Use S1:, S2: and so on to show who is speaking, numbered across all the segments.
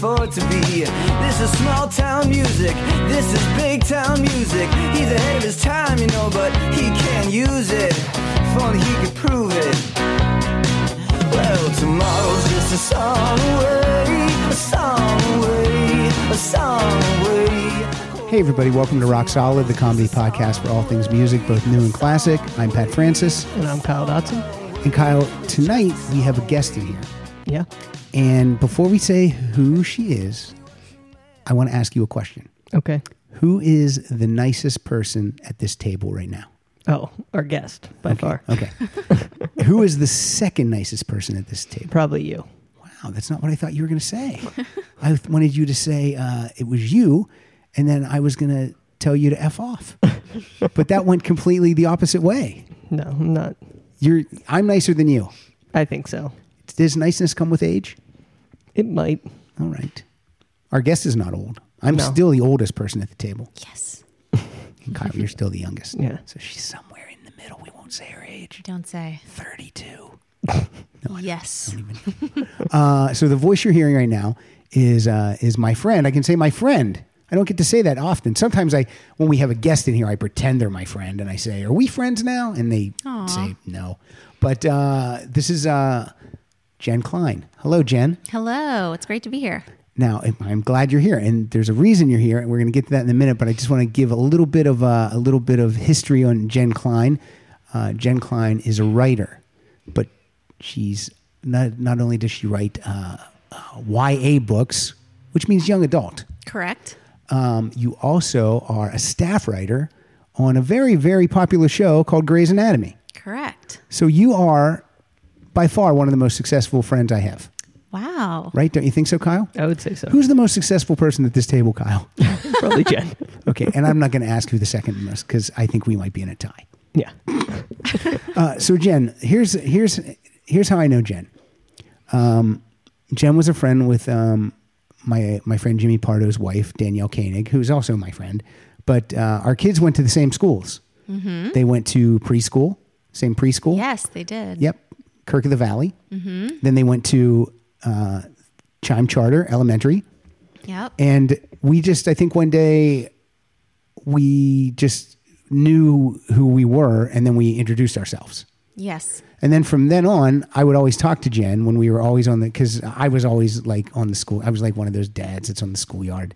S1: for it to be. This is small town music. This is big town music. He's ahead of his time, you know, but he can't use it. If only he could prove it. Well, tomorrow's just a song away, a song away, a song away.
S2: Hey, everybody, welcome to Rock Solid, the comedy podcast for all things music, both new and classic. I'm Pat Francis.
S3: And I'm Kyle Dotson.
S2: And Kyle, tonight we have a guest in here.
S3: Yeah.
S2: And before we say who she is, I want to ask you a question.
S3: Okay.
S2: Who is the nicest person at this table right now?
S3: Oh, our guest by far.
S2: Okay. who is the second nicest person at this table?
S3: Probably you.
S2: Wow, that's not what I thought you were going to say. I th- wanted you to say uh, it was you, and then I was going to tell you to F off. but that went completely the opposite way.
S3: No, I'm not.
S2: You're, I'm nicer than you.
S3: I think so.
S2: Does niceness come with age?
S3: It might.
S2: All right. Our guest is not old. I'm
S3: No.
S2: still the oldest person at the table.
S4: Yes.
S2: And Kyle, you're still the youngest.
S3: Yeah.
S2: So she's somewhere in the middle. We won't say her age.
S4: Don't say.
S2: 32.
S4: yes.
S2: Uh, so the voice you're hearing right now is uh, is my friend. I can say my friend. I don't get to say that often. Sometimes I, when we have a guest in here, I pretend they're my friend and I say, "Are we friends now?" And they
S4: Aw.
S2: say no. But uh, this is uh, Jen Klein. Hello, Jen.
S4: Hello. It's great to be here.
S2: Now, I'm- I'm glad you're here, and there's a reason you're here, and we're going to get to that in a minute. But I just want to give a little bit of uh, a little bit of history on Jen Klein. Uh, Jen Klein is a writer, but she's not not only does she write uh, uh, YA books, which means young adult.
S4: Correct.
S2: Um, you also are a staff writer on a very very popular show called Grey's Anatomy.
S4: Correct.
S2: So you are by far one of the most successful friends I have,
S4: Wow.
S2: right? Don't you think so, Kyle?
S3: I would say so.
S2: Who's the most successful person at this table, Kyle?
S3: Probably Jen.
S2: Okay, and I'm not going to ask who the second was because I think we might be in a tie.
S3: Yeah.
S2: Uh, so Jen, here's here's here's how I know Jen. Um, Jen was a friend with um, my my friend Jimmy Pardo's wife Danielle Koenig, who's also my friend. But uh, our kids went to the same schools. They went to preschool, same preschool.
S4: Yes, they did.
S2: Yep, Kirk of the Valley. Mm-hmm. Then they went to uh, Chime Charter Elementary.
S4: Yep.
S2: And we just, I think one day we just knew who we were and then we introduced ourselves.
S4: yes.
S2: And then from then on, I would always talk to Jen when we were always on the, because I was always like on the school, I was like one of those dads that's on the schoolyard.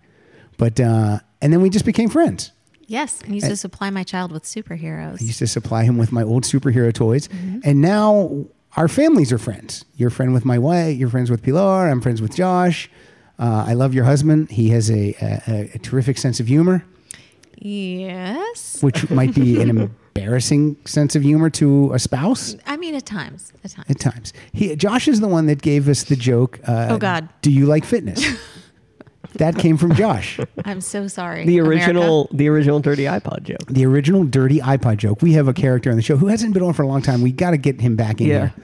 S2: But, uh, and then we just became friends.
S4: Yes. I used to supply my child with superheroes.
S2: I used to supply him with my old superhero toys. And now our families are friends. You're friend with my wife. You're friends with Pilar. I'm friends with Josh. Uh, I love your husband. He has a, a, a terrific sense of humor.
S4: yes.
S2: which might be an embarrassing sense of humor to a spouse
S4: I mean, at times. At times.
S2: at times. He, Josh is the one that gave us the joke. Uh,
S4: Oh, God.
S2: do you like fitness? that came from Josh,
S4: I'm so sorry.
S3: The
S4: America.
S3: original, the original dirty iPod joke.
S2: the original dirty iPod joke. We have a character on the show who hasn't been on for a long time. We got to get him back in
S3: Yeah.
S2: here.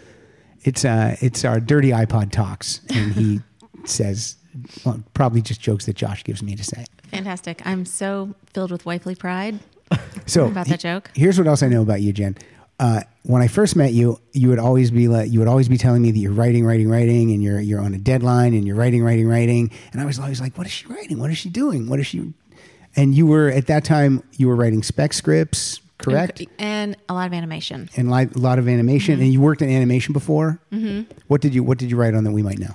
S2: It's uh, it's our dirty iPod talks, and he says well, probably just jokes that Josh gives me to say.
S4: Fantastic. I'm so filled with wifely pride.
S2: So
S4: About that joke?
S2: Here's what else I know about you, Jen. Uh, when I first met you, you would always be like, you would always be telling me that you're writing, writing, writing, and you're you're on a deadline, and you're writing, writing, writing. And I was always like, what is she writing? What is she doing? What is she? And you were at that time, you were writing spec scripts, correct?
S4: And a lot of animation.
S2: And li- a lot of animation.
S4: Mm-hmm.
S2: And you worked in animation before. Mm-hmm. What did you What did you write on that we might know?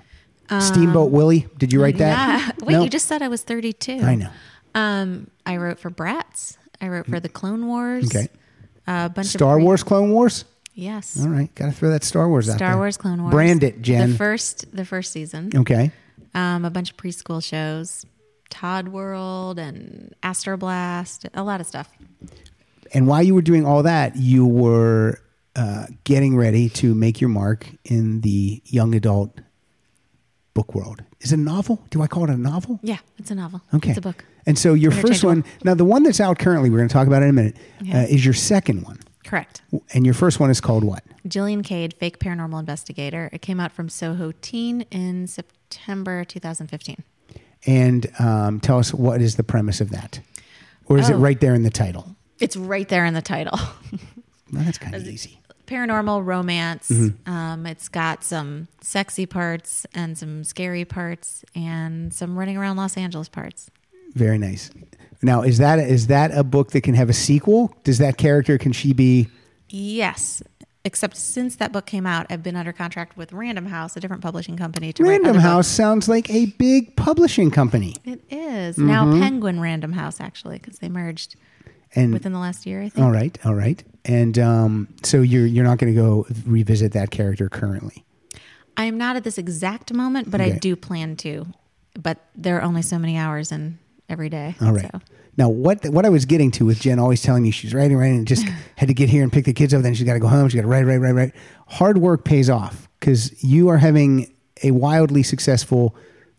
S2: Steamboat Willie. Did you write that?
S4: Um, Wait,
S2: No?
S4: you just said I was 32.
S2: I know. Mm.
S4: Um, I wrote for Bratz. I wrote for the Clone Wars.
S2: Okay.
S4: A bunch of
S2: Star
S4: pre-
S2: Wars, Clone Wars.
S4: Yes.
S2: All right, got to throw that Star Wars out there.
S4: Star Wars, Clone Wars.
S2: Brand it, Jen.
S4: The first, the first season.
S2: okay.
S4: Um, a bunch of preschool shows, Todd World and Astro Blast, a lot of stuff.
S2: And while you were doing all that, you were uh, getting ready to make your mark in the young adult book world. Is it a novel? Do I call it a novel?
S4: Yeah, it's a novel.
S2: Okay.
S4: it's a book.
S2: And so your first one, now the one that's out currently, we're going to talk about it in a minute,
S4: Yeah.
S2: uh, is your second one.
S4: Correct.
S2: And your first one is called what?
S4: Jillian Cade, fake paranormal investigator. It came out from Soho Teen in September 2015.
S2: And um, tell us what is the premise of that? Or is it
S4: Oh.
S2: right there in the title?
S4: It's right there in the title.
S2: Well, that's kind of easy.
S4: paranormal romance.
S2: Mm-hmm.
S4: Um, it's got some sexy parts and some scary parts and some running around Los Angeles parts.
S2: Very nice. Now, is that is that a book that can have a sequel? Does that character can she be?
S4: Yes. Except since that book came out, I've been under contract with Random House, a different publishing company, to write
S2: Random
S4: other
S2: House sounds like a big publishing company,
S4: books. It is.
S2: Mm-hmm.
S4: now Penguin Random House actually, because they merged
S2: and
S4: within the last year. I think
S2: all right, all right, and um, so you're you're not going to go revisit that character currently.
S4: I am not at this exact moment, but
S2: Okay.
S4: I do plan to. But there are only so many hours in every day.
S2: All right.
S4: So.
S2: Now, what what I was getting to with Jen always telling me she's writing, writing, and just had to get here and pick the kids up. Then she's got to go home. She's got to write, write, write, write. Hard work pays off because you are having a wildly successful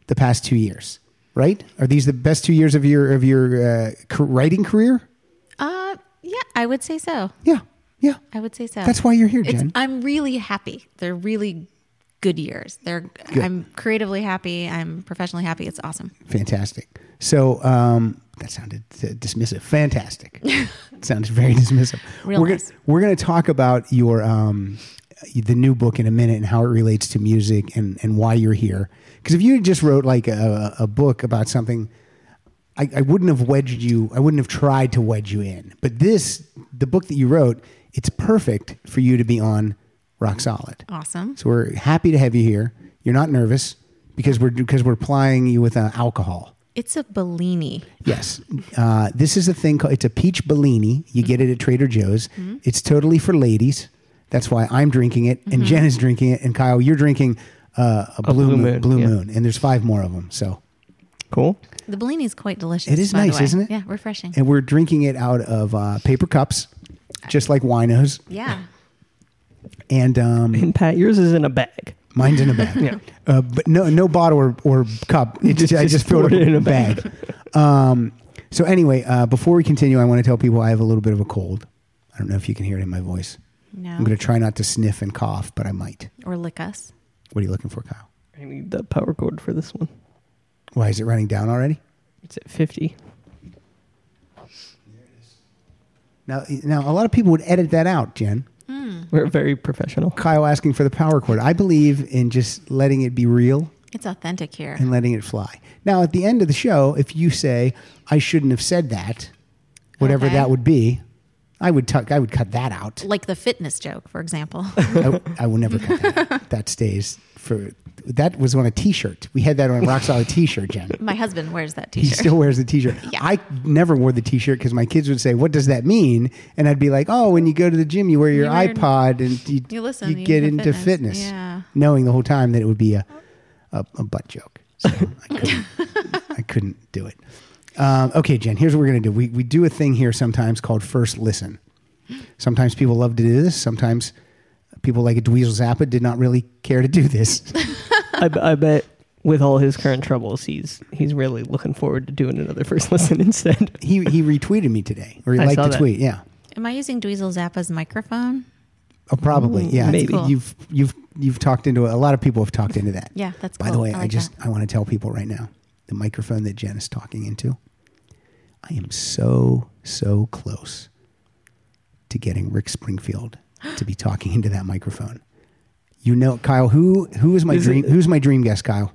S2: the past two years, right? Are these the best two years of your of your uh, ca- writing career?
S4: Uh, yeah, I would say so.
S2: Yeah, yeah.
S4: I would say so.
S2: That's why you're here,
S4: It's-
S2: Jen.
S4: I'm really happy. They're really good years. They're I'm creatively happy. I'm professionally happy. It's awesome.
S2: Fantastic. So um, that sounded uh, dismissive. Fantastic. It sounds very dismissive.
S4: Real
S2: we're
S4: nice.
S2: gonna we're gonna talk about your um, the new book in a minute and how it relates to music and and why you're here. Because if you had just wrote like a, a book about something, I, I wouldn't have wedged you. I wouldn't have tried to wedge you in. But this the book that you wrote, it's perfect for you to be on rock solid.
S4: Awesome.
S2: So we're happy to have you here. You're not nervous because we're because we're plying you with uh, alcohol.
S4: It's a Bellini.
S2: Yes, uh, this is a thing called it's a peach Bellini. You get it at Trader Joe's. It's totally for ladies. That's why I'm drinking it, and Jen is drinking it, and Kyle, you're drinking uh, a, blue,
S3: Blue
S2: moon,
S3: Moon,
S2: blue
S3: yeah.
S2: moon, and there's five more of them. So
S3: Cool.
S4: The Bellini is quite delicious.
S2: it is
S4: by the
S2: nice,
S4: way.
S2: isn't it?
S4: Yeah, refreshing.
S2: And we're drinking it out of uh, paper cups, just like winos.
S4: yeah.
S2: And um,
S3: And Pat, yours is in a bag.
S2: Mine's in a bag.
S3: Yeah.
S2: Uh, but no, no bottle or, or cup. It just, I
S3: Just
S2: just filled
S3: poured
S2: it
S3: it in a
S2: bag. um, so anyway, uh, before we continue, I want to tell people I have a little bit of a cold. I don't know if you can hear it in my voice.
S4: No.
S2: I'm going to try not to sniff and cough, but I might.
S4: or lick us.
S2: What are you looking for, Kyle?
S3: I need the power cord for this one.
S2: Why is it running down already?
S3: It's at 50.
S2: Now, now a lot of people would edit that out, Jen.
S3: We're very professional.
S2: Kyle asking for the power cord. I believe in just letting it be real
S4: It's authentic here.
S2: and letting it fly. Now, at the end of the show, if you say I shouldn't have said that, whatever
S4: Okay.
S2: that would be, I would tuck. I would cut that out.
S4: like the fitness joke, for example.
S2: I, I will never cut that. Out. That stays for. That was on a T-shirt. We had that on a rock solid T-shirt, Jen.
S4: My husband wears that
S2: He
S4: t-shirt.
S2: still wears the T-shirt.
S4: Yeah.
S2: I never wore the T-shirt because my kids would say, "What does that mean?" And I'd be like, "Oh, when you go to the gym, you wear your
S4: You wear-
S2: iPod and you,
S4: You listen, you
S2: get
S4: do
S2: into fitness,
S4: fitness. Yeah.
S2: knowing the whole time that it would be a a, a butt joke." So I couldn't, I couldn't do it. Um, okay, Jen. Here's what we're gonna do. We we do a thing here sometimes called first listen. Sometimes people love to do this. Sometimes people like a Dweezil Zappa did not really care to do this.
S3: I, b- I bet with all his current troubles, he's he's really looking forward to doing another first listen instead.
S2: he he retweeted me today, or he
S3: I
S2: liked
S3: saw
S2: the
S3: that.
S2: tweet. Yeah.
S4: Am I using Dweezil Zappa's microphone?
S2: Oh, probably,
S3: Mm,
S2: yeah.
S3: maybe.
S4: Cool.
S2: You've you've you've talked into a lot of people have talked into that.
S4: Yeah, that's
S2: By the
S4: cool.
S2: way,
S4: I
S2: I,
S4: like
S2: just
S4: that.
S2: I want to tell people right now the microphone that Jen is talking into. I am so so close to getting Rick Springfield to be talking into that microphone. You know, Kyle, who who is my
S3: Is
S2: dream?
S3: it-
S2: who's my dream guest, Kyle?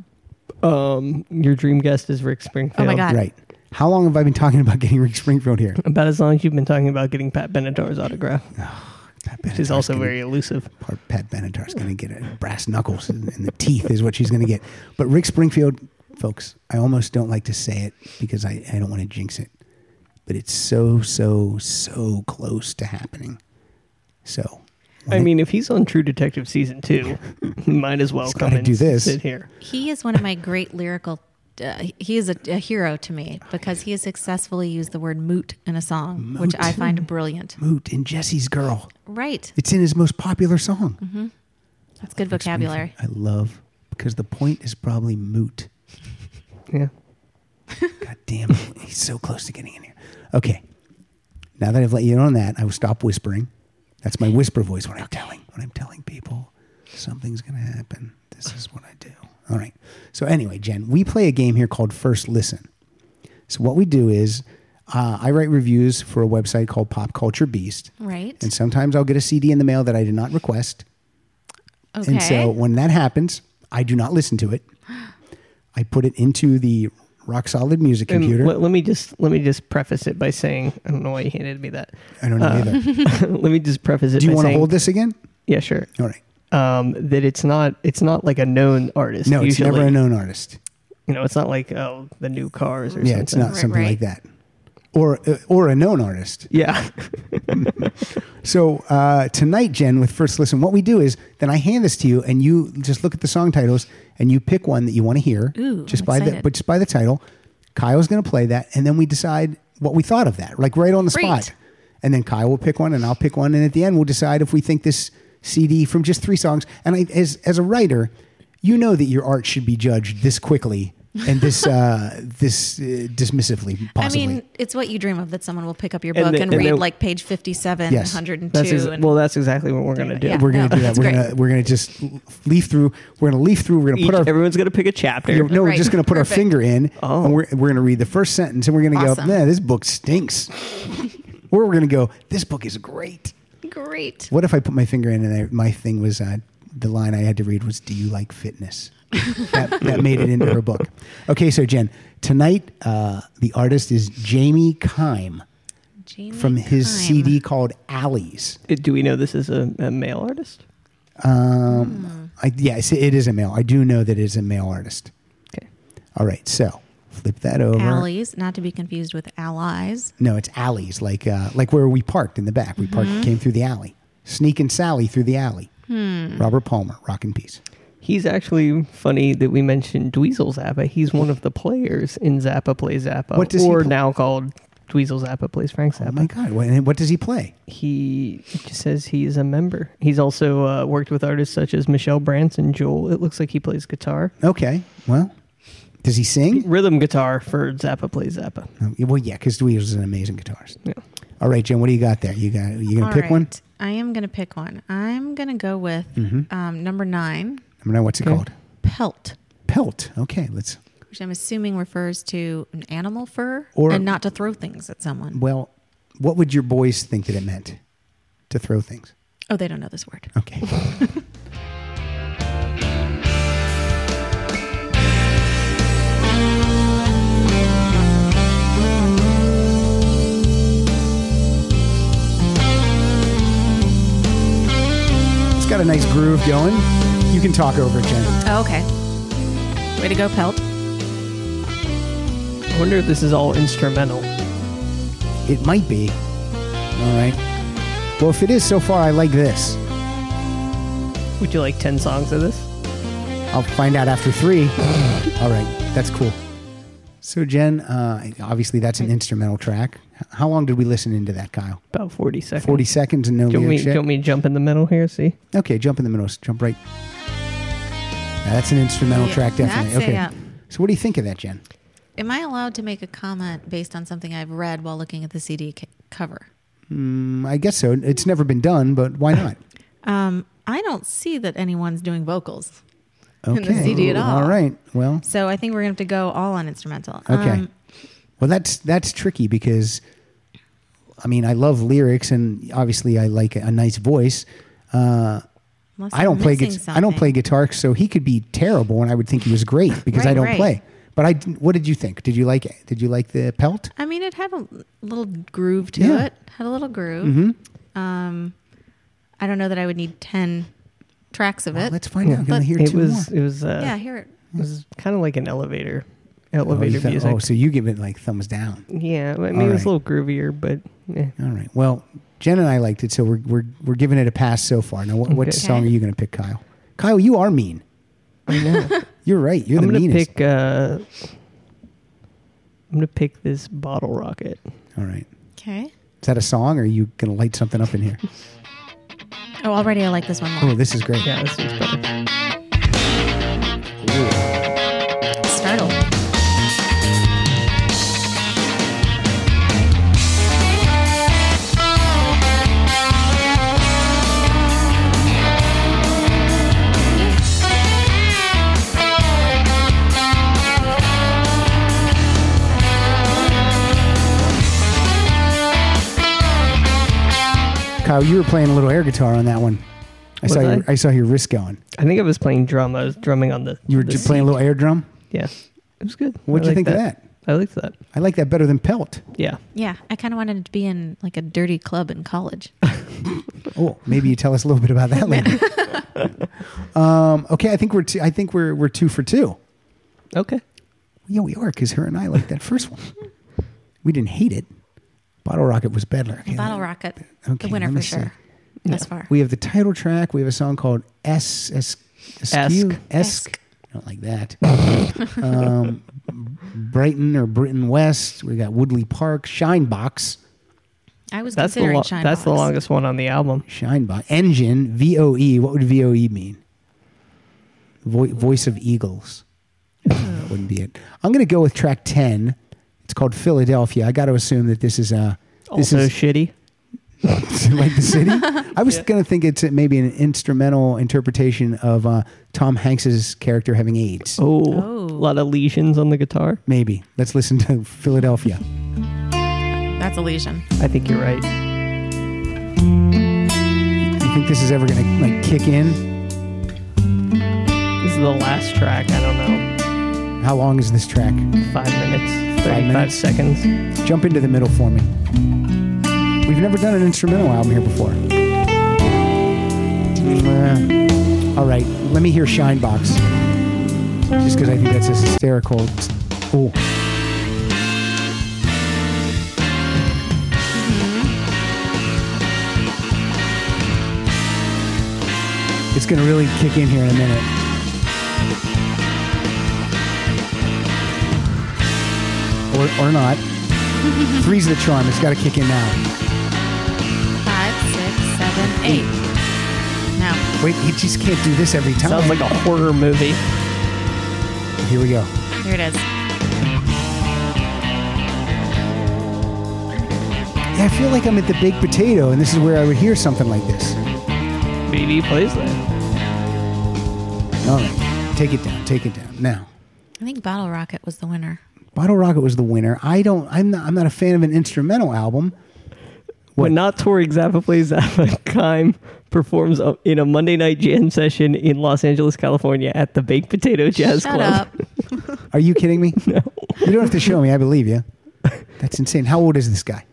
S3: Um, your dream guest is Rick Springfield.
S4: Oh my God.
S2: Right. How long have I been talking about getting Rick Springfield here?
S3: About as long as you've been talking about getting Pat Benatar's autograph,
S2: Pat
S3: which is
S2: Benatar's
S3: also
S2: gonna-
S3: very elusive.
S2: Pat- Pat Benatar's going to get it. brass knuckles and, and the teeth is what she's going to get. But Rick Springfield, folks, I almost don't like to say it because I, I don't want to jinx it. But it's so, so, so close to happening. So,
S3: I mean, if he's on True Detective season two, he might as well
S2: He's
S3: come
S2: gotta
S3: and
S2: do this.
S3: sit here.
S4: He is one of my great lyrical. Uh, he is a, a hero to me because he has successfully used the word moot in a song, which I find brilliant.
S2: Moot and Jesse's Girl.
S4: Right.
S2: It's in his most popular song.
S4: That's good vocabulary.
S2: I love because the point is probably moot.
S3: Yeah.
S2: God damn it. He's so close to getting in here. Okay. Now that I've let you in on that, I will stop whispering. That's my whisper voice when I'm telling when I'm telling people something's gonna happen. This is what I do. All right. So anyway, Jen, we play a game here called First Listen. So what we do is Uh, I write reviews for a website called Pop Culture Beast,
S4: Right.
S2: and sometimes I'll get a CD in the mail that I did not request.
S4: okay.
S2: And so when that happens, I do not listen to it. I put it into the rock solid music
S3: And
S2: computer.
S3: let, let me just let me just preface it by saying I don't know why you handed me that.
S2: I don't know either.
S4: Uh,
S2: Do
S3: let me just preface it.
S2: you
S3: by
S2: want to
S3: saying-
S2: hold this again?
S3: Yeah, sure.
S2: All right.
S3: Um, that it's not it's not like a known artist.
S2: No, it's
S3: usually.
S2: never a known artist.
S3: You know, it's not like oh the new Cars or
S2: Yeah,
S3: something.
S2: it's not
S4: Right,
S2: something
S4: right.
S2: like that. Or, uh, or a known artist.
S3: Yeah,
S2: So uh, tonight, Jen, with first listen, what we do is then I hand this to you, and you just look at the song titles, and you pick one that you want to hear,
S4: Ooh,
S2: just
S4: I'm
S2: by the
S4: excited.
S2: but just by the title. Kyle's going to play that, and then we decide what we thought of that, like right on the
S4: Great.
S2: spot. And then Kyle will pick one, and I'll pick one, and at the end we'll decide if we think this CD from just three songs. And I, as as a writer, you know that your art should be judged this quickly and this uh, this uh, dismissively. Possibly.
S4: I mean, it's what you dream of that someone will pick up your
S3: And
S4: book
S3: the-
S4: and
S3: and
S4: read
S3: the-
S4: like page 57,
S2: Yes.
S4: 102.
S3: that's exa-
S4: and
S3: well, that's exactly what we're gonna do.
S4: Yeah.
S2: we're gonna
S4: no,
S2: do that.
S4: that's
S2: We're
S4: great.
S2: gonna we're gonna just leaf through. We're gonna leaf through. We're gonna
S3: Each-
S2: put our
S3: everyone's gonna pick a chapter.
S2: You're- no, we're
S4: Right.
S2: just going to put our
S4: Perfect.
S2: finger in,
S3: Oh.
S2: and we're, we're going to read the first sentence, and we're going to
S4: Awesome.
S2: go, "Man, this book stinks," or we're going to go, "This book is great."
S4: great.
S2: What if I put my finger in and I, my thing was uh, the line I had to read was, "Do you like fitness?" that, that made it into her book. Okay, so Jen, tonight uh, the artist is Jamie Kime
S4: Jamie
S2: from his
S4: Kime.
S2: CD called Alleys.
S3: Do we know this is a, a male artist?
S2: Um, I, yeah, it's- it is a male. I do know that it is a male artist.
S3: Okay.
S2: All right, so flip that over.
S4: Allies, not to be confused with allies.
S2: No, it's alleys, like uh, like where we parked in the back. We
S4: Mm-hmm.
S2: parked, came through the alley. Sneak and Sally through the alley.
S4: Hmm.
S2: Robert Palmer, rock in peace.
S3: He's actually funny that we mentioned Dweezil Zappa. He's one of the players in Zappa Plays Zappa,
S2: What does he
S3: or
S2: pl-
S3: now called Dweezil Zappa Plays Frank
S2: Oh
S3: Zappa.
S2: my God! What, and what does he play?
S3: He just says he's a member. He's also uh, worked with artists such as Michelle Branson, Joel. It looks like he plays guitar,
S2: Okay, well, does he sing?
S3: rhythm guitar for Zappa Plays Zappa.
S2: Oh, Well, yeah, because Dweezil's an amazing guitarist.
S3: Yeah.
S2: All right, Jen, what do you got there? You got you gonna
S4: All
S2: pick one?
S4: right. I am going to pick one. I'm going to go with
S2: Mm-hmm.
S4: um, number nine,
S2: I don't know what's it
S3: Okay.
S2: called.
S4: pelt,
S2: Pelt. Okay, let's.
S4: which I'm assuming refers to an animal fur
S2: Or-
S4: and not to throw things at someone.
S2: Well, what would your boys think that it meant to throw things?
S4: Oh, they don't know this word.
S2: Okay. it's got a nice groove going. You can talk over it, Jen.
S4: Oh, okay. Way to go, pelt.
S3: I wonder if this is all instrumental.
S2: It might be. All right. Well, if it is so far, I like this.
S3: Would you like ten songs of this?
S2: I'll find out after three. All right, that's cool. So, Jen, uh, obviously that's an instrumental track. H- How long did we listen into that, Kyle?
S3: About forty seconds.
S2: Forty seconds and no
S3: Do you
S2: lyric
S3: want me, do you
S2: shit.
S3: want me to jump in the middle here? See,
S2: Okay, jump in the middle. Jump right. Now, that's an instrumental
S4: Yeah,
S2: track, definitely.
S4: that's
S2: okay.
S4: a, uh,
S2: So, what do you think of that, Jen?
S4: Am I allowed to make a comment based on something I've read while looking at the CD c- cover?
S2: Mm, I guess so. It's never been done, but why not?
S4: Um, I don't see that anyone's doing vocals.
S2: Okay.
S4: the CD at all.
S2: All right. Well,
S4: So I think we're going to have to go all on instrumental. Um,
S2: Okay. well, that's that's tricky because, I mean, I love lyrics and obviously I like a, a nice voice. Uh,
S4: unless
S2: I
S4: I'm
S2: don't play
S4: missing
S2: guitar. I don't
S4: something.
S2: play guitar, so he could be terrible, and I would think he was great because I
S4: Right,
S2: don't
S4: right.
S2: play. But I, didn't- what did you think? Did you like it? Did you like the pelt?
S4: I mean, it had a little groove to
S2: Yeah. Mm-hmm.
S4: it. Had a little groove. Um, I don't know that I would need ten tracks of
S2: Well,
S4: it.
S2: let's find out. I'm gonna
S4: But-
S2: hear
S3: it
S2: two
S3: was
S2: more.
S3: it was uh,
S4: yeah, here.
S3: It was kind of like an elevator,
S2: Oh, you
S3: elevator
S2: thought-
S3: music.
S2: oh, so you give it like thumbs down.
S3: yeah, I mean it
S2: Alright.
S3: was a little groovier, but eh.
S2: All right. Well, Jen and I liked it, so we're we're, we're giving it a pass so far. Now, what, what
S3: Okay.
S2: song
S4: Okay.
S2: are you going to pick, Kyle? Kyle, you are mean.
S3: I know.
S2: You're right. You're
S3: I'm
S2: the
S3: gonna
S2: meanest.
S3: pick. Uh, I'm gonna pick this bottle rocket.
S2: All right.
S4: Okay.
S2: Is that a song, or are you going to light something up in here?
S4: Oh, already I like this one
S2: Oh,
S4: more.
S2: this is great.
S3: Yeah, this is better.
S4: Startled.
S2: Kyle, you were playing a little air guitar on that one. I
S3: Was
S2: saw
S3: I?
S2: your, I saw your wrist going.
S3: I think I was playing drum. I was drumming on the.
S2: You were
S3: the
S2: just playing a
S3: seat.
S2: little air drum.
S3: Yeah, it was good.
S2: What'd
S3: I
S2: you
S3: liked
S2: think of that?
S3: I liked that.
S2: I like that better than pelt.
S3: Yeah,
S4: Yeah, I kind of wanted to be in like a dirty club in college.
S2: Oh, maybe you tell us a little bit about that later. um, okay, I think we're two, I think we're we're two for two.
S3: okay.
S2: Yeah, we are because her and I like that first one. We didn't hate it. Bottle Rocket was better. Okay,
S4: Bottle
S2: let-
S4: Rocket,
S2: okay,
S4: the winner
S2: let
S4: for
S2: me see.
S4: sure. Thus far.
S2: We have the title track. We have a song called S S
S3: Esk.
S2: Esk. I don't like that. um, Brighton or Britain West. We got Woodley Park. Shinebox.
S4: I was
S3: That's the
S4: considering
S3: lo-
S4: Shine
S3: that's the
S4: Box.
S3: longest one on the album.
S2: Shinebox. Engine. VOE. What would VOE mean? Vo- Voice of Eagles. that wouldn't be it. I'm going to go with track 10. It's called Philadelphia. I got to assume that this is uh, this
S3: Also
S2: is
S3: shitty.
S2: like the city. I was going to think it's maybe an instrumental interpretation of uh, Tom Hanks's character having AIDS.
S3: Oh,
S4: Oh.
S3: a lot of lesions on the guitar.
S2: Maybe. Let's listen to Philadelphia.
S4: That's Elysian.
S3: I think you're right.
S2: Do you think this is ever going to like kick in?
S3: This is the last track. I don't know.
S2: How long is this track?
S3: Five minutes,
S2: Five
S3: thirty-five
S2: minutes?
S3: seconds.
S2: Jump into the middle for me. We've never done an instrumental album here before. Mm, uh, all right, let me hear Shinebox. Just because I think that's a hysterical. Oh. It's going to really kick in here in a minute. Or, or not. Three's the charm. It's got to kick in now.
S4: Five, six, seven, eight. Now,
S2: Wait, he just can't do this every time.
S3: Sounds like a horror movie.
S2: Here we go.
S4: here it is.
S2: Yeah, I feel like I'm at the baked potato, and this is where I would hear something like this.
S3: BB plays that.
S2: All right, take it down, take it down now.
S4: I think Bottle Rocket was the winner.
S2: Bottle Rocket was the winner. I don't. I'm not. I'm not a fan of an instrumental album. What?
S3: When not Tori Zappa plays Zappa, Kime performs a- in a Monday night jam session in Los Angeles, California at the Baked Potato Jazz
S4: Shut
S3: Club.
S4: up.
S2: Are you kidding me? no. You don't have to show me. I believe you. That's insane. How old is this guy?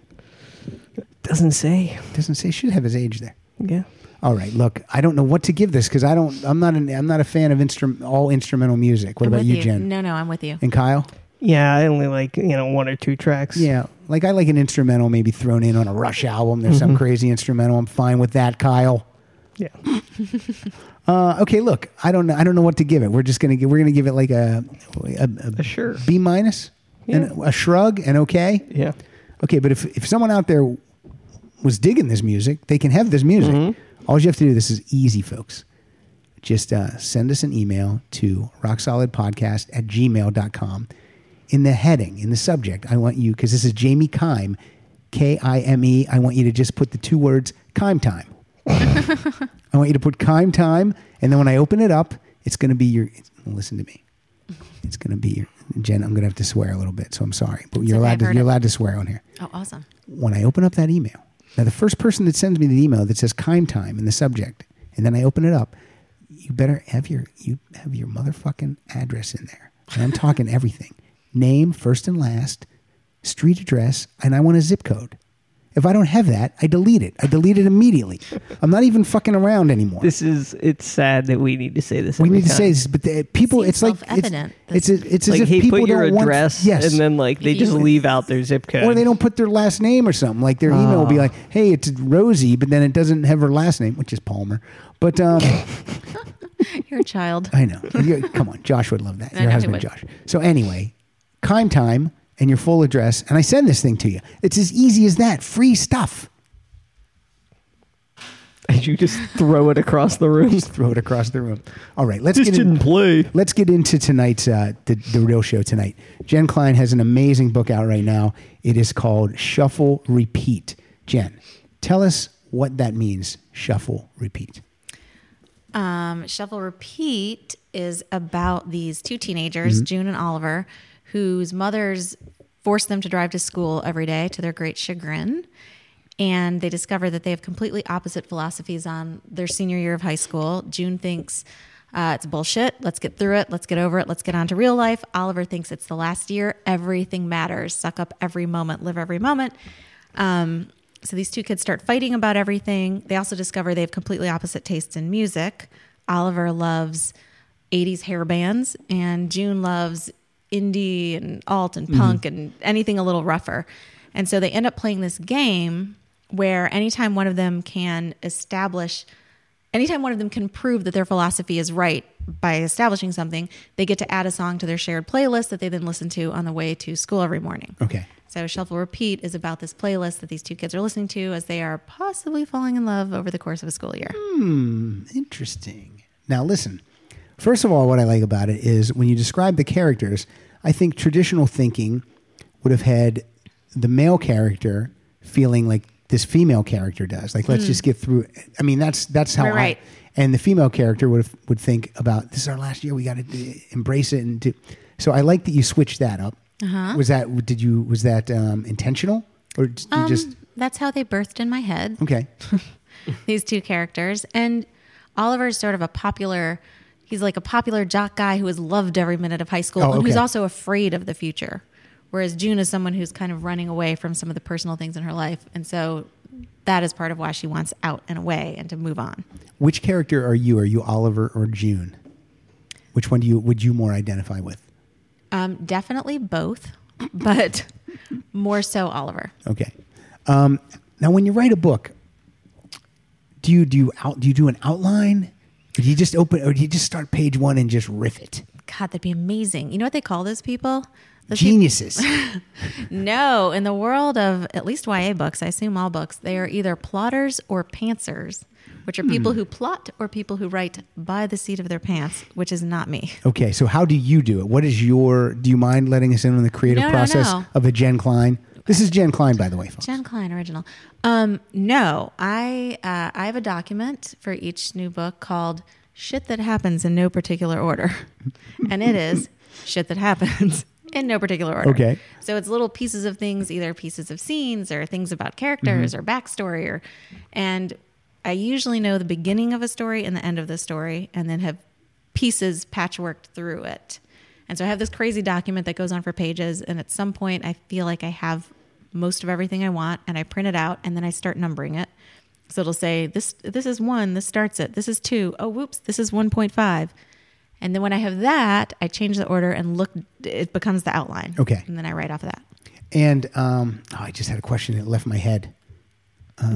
S3: Doesn't say.
S2: Doesn't say. Should have his age there.
S3: Yeah.
S2: All right. Look, I don't know what to give this because I don't. I'm not. An, I'm not a fan of instrum, all instrumental music. What
S4: I'm
S2: about
S4: with
S2: you, Jen
S4: No, no, I'm with you.
S2: and Kyle?
S3: Yeah, I only like, you know, one or two tracks.
S2: Yeah, like I like an instrumental maybe thrown in on a Rush album. There's
S3: Mm-hmm.
S2: some crazy instrumental. I'm fine with that, Kyle.
S3: Yeah.
S2: Uh, okay, look, I don't know. I don't know what to give it. We're just gonna give, we're gonna give it like a a, a
S3: Uh, sure.
S2: B minus and
S3: Yeah.
S2: a shrug and okay.
S3: Yeah.
S2: Okay, but if if someone out there was digging this music, they can have this music. All you have to do. This is easy, folks. Just uh, send us an email to rocksolidpodcast at gmail.com. In the heading, in the subject, I want you, because this is Jamie Kime, K I M E, I want you to just put the two words Kime Time. I want you to put Kime Time, and then when I open it up, it's going to be your. it's- Listen to me. It's going to be your. Jen, I'm going to have to swear a little bit, so I'm sorry. But you're,
S4: okay,
S2: allowed,
S4: I've
S2: to,
S4: heard
S2: you're
S4: it.
S2: allowed to swear on here
S4: Oh, awesome.
S2: when I open up that email, now the first person that sends me the email that says "Kime Time" in the subject, and then I open it up, you better have your you have your motherfucking address in there. And I'm talking everything: name, first and last, street address, and I want a zip code. If I don't have that, I delete it. I delete it immediately. I'm not even fucking around anymore.
S3: This is, it's sad that we need to say this.
S2: we
S3: every
S2: need to
S3: time.
S2: say this, but the, people,
S4: Seems
S2: it's like it's
S4: self-evident.
S2: it's, it's as
S3: Like,
S2: if
S3: hey,
S2: people
S3: put your
S2: don't want-
S3: address
S2: yes,
S3: and then, like, they just
S4: You-
S3: leave out their zip code.
S2: Or they don't put their last name or something. Like their email will
S3: Ah.
S2: be like, "Hey, it's Rosie," but then it doesn't have her last name, which is Palmer. But um,
S4: You're a child.
S2: I know. You- come on, Josh would love
S4: I
S2: that. your
S4: know he
S2: husband,
S4: would.
S2: Josh. So anyway, Kime Time and your full address, and I send this thing to you. It's as easy as that. Free stuff.
S3: And you just throw it across the room.
S2: Just throw it across the room. All right, let's
S3: This
S2: get in-
S3: didn't play.
S2: Let's get into tonight's uh, the the real show tonight. Jen Klein has an amazing book out right now. It is called Shuffle Repeat. Jen, tell us what that means. Shuffle Repeat.
S4: Um, Shuffle Repeat is about these two teenagers,
S2: Mm-hmm.
S4: June and Oliver, whose mothers forced them to drive to school every day to their great chagrin. and they discover that they have completely opposite philosophies on their senior year of high school. June thinks uh, it's bullshit. Let's get through it. Let's get over it. Let's get on to real life. Oliver thinks it's the last year. Everything matters. Suck up every moment. Live every moment. Um, so these two kids start fighting about everything. They also discover they have completely opposite tastes in music. Oliver loves 80s hair bands, and June loves indie and alt and punk and anything a little rougher. And so they end up playing this game where anytime one of them can establish, anytime one of them can prove that their philosophy is right by establishing something, they get to add a song to their shared playlist that they then listen to on the way to school every morning.
S2: Okay.
S4: So Shuffle Repeat is about this playlist that these two kids are listening to as they are possibly falling in love over the course of a school year.
S2: Interesting. Now, listen. First of all, what I like about it is when you describe the characters, I think traditional thinking would have had the male character feeling like this female character does. Like, let's just get through. it. I mean, that's that's how
S4: Hmm. Right,
S2: I.
S4: right.
S2: And the female character would have, would think about this is our last year. We got to embrace it and do. So I like that you switched that up.
S4: Uh-huh.
S2: Was that did you was that um, intentional or did you
S4: Um,
S2: just Mm.
S4: that's how they birthed in my head.
S2: okay?
S4: these two characters. And Oliver's sort of a popular, he's like a popular jock guy who has loved every minute of high school
S2: Oh,
S4: and who's
S2: okay.
S4: also afraid of the future. Whereas June is someone who's kind of running away from some of the personal things in her life. And so that is part of why she wants out and away and to move on.
S2: Which character are you? Are you Oliver or June? Which one do you would you more identify with?
S4: Um, definitely both, but more so Oliver.
S2: Okay. Um, now, when you write a book, do you do you out do you do an outline? Or do you just open or do you just start page one and just riff it?
S4: God, that'd be amazing. You know what they call those people? Those people-
S2: Geniuses.
S4: No, in the world of at least YA books, I assume all books, they are either plotters or pantsers, which are people who plot or people who write by the seat of their pants, which is not me.
S2: okay, so how do you do it? What is your? Do you mind letting us in on the creative
S4: No, no,
S2: process
S4: no.
S2: of a Jen Klein? This is Jen Klein, by the way, folks.
S4: Jen Klein original. Um, no, I uh, I have a document for each new book called "Shit That Happens in No Particular Order," and it is shit that happens in no particular order.
S2: Okay.
S4: So it's little pieces of things, either pieces of scenes or things about characters or backstory, or and I usually know the beginning of a story and the end of the story, and then have pieces patchworked through it. And so I have this crazy document that goes on for pages, and at some point I feel like I have most of everything I want, and I print it out, and then I start numbering it. So it'll say this this is one, this starts it, this is two, oh whoops, this is one point five. And then when I have that, I change the order and look it becomes the outline.
S2: Okay.
S4: And then I write off of that.
S2: And um, oh, I just had a question that left my head.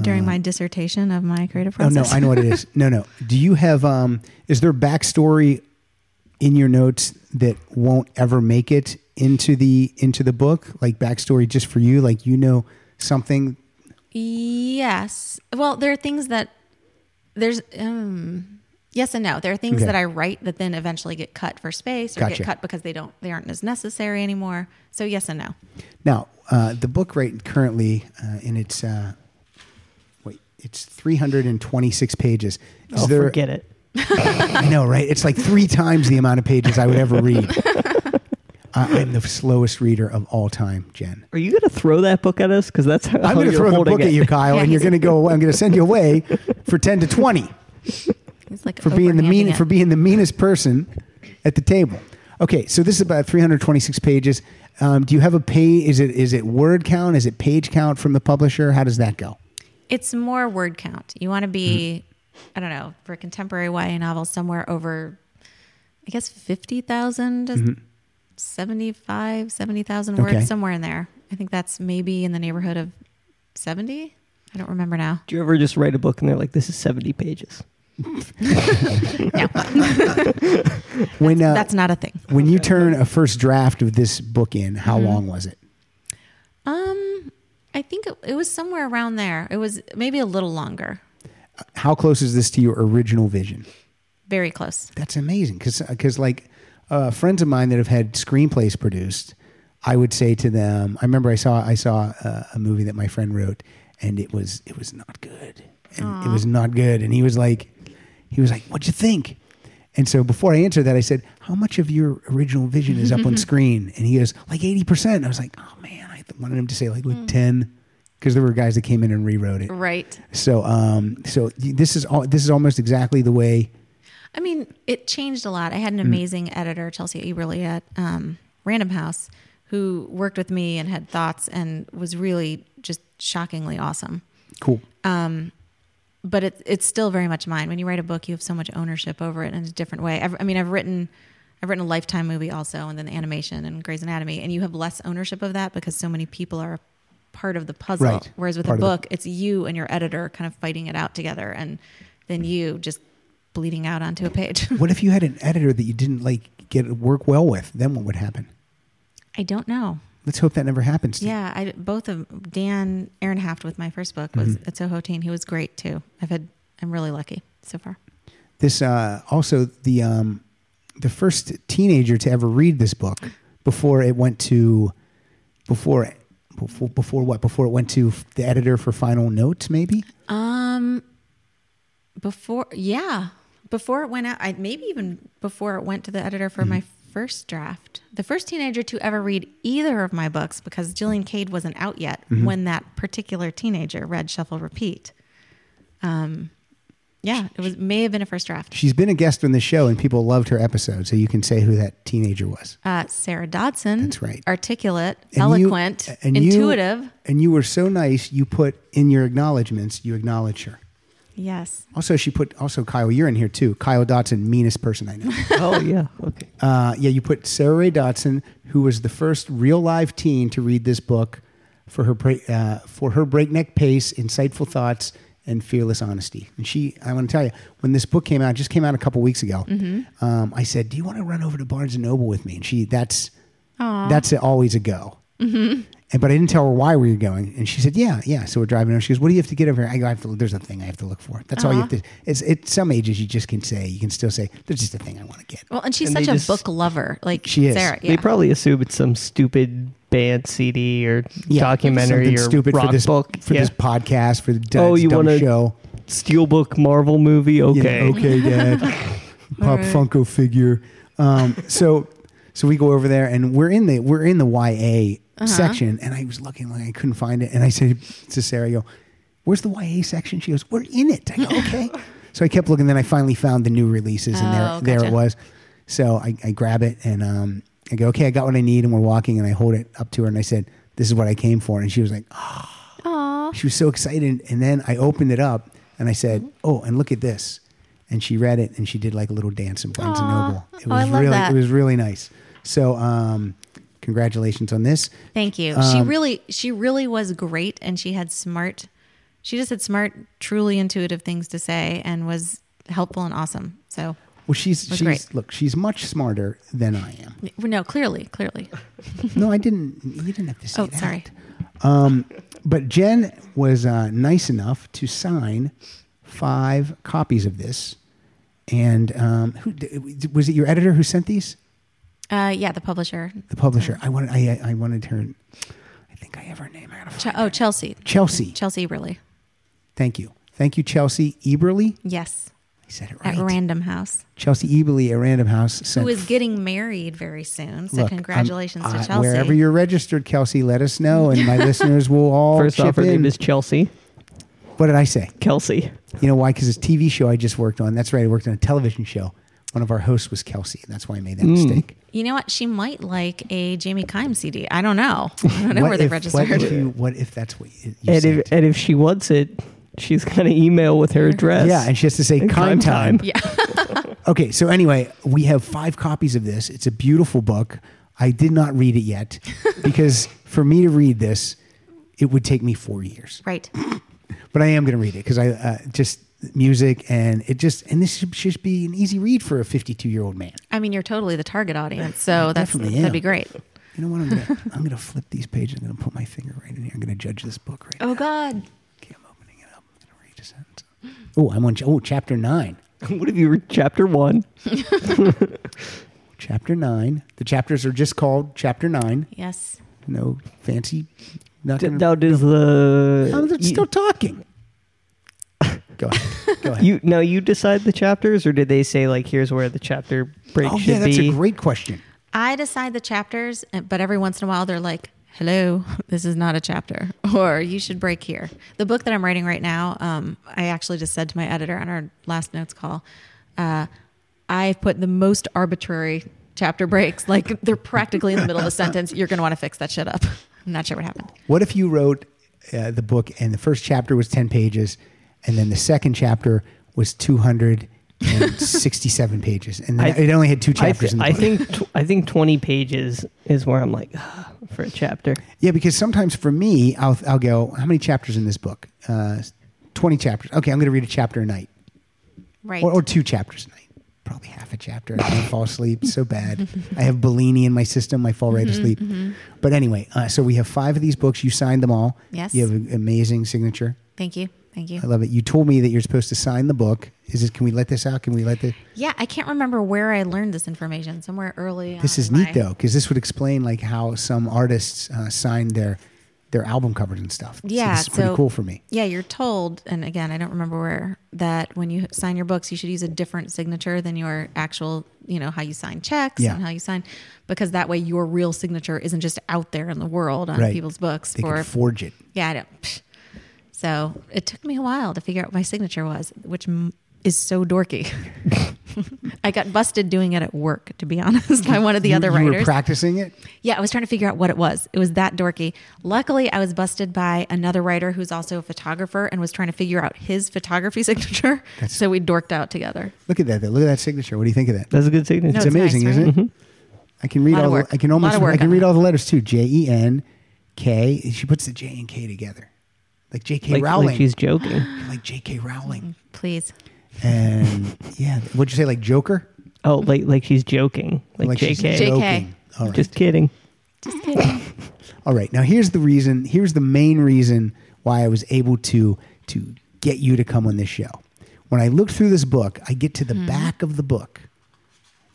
S4: During my dissertation of my creative
S2: Ah. Oh no,
S4: process.
S2: I know what it is. No, no. Do you have? Um, is there backstory in your notes that won't ever make it into the into the book? Like backstory just for you? Like you know something?
S4: Yes. Well, there are things that there's um yes and no. There are things
S2: Okay.
S4: that I write that then eventually get cut for space or
S2: Gotcha.
S4: get cut because they don't they aren't as necessary anymore. So yes and no.
S2: Now uh, the book right currently uh, in its uh, wait, it's three hundred and twenty six pages. Is
S3: Oh,
S2: there-
S3: forget it.
S2: I know, right? It's like three times the amount of pages I would ever read. I, I'm the slowest reader of all time, Jen.
S3: Are you going to throw that book at us? Because that's how
S2: I'm going to
S3: Oh, you're
S2: throw the
S3: holding
S2: book
S3: it.
S2: at you, Kyle,
S4: Yeah,
S2: and you're
S4: he's-
S2: going to go away. I'm going to send you away for 10 to 20
S4: It's like
S2: for being the
S4: overhanding
S2: mean
S4: it.
S2: for being the meanest person at the table. Okay, so this is about 326 pages. Um, do you have a pay? Is it is it word count? Is it page count from the publisher? How does that go?
S4: It's more word count. You want to be, I don't know, for a contemporary YA novel, somewhere over, I guess, 50,000 to 75, 70,000 words,
S2: Okay.
S4: somewhere in there. I think that's maybe in the neighborhood of 70. I don't remember now.
S3: Do you ever just write a book and they're like, this is 70 pages?
S2: When uh,
S4: That's Mm-hmm. not a thing.
S2: when you turn a first draft of this book in, how long was it?
S4: Um, I think it, it was somewhere around there. It was maybe a little longer.
S2: How close is this to your original vision?
S4: Very close.
S2: That's amazing because like uh, friends of mine that have had screenplays produced, I would say to them, I remember I saw I saw uh, a, a movie that my friend wrote, and it was it was not good, and it was not good, and he was like, he was like, what'd you think? And so before I answered that, I said, how much of your original vision is up on screen? And he goes, like eighty percent. I was like, oh man, I wanted him to say like like ten. because there were guys that came in and rewrote it.
S4: Right.
S2: So, um, so y- this is all, this is almost exactly the way.
S4: I mean, it changed a lot. I had an
S2: Mm.
S4: amazing editor, Chelsea Eberly at um, Random House, who worked with me and had thoughts and was really just shockingly awesome.
S2: Cool.
S4: But it, it's still very much mine. When you write a book, you have so much ownership over it in a different way. I've, I mean, I've written, I've written a Lifetime movie also, and then the animation and Grey's Anatomy, and you have less ownership of that because so many people are part of the puzzle.
S2: Right.
S4: Whereas with
S2: Part
S4: a
S2: of the-
S4: book, it's you and your editor kind of fighting it out together, and then you just bleeding out onto a page.
S2: What if you had an editor that you didn't like get work well with? Then what would happen?
S4: I don't know.
S2: Let's hope that never happens. to you.
S4: Yeah, I, both of Dan Aaron Haft with my first book was at Soho Teen. He was great too. I've had I'm really lucky so far.
S2: This uh, also the um, the first teenager to ever read this book before it went to before before before what before it went to the editor for final notes maybe
S4: Um, before yeah, before it went out, I maybe even before it went to the editor for my first draft. The first teenager to ever read either of my books because Jillian Cade wasn't out yet when that particular teenager read Shuffle Repeat. Um, yeah, it was may have been a first draft.
S2: she's been a guest on the show and people loved her episode so you can say who that teenager was
S4: Uh, Sarah Dodson.
S2: That's right.
S4: Articulate,
S2: And you-
S4: eloquent,
S2: and you-
S4: intuitive.
S2: and you were so nice you put in your acknowledgments you acknowledge her
S4: yes.
S2: also she put also kyle you're in here too kyle dotson meanest person i know
S3: Oh yeah. Okay.
S2: Uh, yeah, you put Sarah Ray Dotson, who was the first real live teen to read this book for her bra- uh, for her breakneck pace, insightful thoughts, and fearless honesty. And she, I want to tell you, when this book came out, it just came out a couple weeks ago. Um, I said, "Do you want to run over to Barnes and Noble with me?" And she, that's that's a- always a go. And, but I didn't tell her why we were going, and she said, "Yeah, yeah." So we're driving over. She goes, "What do you have to get over here?" I go, "I have to. There's a thing I have to look for. That's all you have to." It's at some ages you just can say you can still say there's just a thing I want to get.
S4: Well, and she's
S3: And
S4: such
S3: they
S4: a
S3: just-
S4: book lover. Like
S2: She is.
S4: Sarah, yeah.
S3: They probably assume it's some stupid band CD or
S2: Yeah.
S3: documentary
S2: Something
S3: or
S2: stupid
S3: rock
S2: for this
S3: book
S2: for
S3: yeah.
S2: this podcast for the d-
S3: Oh, you
S2: dumb
S3: wanna-
S2: show.
S3: Steelbook Marvel movie.
S2: Yeah,
S3: Okay.
S2: okay, Dad. Pop
S4: Alright.
S2: Funko figure. Um, so so we go over there and we're in the we're in the YA
S4: Uh-huh.
S2: section and I was looking like I couldn't find it and I said to Sarah, I go, Where's the YA section? She goes, We're in it. I go, Okay. so I kept looking, then I finally found the new releases and there
S4: Oh,
S2: there it
S4: gotcha.
S2: was. So I, I grab it and um, I go, Okay, I got what I need and we're walking and I hold it up to her and I said, This is what I came for and she was like,
S4: Aw.
S2: she was so excited. And then I opened it up and I said, "Oh, and look at this." And she read it and she did like a little dance in Barnes and
S4: Aw.
S2: Noble. It
S4: Oh, I
S2: was
S4: love
S2: really
S4: that.
S2: it was really nice. So, um, congratulations on this.
S4: Thank you. she
S2: um,
S4: really she really was great and she had smart she just had smart, truly intuitive things to say and was helpful and awesome. So
S2: Well, she's
S4: was
S2: she's
S4: great.
S2: look, she's much smarter than I am.
S4: no, clearly, clearly.
S2: no, I didn't. You didn't have to say
S4: Oh,
S2: that. Um,
S4: sorry.
S2: But Jen was uh, nice enough to sign five copies of this. And um, who was it? Your editor who sent these?
S4: Uh, yeah, the publisher.
S2: The publisher. I wanted. I, I wanted her. I think I have her name. I gotta
S4: Ch- oh, Chelsea.
S2: Chelsea.
S4: Chelsea Eberly.
S2: Thank you. Thank you, Chelsea Eberly.
S4: Yes.
S2: I said it
S4: At
S2: right.
S4: Random House.
S2: Chelsea Eberly at Random House. Sent
S4: Who is getting married very soon. So
S2: Look, I'm-
S4: congratulations
S2: I-
S4: to Chelsea.
S2: Wherever you're registered, Kelsey, let us know, and my listeners will all
S3: First
S2: chip
S3: off, her
S2: in.
S3: name is Chelsea.
S2: what did I say?
S3: Kelsey.
S2: You know why? Because it's a TV show I just worked on. That's right. I worked on a television show. One of our hosts was Kelsey, and that's why I made
S3: Hmm.
S2: that mistake.
S4: You know what? She might like a Jamie Kime CD. I don't know. I don't know where they
S2: if, What if,
S4: registered.
S2: you, what if that's what you, you
S3: And
S2: said?
S3: if, and if she wants it, she's gonna email with her address.
S2: Yeah, and she has to say
S3: And
S2: kind
S3: kind
S2: time.
S3: time.
S4: Yeah.
S2: Okay, so anyway, we have five copies of this. It's a beautiful book. I did not read it yet because for me to read this, it would take me four years.
S4: Right.
S2: But I am going to read it because I uh, just music and it just and this should just be an easy read for a 52 year old man.
S4: I mean, you're totally the target audience, so that's
S2: definitely am.
S4: that'd be great.
S2: You know what? I'm gonna, I'm gonna flip these pages. I'm gonna put my finger right in here. I'm gonna judge this book right. now.
S4: Oh God.
S2: Okay, I'm opening it up. I'm gonna read a sentence. Oh, I'm on. ch- Oh, chapter nine.
S3: What if you were chapter one?
S2: Chapter nine. The chapters are just called chapter nine.
S4: Yes.
S2: No fancy.
S3: D-
S2: Nothing.
S3: now does the
S2: I'm just
S3: you-
S2: still talking. Go ahead. Go ahead.
S3: you now you decide the chapters, or did they say like here's where the chapter break
S2: oh
S3: should
S2: yeah, that's
S3: be?
S2: a great question.
S4: I decide the chapters, uh, but every eh, once in a while they're like, hello, this is not a chapter, or you should break here. The book that I'm writing right now, um, I actually just said to my editor on our last notes call, uh, I've put the most arbitrary chapter breaks. Like they're practically in the middle of a sentence. You're going to want to fix that shit up. I'm not sure what happened.
S2: What if you wrote uh, the book and the first chapter was 10 pages and then the second chapter was 267 pages and then
S3: I-
S2: it only had two
S3: I,
S2: chapters
S3: thi-
S2: in the
S3: I
S2: book.
S3: think tw- I think twenty pages is where I'm like "Ugh," for a chapter.
S2: Yeah, because sometimes for me, I'll, I'll go, how many chapters in this book? Uh, 20 chapters. Okay, I'm going to read a chapter a night
S4: Right.
S2: or, or two chapters a night. Probably half a chapter. I don't fall asleep It's so bad. I have Bellini in my system. I fall right
S4: Mm-hmm,
S2: asleep. But anyway, uh, so we have five of these books. You signed them all.
S4: Yes.
S2: You have an amazing signature.
S4: Thank you. Thank you.
S2: I love it. You told me that you're supposed to sign the book. Is this? Can we let this out? Can we let the?
S4: Yeah, I can't remember where I learned this information. Somewhere early.
S2: This
S4: on
S2: is
S4: in Oh,
S2: neat
S4: my-
S2: though, because this would explain like how some artists uh, signed their their album covers and stuff.
S4: Yeah,
S2: so this is pretty
S4: so-
S2: cool for me.
S4: Yeah, you're told, and again, I don't remember where that when you sign your books, you should use a different signature than your actual, you know, how you sign checks
S2: Yeah.
S4: and how you sign, because that way your real signature isn't just out there in the world on
S2: Right.
S4: people's books.
S2: They
S4: for
S2: could forge it.
S4: yeah, I don't. psh. So it took me a while to figure out what my signature was, which m- is so dorky. I got busted doing it at work, to be honest, by one of the
S2: You-
S4: other
S2: you were
S4: writers.
S2: practicing it.
S4: Yeah, I was trying to figure out what it was. It was that dorky. Luckily, I was busted by another writer who's also a photographer and was trying to figure out his photography signature. so we dorked out together.
S2: Look at that. Though. Look at that signature. What do you think of that?
S3: That's a good signature.
S2: It's
S4: it's nice,
S2: amazing,
S4: right?
S2: isn't it?
S3: Mm-hmm.
S2: I can read
S4: Lot of
S2: all. The,
S4: work.
S2: I can
S4: Lot
S2: almost.
S4: of work
S2: I can
S4: on
S2: read
S4: that.
S2: all the letters too. J E N K. She puts the J and K together, like J K
S3: like,
S2: Rowling.
S3: like she's joking.
S2: like J K Rowling.
S4: Please.
S2: And yeah, what'd you say? Like Joker.
S3: Oh, like like she's joking. Like,
S2: she's
S3: JK.
S4: J-
S2: joking. All right.
S3: Just kidding.
S4: Just kidding.
S2: All right. Now here's the reason. Here's the main reason why I was able to to get you to come on this show. When I look through this book, I get to the
S4: Hmm.
S2: back of the book.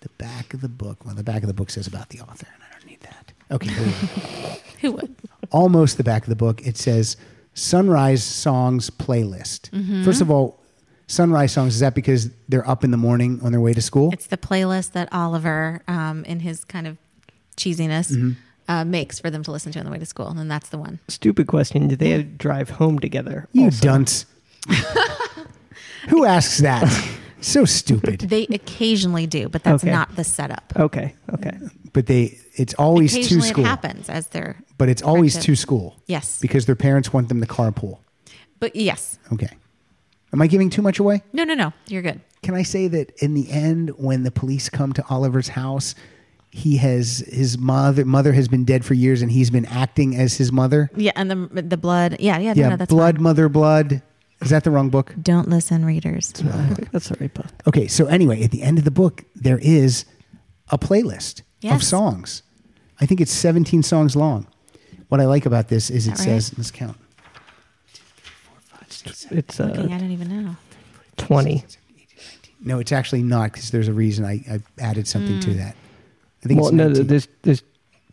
S2: The back of the book. Well, the back of the book says about the author, and I don't need that. Okay. here we go.
S4: Who would?
S2: Almost the back of the book. It says Sunrise Songs playlist.
S4: Mm-hmm.
S2: First of all, Sunrise Songs is that because they're up in the morning on their way to school?
S4: It's the playlist that Oliver, um, in his kind of cheesiness,
S2: Mm-hmm.
S4: uh, makes for them to listen to on the way to school. And that's the one.
S3: Stupid question. Did they drive home together?
S2: you
S3: also?
S2: dunce. Who asks that? So stupid.
S4: They occasionally do, but that's
S3: Okay.
S4: not the setup.
S3: Okay. Okay.
S2: but they it's always to
S4: occasionally
S2: Oh, school
S4: it happens as they're.
S2: but it's always
S4: Correct it.
S2: to school
S4: Yes.
S2: because their parents want them to carpool
S4: But yes.
S2: okay am i giving too much away
S4: No, no, no. You're good.
S2: can i say that in the end when the police come to oliver's house he has his mother mother has been dead for years and he's been acting as his mother
S4: Yeah. And the, the blood. Yeah. Yeah. no,
S2: yeah
S4: no, that's
S2: blood
S4: fine.
S2: mother blood is that the wrong book
S4: Don't listen, readers.
S3: That's all right, Bob.
S2: okay so anyway at the end of the book there is a playlist of
S4: Yes.
S2: songs i think it's 17 songs long what i like about this is it
S4: that right?
S2: says let's count
S3: It's
S4: Fucking, I
S3: uh,
S4: don't even know.
S3: twenty.
S2: No, it's actually not because there's a reason I, I added something
S4: Hmm.
S2: to that. I think
S3: Well,
S2: it's
S3: no,
S2: 19.
S3: there's there's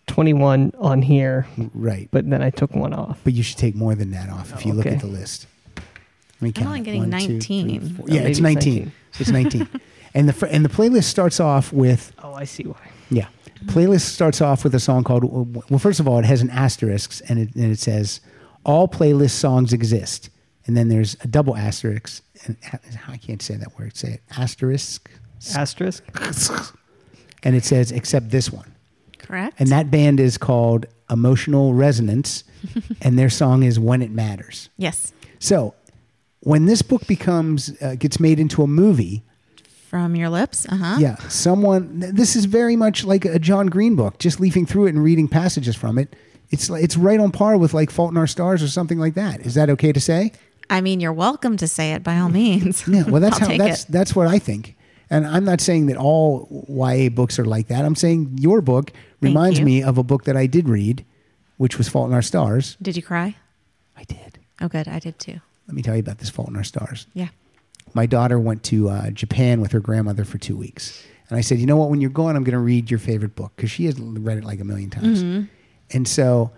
S3: twenty-one on here,
S2: right, but
S3: but then I took one off.
S2: but you should take more than that off if you look
S3: Okay.
S2: at the list. Let me
S4: I'm
S2: count.
S4: only getting
S2: One, two, three,
S4: 19.
S2: four.
S3: Oh,
S2: Yeah, it's
S3: maybe it's
S2: 19. It's
S3: 19.
S2: 19. and the fr- and the playlist starts off with
S3: Oh, I see why.
S2: yeah. Playlist starts off with a song called well. First of all, it has an asterisk and it, and it says all playlist songs exist. And then there's a double asterisk. And a- I can't say that word. Say it. Asterisk.
S3: Asterisk.
S2: And it says except this one.
S4: Correct.
S2: And that band is called Emotional Resonance, and their song is When It Matters.
S4: yes.
S2: So, when this book becomes uh, gets made into a movie,
S4: From your lips. Uh huh.
S2: yeah, someone this is very much like a John Green book, just leafing through it and reading passages from it. It's like- it's right on par with like Fault in Our Stars or something like that. Is that okay to say?
S4: I mean, you're welcome to say it by all means.
S2: Yeah, well, that's
S4: I'll
S2: how
S4: take
S2: that's
S4: it.
S2: that's what I think. And I'm not saying that all YA books are like that. I'm saying your book reminds
S4: you.
S2: me of a book that I did read, which was Fault in Our Stars.
S4: Did you cry?
S2: I did.
S4: Oh, good. I did too.
S2: Let me tell you about this Fault in Our Stars.
S4: Yeah.
S2: My daughter went to uh, Japan with her grandmother for two weeks. And I said, you know what? When you're gone, I'm going to read your favorite book because she has read it like a million times.
S4: Mm-hmm.
S2: And so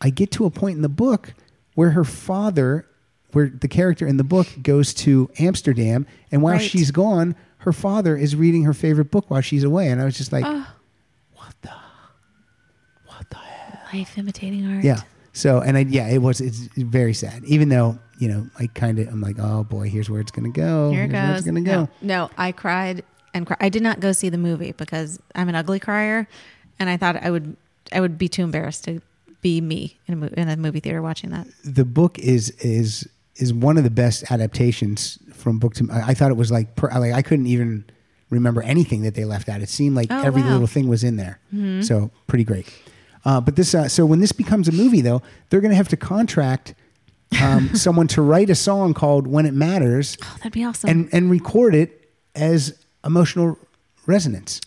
S2: I get to a point in the book where her father, where the character in the book goes to Amsterdam. And while
S4: Right.
S2: she's gone, her father is reading her
S4: Oh,
S2: favorite book while she's away. And I was just like, what the? What the hell?
S4: life imitating art.
S2: Yeah. So and I yeah, it was it's very sad. Even though you know, I kind of I'm like, oh boy, here's where it's gonna go.
S4: Here it
S2: here's Where
S4: goes.
S2: it's gonna go.
S4: No, no, I cried and cried. I did not go see the movie because I'm an ugly crier, and I thought I would I would be too embarrassed to be me in a, mo- in a movie theater watching that.
S2: The book is is is one of the best adaptations from book to. I, I thought it was like per, like I couldn't even remember anything that they left out. It seemed like
S4: Oh,
S2: every
S4: wow. Mm-hmm.
S2: little thing was in there. So pretty great. Uh, but this uh, so when this becomes a movie though, they're gonna have to contract um, someone to write a song called "When It Matters"
S4: Oh, that'd be awesome.
S2: and and record it as emotional resonance.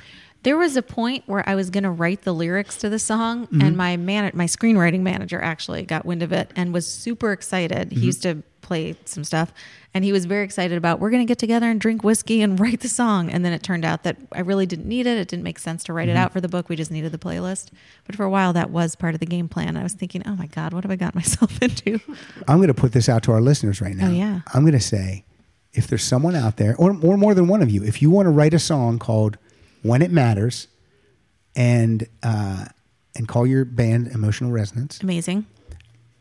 S4: there was a point where I was going to write the lyrics to the song, and my man, my screenwriting manager actually got wind of it and was super excited. He used to play some stuff, and he was very excited about we're going to get together and drink whiskey and write the song. And then it turned out that I really didn't need it. It didn't make sense to write it out for the book. We just needed the playlist. But for a while, that was part of the game plan. I was thinking, oh my god, what have I got myself into?
S2: I'm going to put this out to our listeners right now.
S4: Oh, yeah.
S2: I'm going to say if there's someone out there, or, or more than one of you, if you want to write a song called When It Matters and, uh, and call your band Emotional Resonance,
S4: Amazing.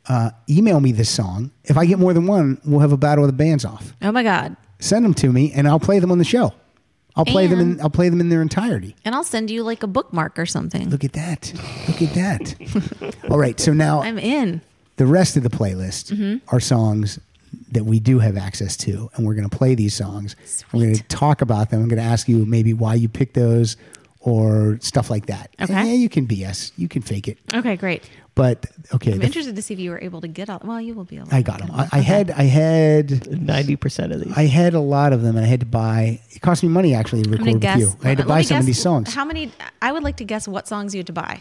S2: uh, email me this song. If I get more than one, we'll have a battle of the bands off.
S4: Oh my god.
S2: Send them to me and I'll play them on the show. I'll play them in, I'll play them in their entirety.
S4: And I'll send you like a bookmark or something.
S2: Look at that. Look at that. All right. So now
S4: I'm in.
S2: the rest of the playlist
S4: Mm-hmm.
S2: are songs that we do have access to, and we're going to play these songs. We're going to talk about them. I'm going to ask you maybe why you picked those or stuff like that.
S4: Okay.
S2: And, yeah, you can BS, you can fake it,
S4: Okay, great.
S2: but okay,
S4: I'm
S2: the-
S4: interested to see if you were able to get all. Well, you will be able.
S2: I got them. I, I had, I had.
S3: Ninety percent of these.
S2: I had a lot of them, and I had to buy. It cost me money actually to
S4: I'm
S2: record
S4: gonna
S2: with
S4: guess.
S2: you. I had to
S4: let
S2: buy
S4: me
S2: some of
S4: guess
S2: these songs.
S4: How many? I would like to guess what songs you had to buy.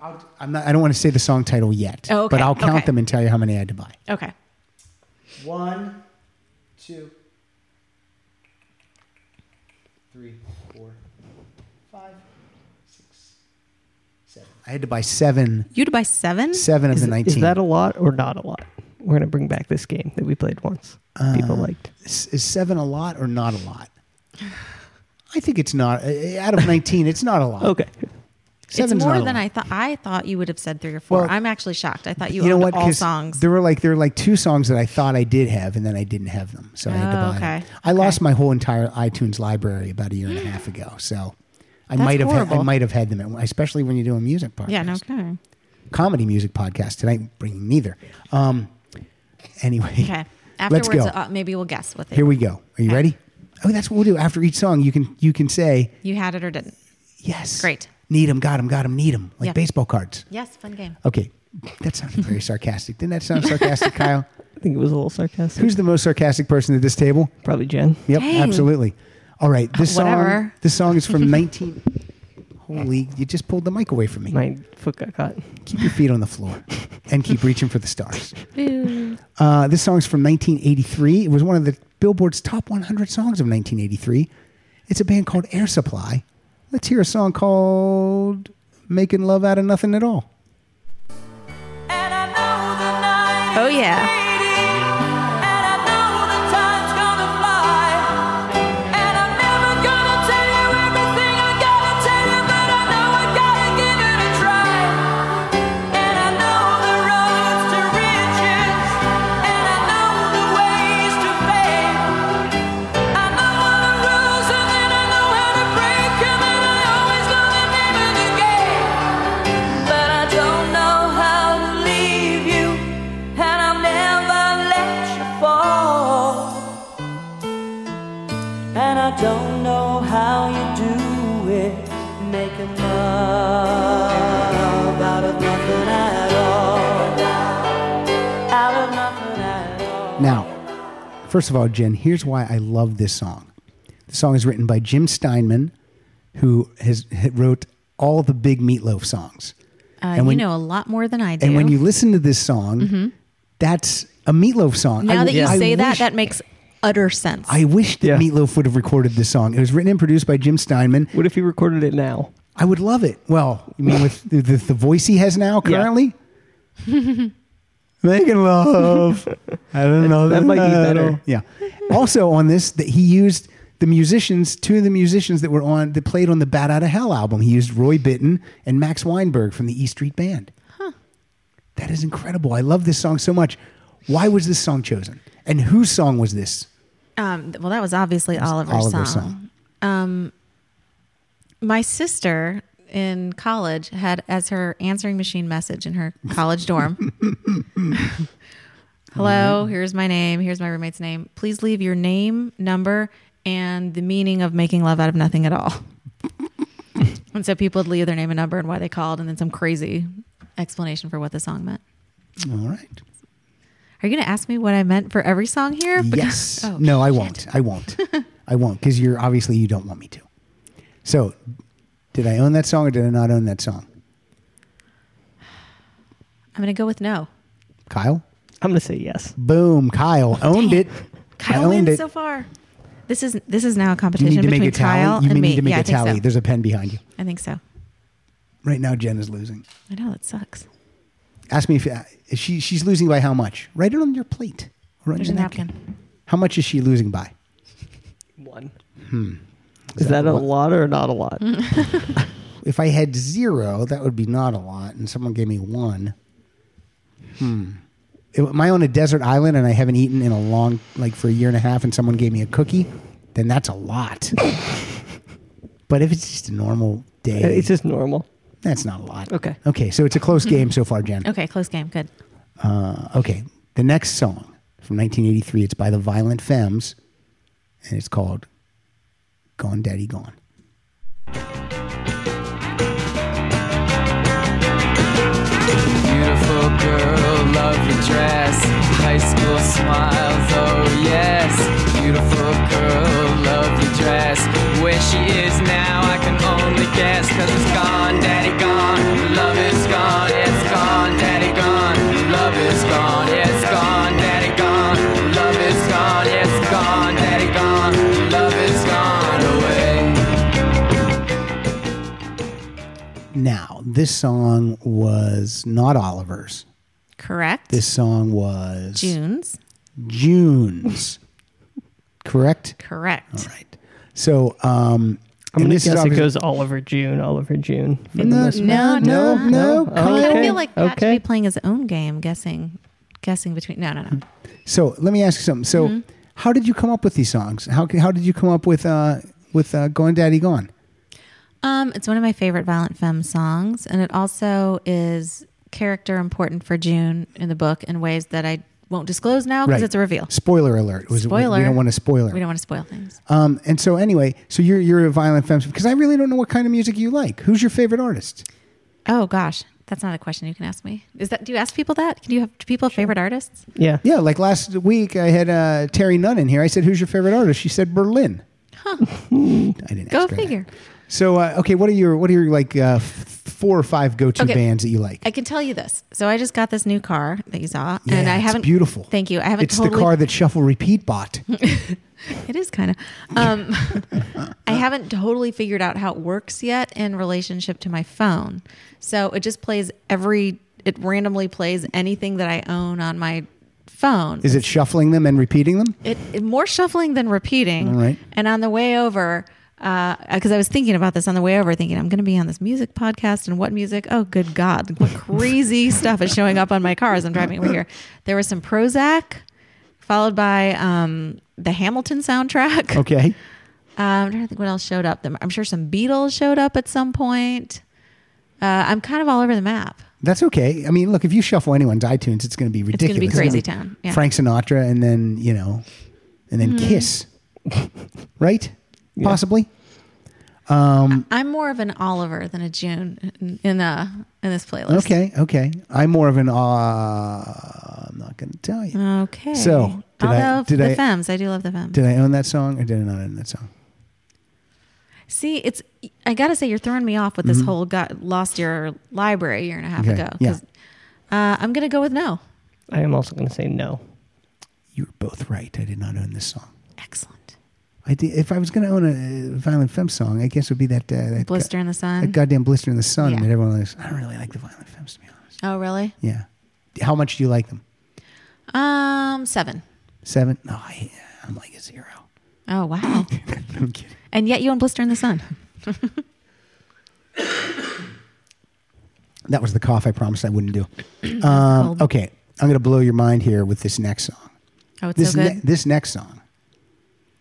S2: I'll- I'm not, I don't want to say the song title yet,
S4: Oh, okay,
S2: but I'll count
S4: okay.
S2: them and tell you how many I had to buy.
S4: Okay.
S2: One, two, three, four, five, six, seven. I had to buy seven,
S4: You had to buy seven.
S2: seven of the nineteen.
S3: Is that a lot or not a lot? We're gonna bring back this game that we played once. People liked.
S2: is, is seven a lot or not a lot? I think it's not. uh, Out of nineteen, it's not a lot.
S3: Okay.
S4: It's
S2: Seven's
S4: more
S2: not a
S4: than
S2: lot.
S4: I thought. I thought you would have said three or four.
S2: Well,
S4: I'm actually shocked. I thought you,
S2: You know
S4: owned
S2: what?
S4: all
S2: 'Cause
S4: songs.
S2: There were like there were like two songs that I thought I did have, and then I didn't have them, so I had to
S4: Oh,
S2: buy. them.
S4: okay.
S2: I lost my whole entire iTunes library about a year and a half ago, so I
S4: That's
S2: might have had, I
S4: horrible.
S2: might have had them, at- especially when you do a music podcast.
S4: yeah. No kidding.
S2: comedy music podcast tonight, bringing neither. Um, anyway,
S4: Okay.
S2: let's
S4: Afterwards,
S2: go.
S4: Uh, maybe we'll guess what they.
S2: Here we go. Are you ready? Oh, that's what we'll do. After each song, you can you can say
S4: you had it or didn't.
S2: yes.
S4: Great.
S2: Need 'em, got 'em, got 'em, need 'em, like
S4: Yeah.
S2: baseball cards.
S4: Yes. Fun game.
S2: Okay, that sounded very sarcastic. Didn't that sound sarcastic, Kyle?
S3: I think it was a little sarcastic.
S2: Who's the most sarcastic person at this table?
S3: Probably Jen.
S2: Yep,
S4: Dang.
S2: absolutely. All right, this song.
S4: Whatever.
S2: This song is from 19. Holy! You just pulled the mic away from me.
S3: My foot got caught.
S2: Keep your feet on the floor, and keep reaching for the stars. Uh, this song's from 1983. It was one of the Billboard's top 100 songs of 1983. It's a band called Air Supply. Let's hear a song called "Making Love Out of Nothing at All."
S5: And I know the night
S4: Oh yeah.
S5: and I know the time's gonna fly. And I'm never gonna tell you everything I gotta tell you, but I know I gotta give it a try. And I know the roads to riches, and I know the ways to fame. I know all the rules, and then I know how to break 'em, and I always know the name of the game. But I don't know how to leave you, and I'll never let you fall. And I don't know how you do it, making love out of nothing at all. Out of nothing at all.
S2: Now, first of all, Jen, here's why I love this song. The song is written by Jim Steinman, who has wrote all the big Meatloaf songs.
S4: Uh,
S2: And
S4: you
S2: when-
S4: know a lot more than I do.
S2: And when you listen to this song, that's a Meatloaf song.
S4: Mm-hmm. now
S2: I-
S4: that you
S2: I
S4: say that,
S2: wish-
S4: that makes utter sense.
S2: I wish that
S3: Yeah.
S2: Meatloaf would have recorded this song. It was written and produced by Jim Steinman.
S3: What if you recorded it now?
S2: I would love it. Well, you mean with the, the, the voice he has now
S3: Yeah.
S2: currently? Making love. I don't know.
S3: That might be
S2: I don't-
S3: better.
S2: Yeah. Also on this, that he used the musicians, two of the musicians that were on that played on the Bat Out of Hell album. He used Roy Bittan and Max Weinberg from the E Street Band. that is incredible. I love this song so much. Why was this song chosen? And whose song was this?
S4: Um, well, that was obviously Oliver's,
S2: Oliver's
S4: song.
S2: song.
S4: Um, my sister in college had as her answering machine message in her college dorm.
S2: Mm-hmm.
S4: Hello, here's my name. Here's my roommate's name. Please leave your name, number, and the meaning of making love out of nothing at all. and so people would leave their name and number and why they called, and then some crazy explanation for what the song meant.
S2: All right.
S4: Are you going to ask me what I meant for every song here?
S2: Yes.
S4: Oh,
S2: no, I
S4: shit.
S2: won't. I won't. I won't because you're obviously you don't want me to. So, did I own that song or did I not own that song,
S4: I'm going to go with no.
S2: Kyle?
S3: I'm gonna say yes.
S2: Boom, Kyle owned it.
S4: Kyle
S2: I owned
S4: wins
S2: it.
S4: so far. This is this is now a
S2: Do you
S4: competition
S2: need to
S4: between
S2: make a
S4: Kyle
S2: tally? You
S4: and
S2: may
S4: me.
S2: need to make
S4: yeah,
S2: a tally.
S4: I think so.
S2: There's a pen behind you.
S4: I think so.
S2: Right now, Jen is losing.
S4: I know that sucks.
S2: Ask me if uh, she she's losing by how much. Write it on your plate. Or on
S4: There's
S2: your
S4: a napkin.
S2: How much is she losing by?
S3: One. Hmm. Is that a lot or not a lot? Uh,
S2: If I had zero, that would be not a lot, and someone gave me one. Hmm. If- Am I on a desert island and I haven't eaten in a long, like for a year and a half, and someone gave me a cookie? Then that's a lot. but if it's just a normal day,
S3: Uh, It's just normal.
S2: that's not a lot.
S3: Okay.
S2: Okay. So it's a close game so far, Jen.
S4: Okay, close game. Good.
S2: Uh, okay. The next song from 1983. It's by the Violent Femmes, and it's called "Gone Daddy Gone."
S6: Beautiful girl, lovely dress, high school smiles, oh yes. Beautiful girl, lovely dress. Where she is now, I can only guess. Cause it's gone, daddy gone. Love is gone, it's gone, daddy gone. Love is gone, it's gone, daddy gone. Love is gone, it's gone, daddy gone. Love is gone away.
S2: Now, this song was not Oliver's.
S4: Correct.
S2: This song was
S4: June's.
S2: June's. Correct?
S4: Correct.
S2: All right. So, um,
S3: I'm
S2: and
S3: gonna
S2: this is
S3: guess it
S2: obviously-
S3: goes Oliver June, Oliver June. For the
S2: No,
S3: most part.
S2: no, no,
S4: No,
S2: no.
S3: no.
S2: Kyle.
S4: I kind
S3: Okay,
S4: of feel like Pat
S3: okay.
S4: should be playing his own game, guessing, guessing between. No, no, no.
S2: So, let me ask you something.
S4: Mm-hmm.
S2: So, how did you come up with these songs? How how did you come up with uh with uh, "Gone Daddy Gone"?
S4: Um, it's one of my favorite Violent Femme songs, and it also is character important for June in the book in ways that I won't disclose now because it's a reveal.
S2: Spoiler alert. It was- we-
S4: Spoiler.
S2: We don't want to spoil it.
S4: We don't want to spoil things.
S2: Um, and so anyway, so you're you're a violent femme because I really don't know what kind of music you like. Who's your favorite artist?
S4: Oh gosh, that's not a question you can ask me. Is that do you ask people that? Do you have do people have favorite artists?
S3: Yeah.
S2: Yeah, like last week I had uh, Terry Nunn in here. I said, "Who's your favorite artist?" She said, "Berlin." I didn't
S4: Go
S2: ask her that.
S4: figure.
S2: So uh, okay, what are your what are your like uh, f- four or five go to
S4: Okay.
S2: bands that you like?
S4: I can tell you this. So I just got this new car that you saw,
S2: Yeah,
S4: and I
S2: it's
S4: haven't.
S2: beautiful.
S4: Thank you. I haven't.
S2: It's
S4: totally,
S2: the car that Shuffle Repeat bought.
S4: It is kind of. Um, I haven't totally figured out how it works yet in relationship to my phone. So it just plays every. It randomly plays anything that I own on my phone.
S2: Is it shuffling them and repeating them?
S4: it, it- more shuffling than repeating.
S2: All right.
S4: And on the way over, because I was thinking about this on the way over, thinking I'm going to be on this music podcast and what music? Oh, good God! What crazy stuff is showing up on my car as I'm driving over here? There was some Prozac, followed by um, the Hamilton soundtrack.
S2: Okay.
S4: Um, I'm trying to think what else showed up. I'm sure some Beatles showed up at some point. Uh, I'm kind of all over the map.
S2: That's okay. I mean, look, if you shuffle anyone's iTunes, it's going to be
S4: It's going
S2: ridiculous.
S4: to be
S2: gonna
S4: crazy town. Yeah. Hmm.
S2: Frank Sinatra, and then you know, and then Kiss, right? Possibly.
S4: I'm more of an Oliver than a June in, in uh in this playlist.
S2: Okay, okay. I'm more of an. Uh, I'm not going to tell
S4: Mm.
S2: you.
S4: Okay.
S2: So, did I-
S4: although
S2: did
S4: the
S2: I-
S4: femmes, I do love the femmes.
S2: Did I own that song or did I not own that song?
S4: See, it's I gotta say you're throwing me off with this whole got lost your library a year and a half
S2: Mm-hmm. Okay,
S4: ago. 'cause,
S2: yeah.
S4: Uh, I'm gonna go with no.
S3: I am also gonna say no.
S2: You were both right. I did not own this song.
S4: Excellent.
S2: I did, if I was going to own a uh, Violent Femme song, I guess it would be that, uh, that
S4: Blister in the
S2: that
S4: sun.
S2: goddamn blister in the sun
S4: Yeah.
S2: that everyone likes. I don't really like the Violent Femmes to be honest.
S4: Oh really?
S2: Yeah. How much do you like them?
S4: Um seven.
S2: Seven? No, I, I'm like a zero.
S4: Oh wow.
S2: I'm kidding.
S4: and yet you and Blister in the Sun.
S2: That was the cough I promised I wouldn't do. Um, okay, I'm going to blow your mind here with this next song.
S4: Oh, it's
S2: This
S4: so good.
S2: ne- this next song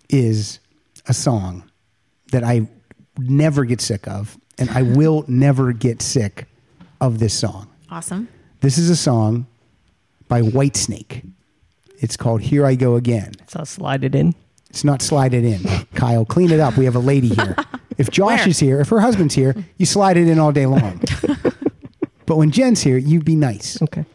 S2: is a song that I never get sick of, and I will never get sick of this song.
S4: awesome.
S2: This is a song by Whitesnake. It's called "Here I Go Again."
S3: So I'll slide it in.
S2: It's not slide it in, Kyle. Clean it up. We have a lady here. If Josh
S4: Where?
S2: is here, if her husband's here, you slide it in all day long. but when Jen's here, you be nice.
S3: Okay.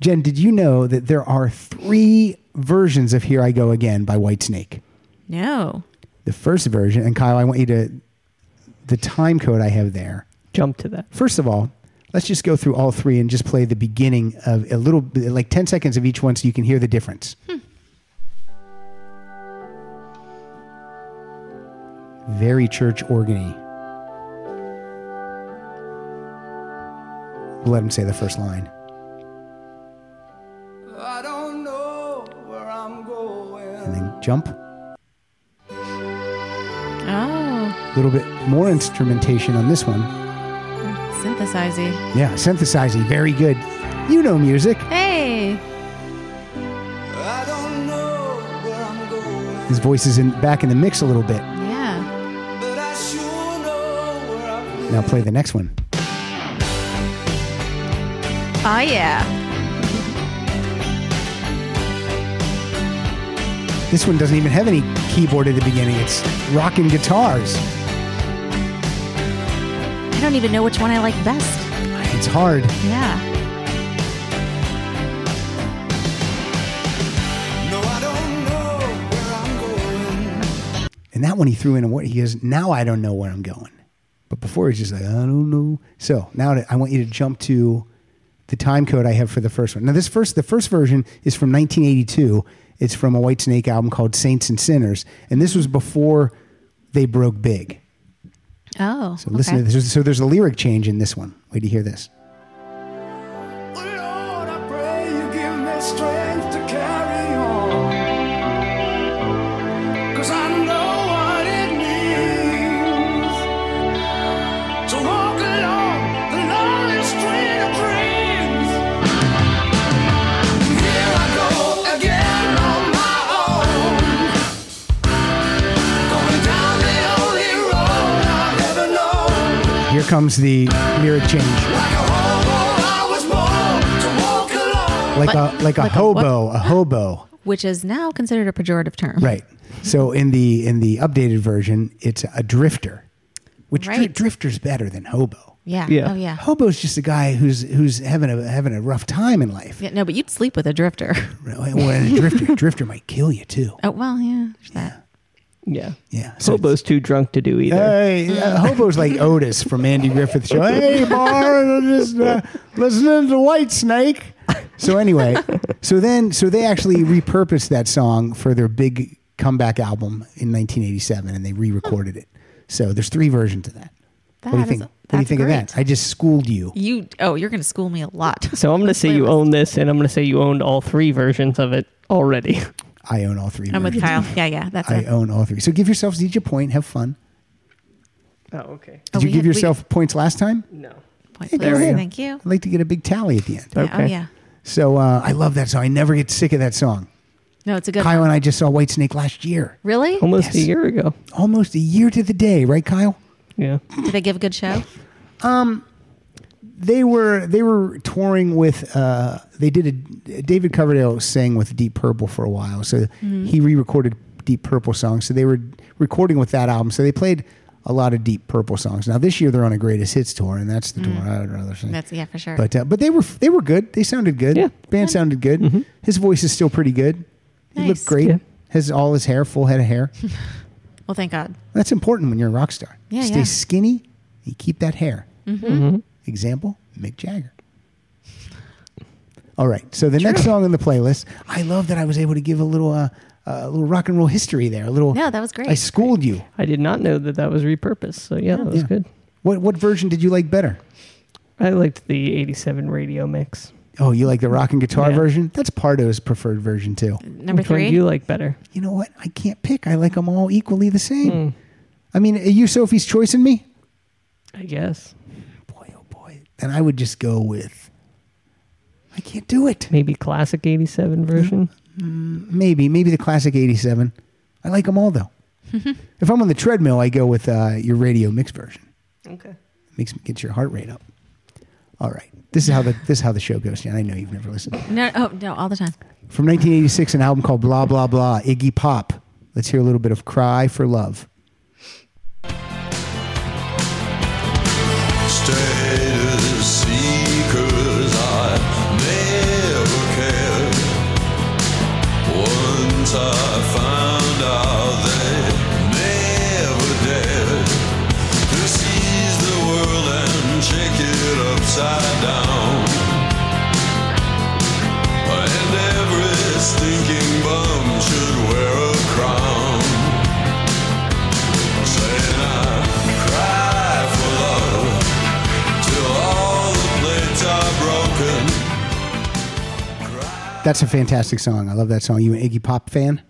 S2: Jen, did you know that there are three versions of "Here I Go Again" by Whitesnake?
S4: No.
S2: the first version, and Kyle, I want you to the time code I have there.
S3: Jump to that.
S2: First of all, let's just go through all three and just play the beginning of a little bit, like 10 seconds of each one so you can hear the difference. Hmm. Very church organy. Let him say the first line.
S1: I don't know where I'm going.
S2: And then jump.
S4: Oh,
S2: A little bit more instrumentation on this one.
S4: synthesizing.
S2: Yeah, synthesizing. Very good. You know music.
S4: Hey.
S1: I don't know where I'm going,
S2: His voice is in, back in the mix a little bit.
S4: Yeah.
S1: but I sure know where I'm
S2: Now play the next one.
S4: Oh yeah.
S2: This one doesn't even have any keyboard at the beginning. It's rocking guitars.
S4: I don't even know which one I like best.
S2: It's hard.
S4: Yeah.
S1: No, I don't know where I'm going.
S2: And that one he threw in. a word. He goes, "Now I don't know where I'm going." But before he's just like, "I don't know." So now to- I want you to jump to the time code I have for the first one. Now this first, the first version is from 1982. It's from a White Snake album called Saints and Sinners, and this was before they broke big.
S4: Oh.
S2: So listen to this. So there's a lyric change in this one. Wait to hear this.
S1: Lord, I pray you give me strength to carry on. Cause I know what it means to walk along the lonely street of dreams. Here I go again on my own. Going down the only road I've ever known.
S2: Here comes the lyric change.
S1: Like a hobo, I was born to walk alone.
S2: like a like a
S4: like a
S2: hobo, a, hobo,
S4: Which is now considered a pejorative term.
S2: right? So in the in the updated version, it's a drifter, which dri-
S4: Right.
S2: drifter's better than hobo.
S4: Yeah.
S3: Yeah.
S4: Oh yeah.
S2: Hobo's just a guy who's who's having a having a rough time in life.
S4: Yeah, No, but you'd sleep with a drifter.
S2: When a drifter, drifter might kill you too.
S4: Oh well, yeah. There's that.
S3: Yeah.
S2: Yeah, so
S3: Hobo's too drunk to do either.
S2: Hey, uh,
S4: Mm.
S2: hobo's like Otis from Andy Griffith Show. Hey, Bar, I'm just uh, listening to White Snake. So anyway, so then, so they actually repurposed that song for their big comeback album in 1987, and they re-recorded it. So there's three versions of that.
S4: That
S2: what do you
S4: is-
S2: think? What do you
S4: that's
S2: think of that?
S4: great.
S2: I just schooled you.
S4: You. Oh, you're gonna school me a lot.
S3: so I'm going to say you
S4: playlist.
S3: own this, and I'm going to say you owned all three versions of it already.
S2: I own all three.
S4: I'm with
S2: versions.
S4: Kyle. Yeah. Yeah. That's
S2: I uh,
S4: it.
S2: own all three. So give yourselves each a point. Have fun.
S3: oh, okay.
S4: Oh,
S2: Did you
S4: we
S2: give
S4: had- we-
S2: yourself points last time?
S3: No.
S4: Point,
S2: Hey, go
S4: please.
S2: ahead.
S4: Thank you.
S2: I'd like to get a big tally at the end.
S4: Yeah, Oh
S3: Okay.
S4: yeah.
S2: So uh, I love that song. I never get sick of that song.
S4: No, it's a good.
S2: Kyle Oh and I just saw Whitesnake last year,
S4: Really?
S3: Almost a
S2: Yes.
S3: year ago.
S2: almost a year to the day, right, Kyle?
S3: Yeah.
S4: Did they give a good show?
S2: They were they were touring with uh, they did a David Coverdale sang with Deep Purple for a while, so
S4: Mm-hmm.
S2: he re-recorded Deep Purple songs. So they were recording with that album. So they played a lot of Deep Purple songs. Now this year they're on a Greatest Hits tour, and that's the tour I'd rather say.
S4: Mm. That's yeah, for sure.
S2: But uh, but they were they were good. They sounded good.
S3: Yeah. Mm-hmm.
S2: band sounded good. His voice is still pretty good. He looked
S4: Nice.
S2: great.
S3: Yeah.
S2: Has all his hair, full head of hair.
S4: well, thank God.
S2: That's important when you're a rock star.
S4: Yeah,
S2: Stay
S4: yeah. Mm-hmm.
S2: skinny and keep that hair. Example Mick Jagger. All right. So the next song on the playlist, I love that I was able to give a little uh, a little rock and roll history there. A little.
S4: No, that was great.
S2: I schooled you.
S3: I did not know that that was repurposed. So, yeah, that was
S2: Yeah.
S3: good.
S2: What what version did you like better?
S3: I liked the 87 radio mix.
S2: Oh, you like the rock and guitar
S3: Yeah.
S2: version? That's Pardo's preferred version too.
S4: Number
S3: Which
S4: three.
S3: one do you like better?
S2: You know what? I can't pick. I like them all equally the same. I mean, are you Sophie's choice in me?
S3: I guess.
S2: Boy, oh boy, then I would just go with. I can't do it.
S3: Maybe classic
S2: Mm-hmm.
S3: '87 version.
S2: Maybe, maybe the classic '87. I like them all though. if I'm on the treadmill, I go with uh, your radio mix version.
S3: Okay.
S2: Makes gets your heart rate up. All right, this is how the this is how the show goes. Dan, I know you've never listened.
S4: No, oh no, all the time.
S2: From 1986, an album called Blah Blah Blah, Iggy Pop. Let's hear a little bit of Cry for Love.
S7: Status seekers, I never cared. Once I found out they never dared to seize the world and shake it upside down. And every stinking bum should wear a crown. Saying I cry for love till all the plates are broken.
S2: That's a fantastic song. I love that song. You an Iggy Pop fan?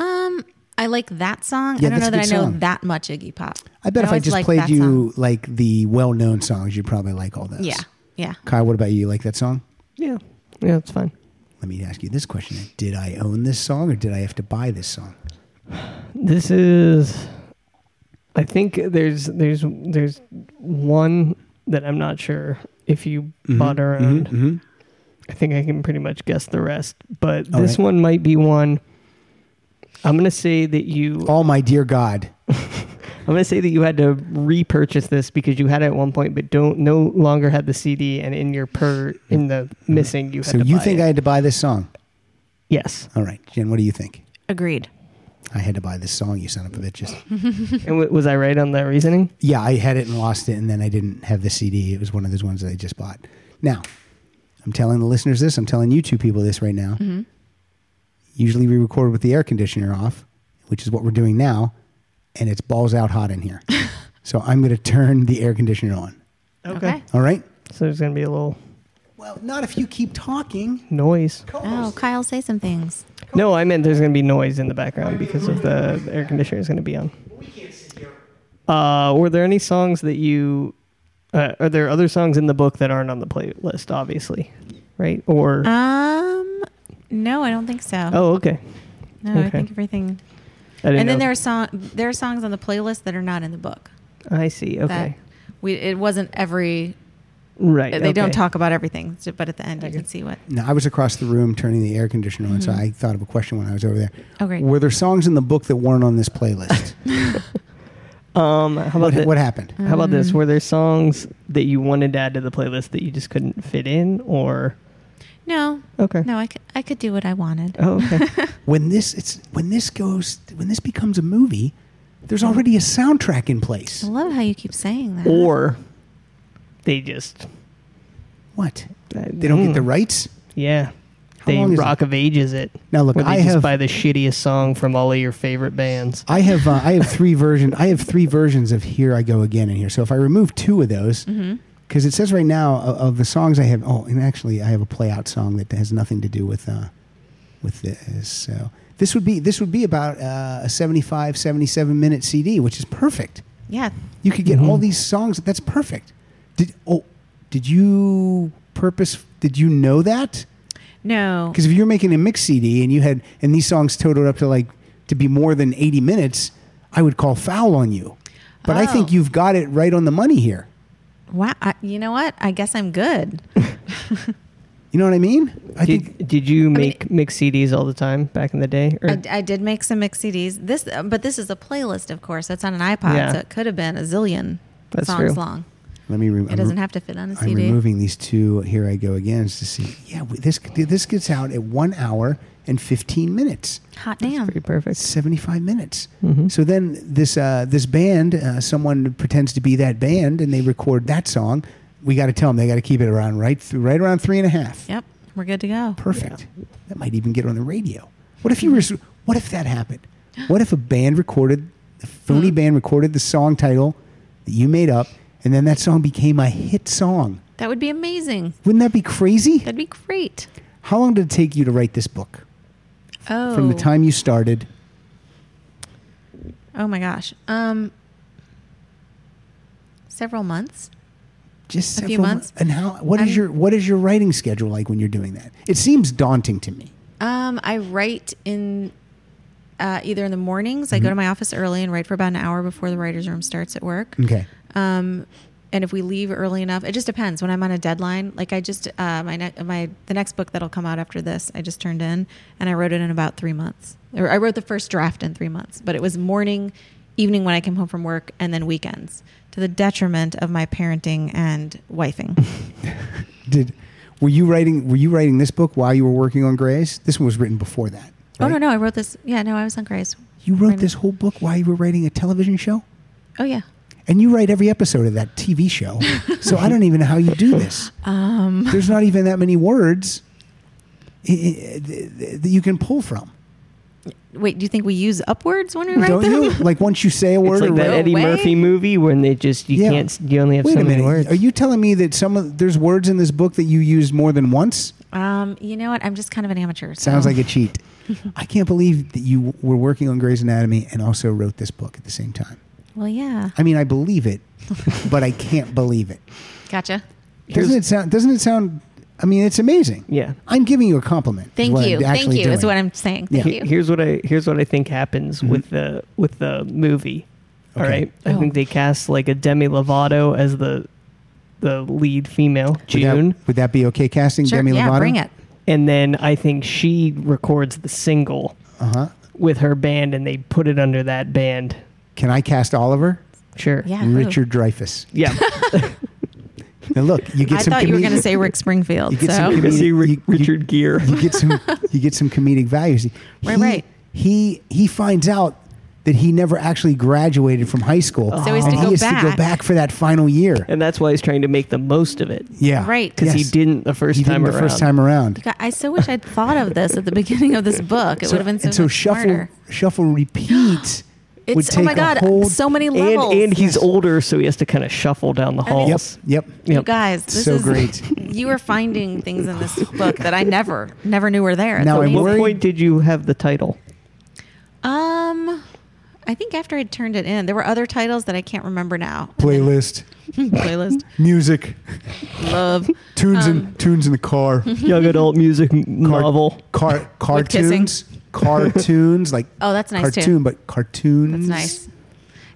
S4: Um, I like that song.
S2: Yeah,
S4: I don't know
S2: that's a
S4: that I
S2: good
S4: know
S2: song.
S4: that much Iggy Pop.
S2: I bet if I
S4: always
S2: just
S4: liked
S2: played
S4: that
S2: you
S4: song.
S2: like the well-known songs, you'd probably like all those.
S4: Yeah, yeah.
S2: Kai, what about you? You Like that song?
S3: Yeah. Yeah, it's fine.
S2: Let me ask you this question: Did I own this song, or did I have to buy this song?
S3: This is I think there's there's there's one that I'm not sure if you
S2: Mm-hmm.
S3: bought or owned. I think I can pretty much guess the rest, but
S2: All
S3: this
S2: right.
S3: one might be one I'm gonna say that you
S2: Oh my dear God!
S3: I'm gonna say that you had to repurchase this because you had it at one point, but don't no longer had the CD, and in your per in the missing you had.
S2: Mm-hmm. So
S3: to
S2: you
S3: buy
S2: think
S3: it.
S2: I had to buy this song?
S3: yes?
S2: All right, Jen, what do you think?
S4: Agreed.
S2: I had to buy this song, you son of a bitches.
S3: and w- was I right on that reasoning?
S2: yeah, I had it and lost it, and then I didn't have the CD. It was one of those ones that I just bought. Now, I'm telling the listeners this. I'm telling you two people this right now.
S3: Mm-hmm.
S2: Usually we record with the air conditioner off, which is what we're doing now, and it's balls out hot in here. so I'm going to turn the air conditioner on.
S4: Okay.
S2: All right?
S3: So there's gonna be a little
S2: Well, not if you keep talking.
S3: noise.
S4: Oh, Kyle, say some things.
S3: No, I meant there's gonna be noise in the background because of the the air conditioner is gonna be on. Uh, were there any songs that you? Uh, are there other songs in the book that aren't on the playlist? Obviously, right? Or
S4: Um, no, I don't think so.
S3: oh, okay.
S4: no,
S3: okay.
S4: I think everything.
S3: I didn't
S4: And then
S3: know.
S4: there are song there are songs on the playlist that are not in the book.
S3: I see. Okay.
S4: That we it wasn't every.
S3: right.
S4: They don't
S3: okay.
S4: talk about everything, so- but at the end you can see what.
S2: No, I was across the room turning the air conditioner on, so I thought of a question when I was over there.
S4: Mm-hmm. Oh, great.
S2: Were there songs in the book that weren't on this playlist?
S3: Um, how about
S2: what,
S3: the-
S2: what happened?
S3: How about
S4: Um,
S3: this? Were there songs that you wanted to add to the playlist that you just couldn't fit in, or
S4: No.
S3: Okay.
S4: No, I could I could do what I wanted.
S3: oh, okay,
S2: when this it's when this goes when this becomes a movie there's already a soundtrack in place
S4: I love how you keep saying that.
S3: or they just uh,
S2: what they don't get
S4: Mm.
S2: the rights
S3: yeah, they
S2: long is
S3: rock
S2: it?
S3: of ages it.
S2: Now, look,
S3: where they
S2: I
S3: just
S2: have-
S3: buy the shittiest song from all of your favorite bands.
S2: i have uh, i have three versions i have three versions of here i go again in here so if i remove two of those because it says right now of, of the songs i have oh and actually i have a play out song that has nothing to do with uh with this so this would be this would be about uh, a 75 77 minute cd which is perfect
S4: Yeah.
S2: You could get all these songs. That's perfect. Did oh, did you purpose? Did you know that?
S4: No.
S2: Because if you're making a mix CD and you had and these songs totaled up to like to be more than 80 minutes, I would call foul on you. But I think
S4: Oh.
S2: you've got it right on the money here.
S4: Wow. I, you know what? I guess I'm good.
S2: You know what I mean? I think
S3: Did, did you make mix CDs all the time back in the day? Or
S4: I, I did make some mix CDs. This, but this is a playlist, of course. That's on an iPod,
S3: Yeah.
S4: so it could have been a zillion
S3: That's
S4: songs
S3: true.
S4: long.
S2: let me. Re-
S4: It doesn't have to fit on a
S2: I'm
S4: CD.
S2: removing these two. Here I go again to see. Yeah, we- this this gets out at one hour and 15 minutes.
S4: Hot damn!
S3: pretty perfect.
S2: 75 minutes.
S4: Mm-hmm.
S2: So then this uh, this band, uh, someone pretends to be that band, and they record that song. We got to tell them they got to keep it around right through, right around three and a half.
S4: Yep, we're good to go.
S2: Perfect. That might even get on the radio. What if you were? What if that happened? What if a band recorded, a
S4: Mm.
S2: phony band recorded the song title that you made up, and then that song became a hit song?
S4: That would be amazing.
S2: Wouldn't that be crazy?
S4: That'd be great.
S2: How long did it take you to write this book?
S4: Oh,
S2: From the time you started,
S4: Oh my gosh. Um, several months.
S2: Just
S4: A few
S2: several mo-
S4: months.
S2: And how? What is
S4: I'm-
S2: your what is your writing schedule like when you're doing that? It seems daunting to me.
S4: Um, I write in uh, either in the mornings.
S2: Mm-hmm.
S4: I go to my office early and write for about an hour before the writers' room starts at work.
S2: Okay.
S4: Um, and if we leave early enough, it just depends. When I'm on a deadline, like I just uh, my ne- my the next book that'll come out after this, I just turned in, and I wrote it in about three months. Or I wrote the first draft in three months, but it was morning, evening when I came home from work, and then weekends, to the detriment of my parenting and wifing.
S2: Did were you writing were you writing this book while you were working on Grays? This one was written before that.
S4: Oh no,
S2: right?
S4: no, I wrote this. Yeah, no, I was on Grace.
S2: You wrote this whole book while you were writing a television show,
S4: Oh yeah.
S2: and you write every episode of that TV show. so I don't even know how you do this.
S4: Um,
S2: There's not even that many words i- i- th- that you can pull from.
S4: wait, do you think we use upwards when we write
S2: don't
S4: them?
S2: you? Like once you say a word,
S3: It's like
S2: or
S3: that
S4: No
S2: write-
S3: Eddie
S4: way.
S3: Murphy movie when they just you
S2: Yeah.
S3: can't you only have
S2: wait
S3: so
S2: a
S3: many
S2: minute.
S3: words.
S2: Are you telling me that some of there's words in this book that you use more than once?
S4: Um, you know what? I'm just kind of an amateur. so-
S2: Sounds like a cheat. I can't believe that you were working on Grey's Anatomy and also wrote this book at the same time.
S4: Well, yeah.
S2: I mean, I believe it, but I can't believe it.
S4: Gotcha.
S2: Doesn't it sound? Doesn't it sound? I mean, it's amazing.
S3: Yeah.
S2: I'm giving you a compliment. is
S4: Thank
S2: what I'm
S4: you. Thank
S2: actually
S4: you. Is
S2: doing.
S4: what I'm saying. Thank
S2: Yeah.
S4: you.
S3: He- Here's what I here's what I think happens with the with the movie. All
S2: Mm-hmm. Okay.
S3: right,
S4: Oh.
S3: I think they cast like a Demi Lovato as the the lead female
S2: Would that-
S3: June,
S2: Would that, be okay casting
S4: sure.
S2: Demi
S4: yeah.
S2: Lovato?
S4: Bring it.
S3: and then I think she records the single
S2: Uh huh.
S3: with her band, and they put it under that band.
S2: Can I cast Oliver?
S3: Sure.
S4: Yeah. who?
S2: Richard Dreyfuss.
S3: Yeah.
S2: Now look, you get
S4: I
S2: some.
S4: thought you were going to
S2: comedic-
S4: say Rick Springfield.
S2: You get
S4: So
S2: some
S3: I see Ri-
S2: You- you-
S3: Richard Gere.
S2: you get some you get some comedic values. He,
S4: Right, right.
S2: He he finds out that he never actually graduated from high school.
S4: So he has
S2: and
S4: to
S2: he
S4: go
S2: has to go
S4: back.
S2: back for that final year.
S3: and that's why he's trying to make the most of it.
S2: Yeah,
S4: Right.
S2: Yes.
S3: Because he didn't the first
S2: He
S3: time
S2: didn't the
S3: around.
S2: first time around.
S4: God, I so wish I'd thought of this at the beginning of this book. It would have been so,
S2: and so
S4: much
S2: shuffle
S4: smarter.
S2: shuffle repeat. would
S4: It's
S2: take
S4: oh my
S2: a
S4: god,
S2: whole-
S4: so many
S3: And,
S4: levels.
S3: and he's
S2: Yes.
S3: older, so he has to kind of shuffle down the
S4: think-
S2: Yep,
S3: halls.
S2: yep.
S4: you guys, this
S2: So
S4: is
S2: great.
S4: You are finding things in this book that I never, never knew were there. It's
S2: Now I'm
S4: amazing.
S3: At what
S2: worried-
S3: point did you have the title?
S4: Um, I think after I turned it in, there were other titles that I can't remember now.
S2: Playlist,
S4: Playlist,
S2: music,
S4: love,
S2: tunes
S4: Um,
S2: in tunes in the car,
S3: Young adult music m-
S2: Car-
S3: novel.
S2: car,
S4: kissing.
S2: cartoons, cartoons like
S4: Oh, that's nice, too.
S2: cartoon, but cartoons.
S4: That's nice.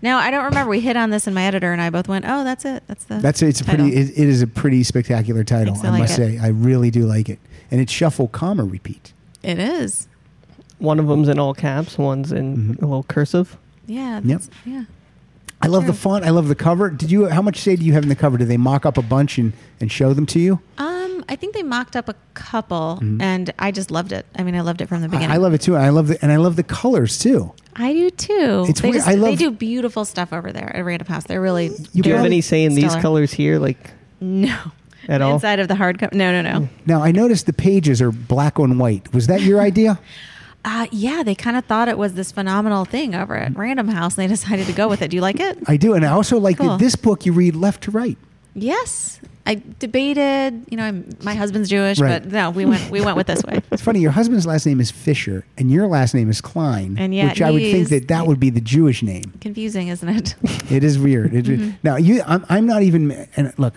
S4: No, I don't remember. We hit on this, and my editor and I both went, "Oh, that's it. That's the."
S2: That's it's a
S4: title."
S2: pretty. It, it is a pretty spectacular title.
S4: Thanks, I
S2: I,
S4: like
S2: must
S4: it.
S2: say, I really do like it. And it's shuffle, comma, repeat.
S4: it is.
S3: One of them's in all caps. One's in
S2: Mm-hmm.
S3: a little cursive.
S4: Yeah. That's, Yeah.
S2: I love the
S4: Sure.
S2: font. I love the cover. Did you? How much say do you have in the cover? Do they mock up a bunch and and show them to you?
S4: Um, I think they mocked up a couple, and I just loved it. I mean, I loved it from the beginning.
S2: Mm-hmm. I, I love it too. And I love the and I love the colors too.
S4: I do too.
S2: It's
S4: they
S2: weird.
S4: just
S2: I
S4: they
S2: love-
S4: do beautiful stuff over there at Random House. They're really
S2: You
S3: Do you have
S2: probably-
S3: any say in these
S4: Stellar.
S3: colors here? Like
S4: no
S3: at all?
S4: inside of the hardcover. No, no, no.
S2: Now I noticed the pages are black on white. Was that your idea?
S4: Uh, yeah, they kind of thought it was this phenomenal thing over at Random House, and they decided to go with it. Do you like it?
S2: I do, and I also like
S4: Cool.
S2: that this book you read left to right.
S4: Yes, I debated. You know, I'm, my husband's Jewish,
S2: Right.
S4: but no, we went we went with this way.
S2: It's funny. Your husband's last name is Fisher, and your last name is Klein,
S4: And yet
S2: which I would think
S4: he's-
S2: that that would be the Jewish name.
S4: Confusing, isn't it?
S2: It is weird. It,
S4: Mm-hmm.
S2: Now you, I'm, I'm not even. And look,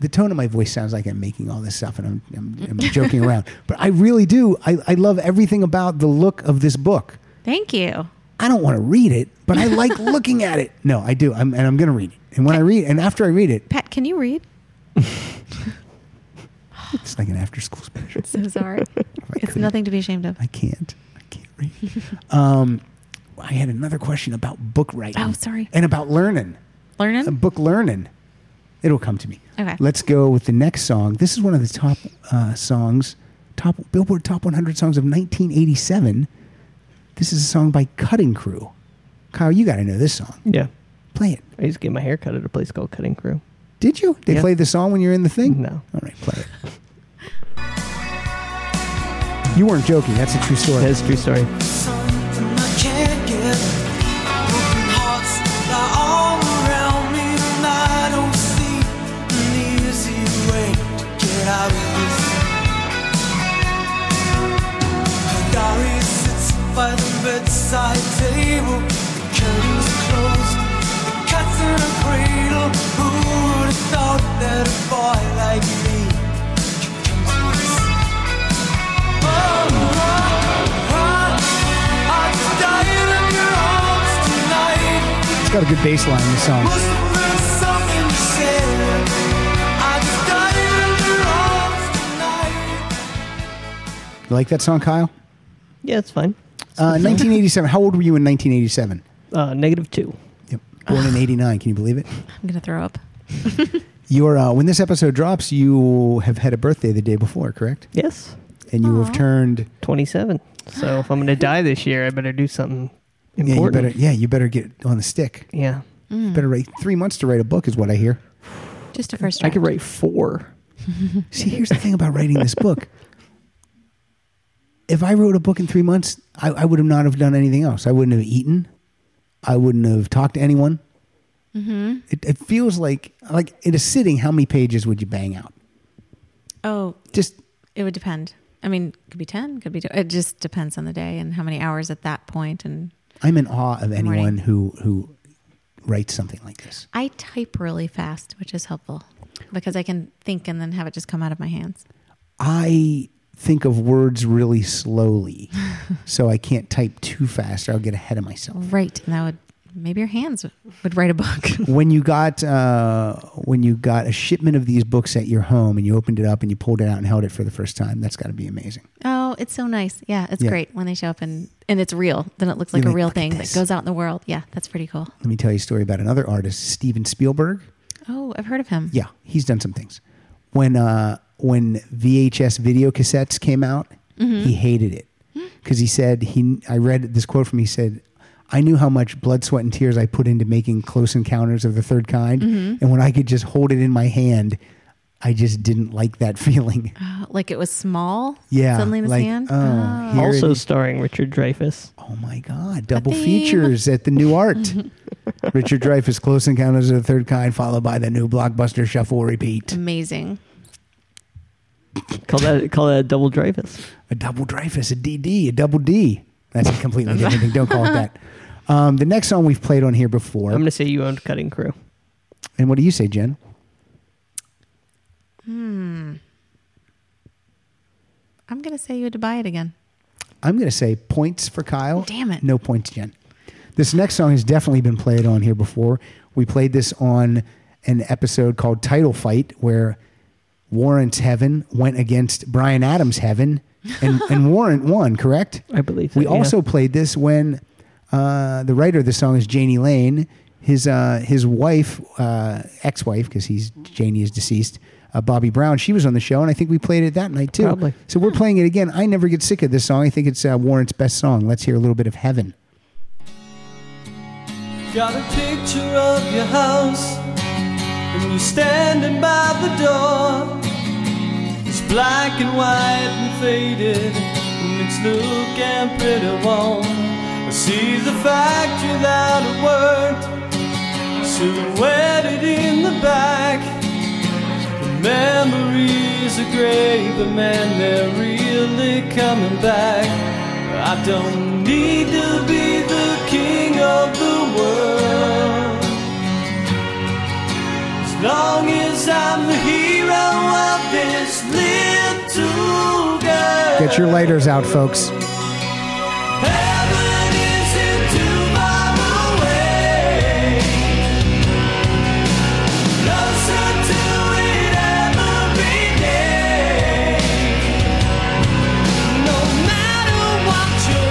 S2: the tone of my voice sounds like I'm making all this stuff, and I'm, I'm, I'm joking around. But I really do. I, I love everything about the look of this book.
S4: Thank you.
S2: I don't want to read it, but I like looking at it. No, I do. I'm, and I'm going to read it. And when I read, and after I read it,
S4: Pat, can you read?
S2: it's like an after-school special.
S4: So sorry.
S2: I
S4: it's
S2: couldn't-
S4: nothing to be ashamed of.
S2: I can't. I can't read. um, I had another question about book writing.
S4: Oh, sorry.
S2: And about learning. a
S4: Learning.
S2: book learning. It'll come to me.
S4: Okay.
S2: Let's go with the next song. This is one of the top uh, songs, top Billboard Top 100 songs of 1987. This is a song by Cutting Crew. Kyle, you got to know this song.
S3: yeah.
S2: Play it.
S3: I used to get my hair cut at a place called Cutting Crew.
S2: Did you? They
S3: Yeah.
S2: play the song when you're in the thing?
S3: No.
S2: All right, play it. You weren't joking. That's a true story.
S3: That's a true story.
S5: Something I can't get. Broken hearts lie all around me, and I don't see an easy way to get out of this. Her diary sits by the bedside table. The curtains are closed. The cat's in a cradle. Who would have thought that
S2: It's got a good bass line in this song. You like that song, Kyle?
S3: Yeah, it's fine.
S2: Uh, 1987. How old were you in 1987?
S3: Uh, negative two.
S2: Yep. Born in 89. Can you believe it?
S4: I'm gonna throw up.
S2: You're, uh, when this episode drops, you have had a birthday the day before, correct?
S3: Yes,
S2: And you have turned.
S3: twenty-seven. So if I'm gonna die this year, I better do something
S2: Yeah, you
S3: important.
S2: better. Yeah, you better get on the stick.
S3: yeah.
S2: You better write three months to write a book, is what I hear.
S4: Just a first
S3: I
S4: draft.
S3: could write four.
S2: See, here's the thing about writing this book. If I wrote a book in three months, I, I would have not have done anything else. I wouldn't have eaten. I wouldn't have talked to anyone. It, it feels like like in a sitting, how many pages would you bang out?
S4: oh,
S2: Just
S4: it would depend. I mean, could be ten, could be. Two. It just depends on the day and how many hours at that point. And
S2: I'm in awe of anyone
S4: Morning.
S2: who who writes something like this.
S4: I type really fast, which is helpful because I can think and then have it just come out of my hands.
S2: I think of words really slowly, so I can't type too fast, or I'll get ahead of myself.
S4: Right, and that would maybe your hands would write a book.
S2: when you got uh, when you got a shipment of these books at your home and you opened it up and you pulled it out and held it for the first time, that's got to be amazing.
S4: Oh, it's so nice. Yeah, it's
S2: Yeah.
S4: great when they show up and and it's real. Then it looks like
S2: You're
S4: a
S2: like,
S4: real
S2: "Look at
S4: thing that
S2: this."
S4: goes out in the world. Yeah, that's pretty cool.
S2: Let me tell you a story about another artist, Steven Spielberg.
S4: Oh, I've heard of him.
S2: Yeah, he's done some things. When uh, when VHS video cassettes came out,
S4: Mm-hmm.
S2: he hated it because he said he. I read this quote from. He said, "I knew how much blood, sweat, and tears I put into making Close Encounters of the Third Kind,
S4: Mm-hmm.
S2: and when I could just hold it in my hand, I just didn't like that feeling."
S4: Uh, like it was small.
S2: Yeah,
S4: suddenly in the
S2: like,
S4: sand.
S2: oh, here it
S3: Also
S2: is.
S3: starring Richard Dreyfuss.
S2: Oh my God! Double
S4: theme.
S2: features at the New Art. Richard Dreyfuss, Close Encounters of the Third Kind, followed by the new blockbuster Shuffle Repeat.
S4: Amazing.
S3: Call that call that a double Dreyfuss.
S2: A double Dreyfus, a DD, a double D. That's a completely different thing. Don't call it that. Um, the next song we've played on here before.
S3: I'm gonna say you owned Cutting Crew.
S2: and what do you say, Jen?
S4: I'm gonna say you had to buy it again.
S2: I'm going to say points for Kyle.
S4: Damn it.
S2: No points, Jen. This next song has definitely been played on here before. We played this on an episode called Title Fight where Warren's Heaven went against Brian Adams' Heaven and, and Warren won, correct?
S3: I believe. So,
S2: We
S3: yeah.
S2: also played this when uh, the writer of the song is Janie Lane. His uh, his wife, uh, ex wife, because he's Janie is deceased. Uh, Bobby Brown. She was on the show, and I think we played it that night too.
S3: Probably.
S2: So we're playing it again. I never get sick of this song. I think it's uh, Warren's best song. Let's hear a little bit of Heaven.
S6: Got a picture of your house, and you're standing by the door. It's black and white and faded, and it's looking pretty warm. I see the factory that it worked, silhouetted in the back. The memories are great, but man, they're really coming back. I don't need to be the king of the world. As long as I'm the hero of this little girl.
S2: Get your lighters out, folks.
S6: Heaven isn't too far away. Closer to it every day. No matter what your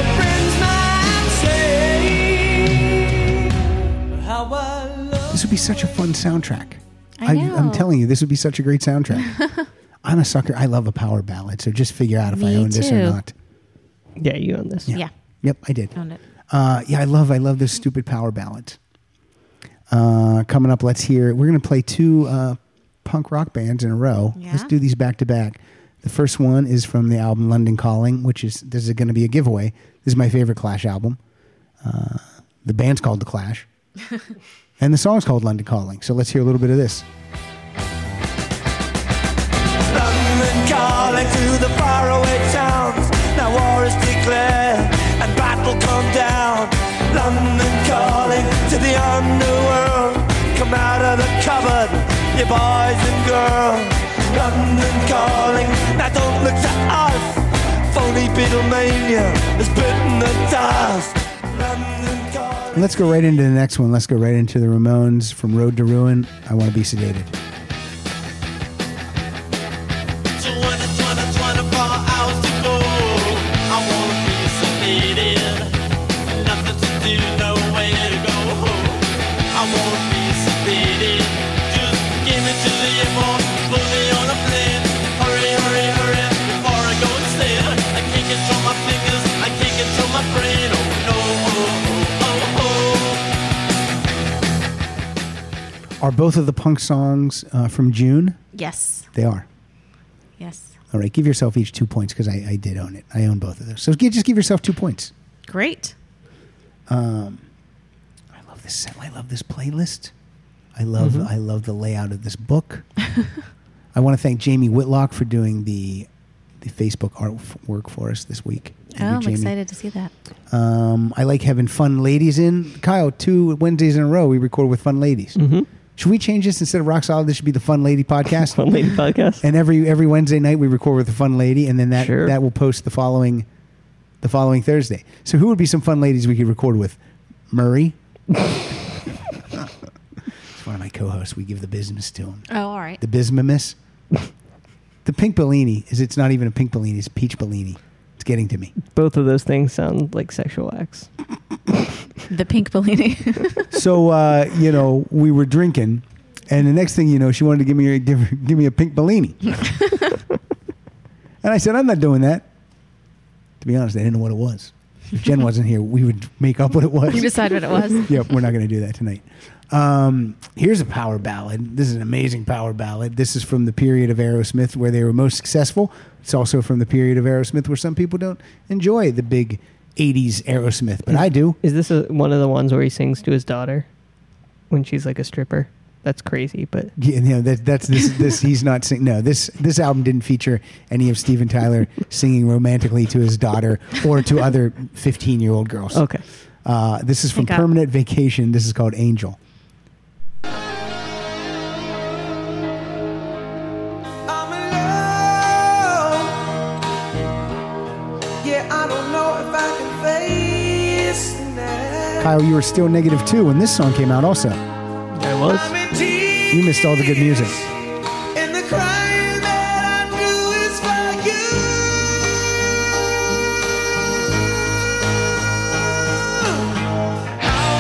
S6: friends might say. How I love
S2: This would be such a fun soundtrack.
S4: I
S2: I'm
S4: know.
S2: telling you, this would be such a great soundtrack. I'm a sucker. I love a power ballad, so just figure out if I
S4: Me
S2: own this or
S4: too.
S2: not.
S3: yeah, you own this.
S4: Yeah,
S2: Yep, I did.
S4: owned it.
S2: Uh, yeah, I love I love those stupid power ballads. Uh, coming up, let's hear. We're gonna play two uh, punk rock bands in a row. Let's
S4: Yeah.
S2: do these back to back. The first one is from the album London Calling, which is this is going to be a giveaway. This is my favorite Clash album. Uh, the band's called The Clash, and the song's called London Calling. So let's hear a little bit of this.
S8: London calling to the faraway towns. Now war is declared and battle come down. London calling to the underworld. Come out of the cupboard, you boys and girls. London calling, now don't look to us. Phony Beatlemania has bitten the dust. London calling.
S2: Let's go right into the next one. Let's go right into the Ramones from Road to Ruin. I want to be sedated.
S9: Brain, oh no, oh, oh, oh, oh.
S2: Are both of the punk songs uh, from June?
S4: Yes.
S2: They are.
S4: Yes.
S2: All right, give yourself each two points because I, I did own it. I own both of those. So gi- just give yourself two points.
S4: Great.
S2: I love this set. I love this playlist. I love
S4: Mm-hmm.
S2: I love the layout of this book. I want to thank Jamie Whitlock for doing the the Facebook artwork for us this week. Thank
S4: Oh,
S2: you,
S4: I'm
S2: Jamie.
S4: excited to see that.
S2: Um, I like having fun ladies in. Kyle, two Wednesdays in a row we record with fun ladies. Should we change this instead of Rock Solid? This should be the Fun Lady Podcast.
S3: Fun Lady Podcast.
S2: And every every Wednesday night we record with a fun lady, and then that
S3: Sure.
S2: that will post the following the following Thursday. So who would be some fun ladies we could record with? Murray. it's one of my co-hosts. We give the business to him.
S4: Oh, all right.
S2: The bismamus. the pink Bellini is. It's not even a pink Bellini. It's peach Bellini. It's getting to me.
S3: Both of those things sound like sexual acts.
S4: The pink Bellini.
S2: so uh, you know, we were drinking, and the next thing you know, she wanted to give me a, give, give me a pink Bellini, and I said, "I'm not doing that." To be honest, I didn't know what it was. If Jen wasn't here, we would make up what it was.
S4: you decide what it was.
S2: yep, we're not going to do that tonight. Um, here's a power ballad. This is an amazing power ballad. This is from the period of Aerosmith where they were most successful. It's also from the period of Aerosmith where some people don't enjoy the big 80s Aerosmith, but I do.
S3: Is this a, one of the ones where he sings to his daughter when she's like a stripper? That's crazy, but
S2: Yeah, no, that, that's this. This he's not sing. No, this this album didn't feature any of Steven Tyler singing romantically to his daughter or to other fifteen year old girls.
S3: okay.
S2: Uh, this is from
S4: Thank God.
S2: Permanent Vacation. This is called Angel.
S8: I'm in love. Yeah, I don't know if I can face the night.
S2: Kyle, you were still negative two when this song came out. Also,
S3: I was.
S8: I'm in tears.
S2: you missed all the good music.
S8: And the crying that I do is for you. How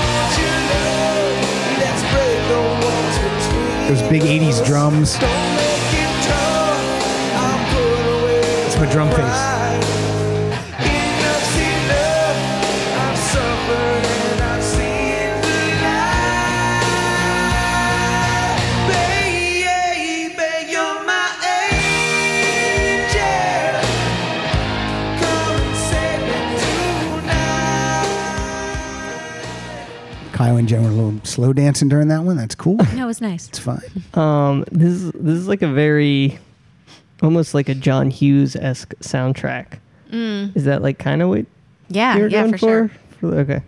S8: would you love? Let's break the walls between
S2: Those big '80s drums.
S8: Don't make it tough. I'll put away
S2: It's my drum face.
S8: pride. Enough's enough. I've suffered and I've seen the light. Baby, you're my angel. Come and save me tonight.
S2: Kyle and Jen were a little slow dancing during that one. That's cool.
S4: No, it was nice.
S2: It's fine.
S3: Um, this is this is like a very, almost like a John Hughes esque soundtrack. Is that like kind of what
S4: Mm. Yeah,
S3: you're
S4: yeah,
S3: going
S4: for sure.
S3: for? Okay.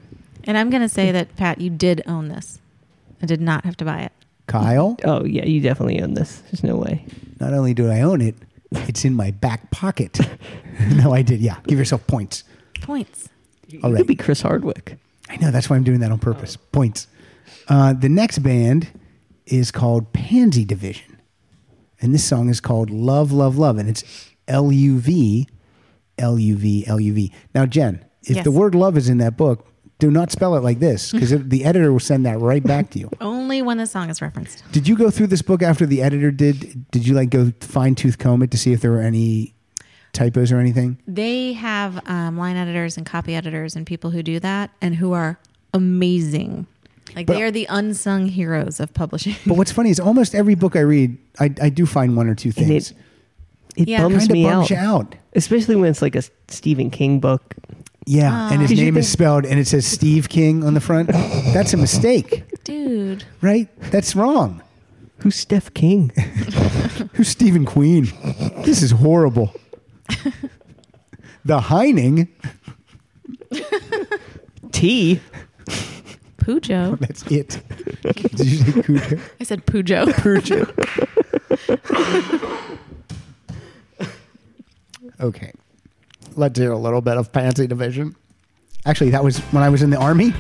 S4: And I'm going to say that, Pat, you did own this. I did not have to buy it.
S2: Kyle,
S3: Oh yeah, you definitely own this. There's no way.
S2: not only do I own it, it's in my back pocket. no, I did. Yeah, give yourself points.
S4: Points.
S2: All
S3: It
S2: right.
S3: could be Chris Hardwick.
S2: I know that's why I'm doing that on purpose.
S3: Oh.
S2: Points. Uh, the next band is called Pansy Division, and this song is called "Love, Love, Love," and it's L U V, L U V, L U V. Now, Jen, if
S4: Yes.
S2: the word "love" is in that book, do not spell it like this because the editor will send that right back to you.
S4: Only when the song is referenced.
S2: Did you go through this book after the editor did? Did you like go fine tooth comb it to see if there were any typos or anything?
S4: They have um, line editors and copy editors and people who do that and who are amazing. Like
S2: But-
S4: they are the unsung heroes of publishing.
S2: But what's funny is almost every book I read, I, I do find one or two
S3: And
S2: things.
S3: it it
S4: Yeah.
S3: bums
S2: Kinda
S3: me
S2: bums you
S3: out.
S2: out.
S3: especially when it's like a Stephen King book.
S2: Yeah, and his
S3: Ah. Did you
S2: name is
S3: think-
S2: spelled, and it says Steve King on the front. That's a mistake,
S4: Dude.
S2: right? That's wrong.
S3: Who's Steph King?
S2: Who's Stephen Queen? This is horrible. The Heining.
S3: T.
S4: Pujo.
S2: That's it. Did you say Cujo?
S4: I said Pujo.
S2: Cujo. okay. Let's hear a little bit of Pansy Division. Actually, that was when I was in the army.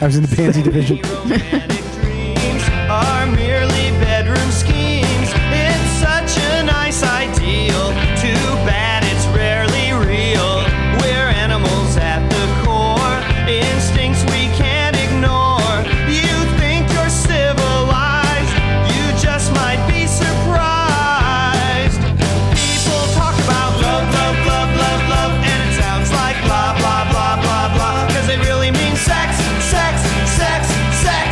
S2: I was in the pansy division.
S9: Romantic dreams are merely bedroom schemes. It's such a nice ideal. Too bad it's rarely real. We're animals at the core, instincts we can't ignore. You think you're civilized, you just might be surprised. People talk about love, love, love, love, love, and it sounds like blah, blah, blah, blah, blah. Cause they really mean sex, sex, sex, sex.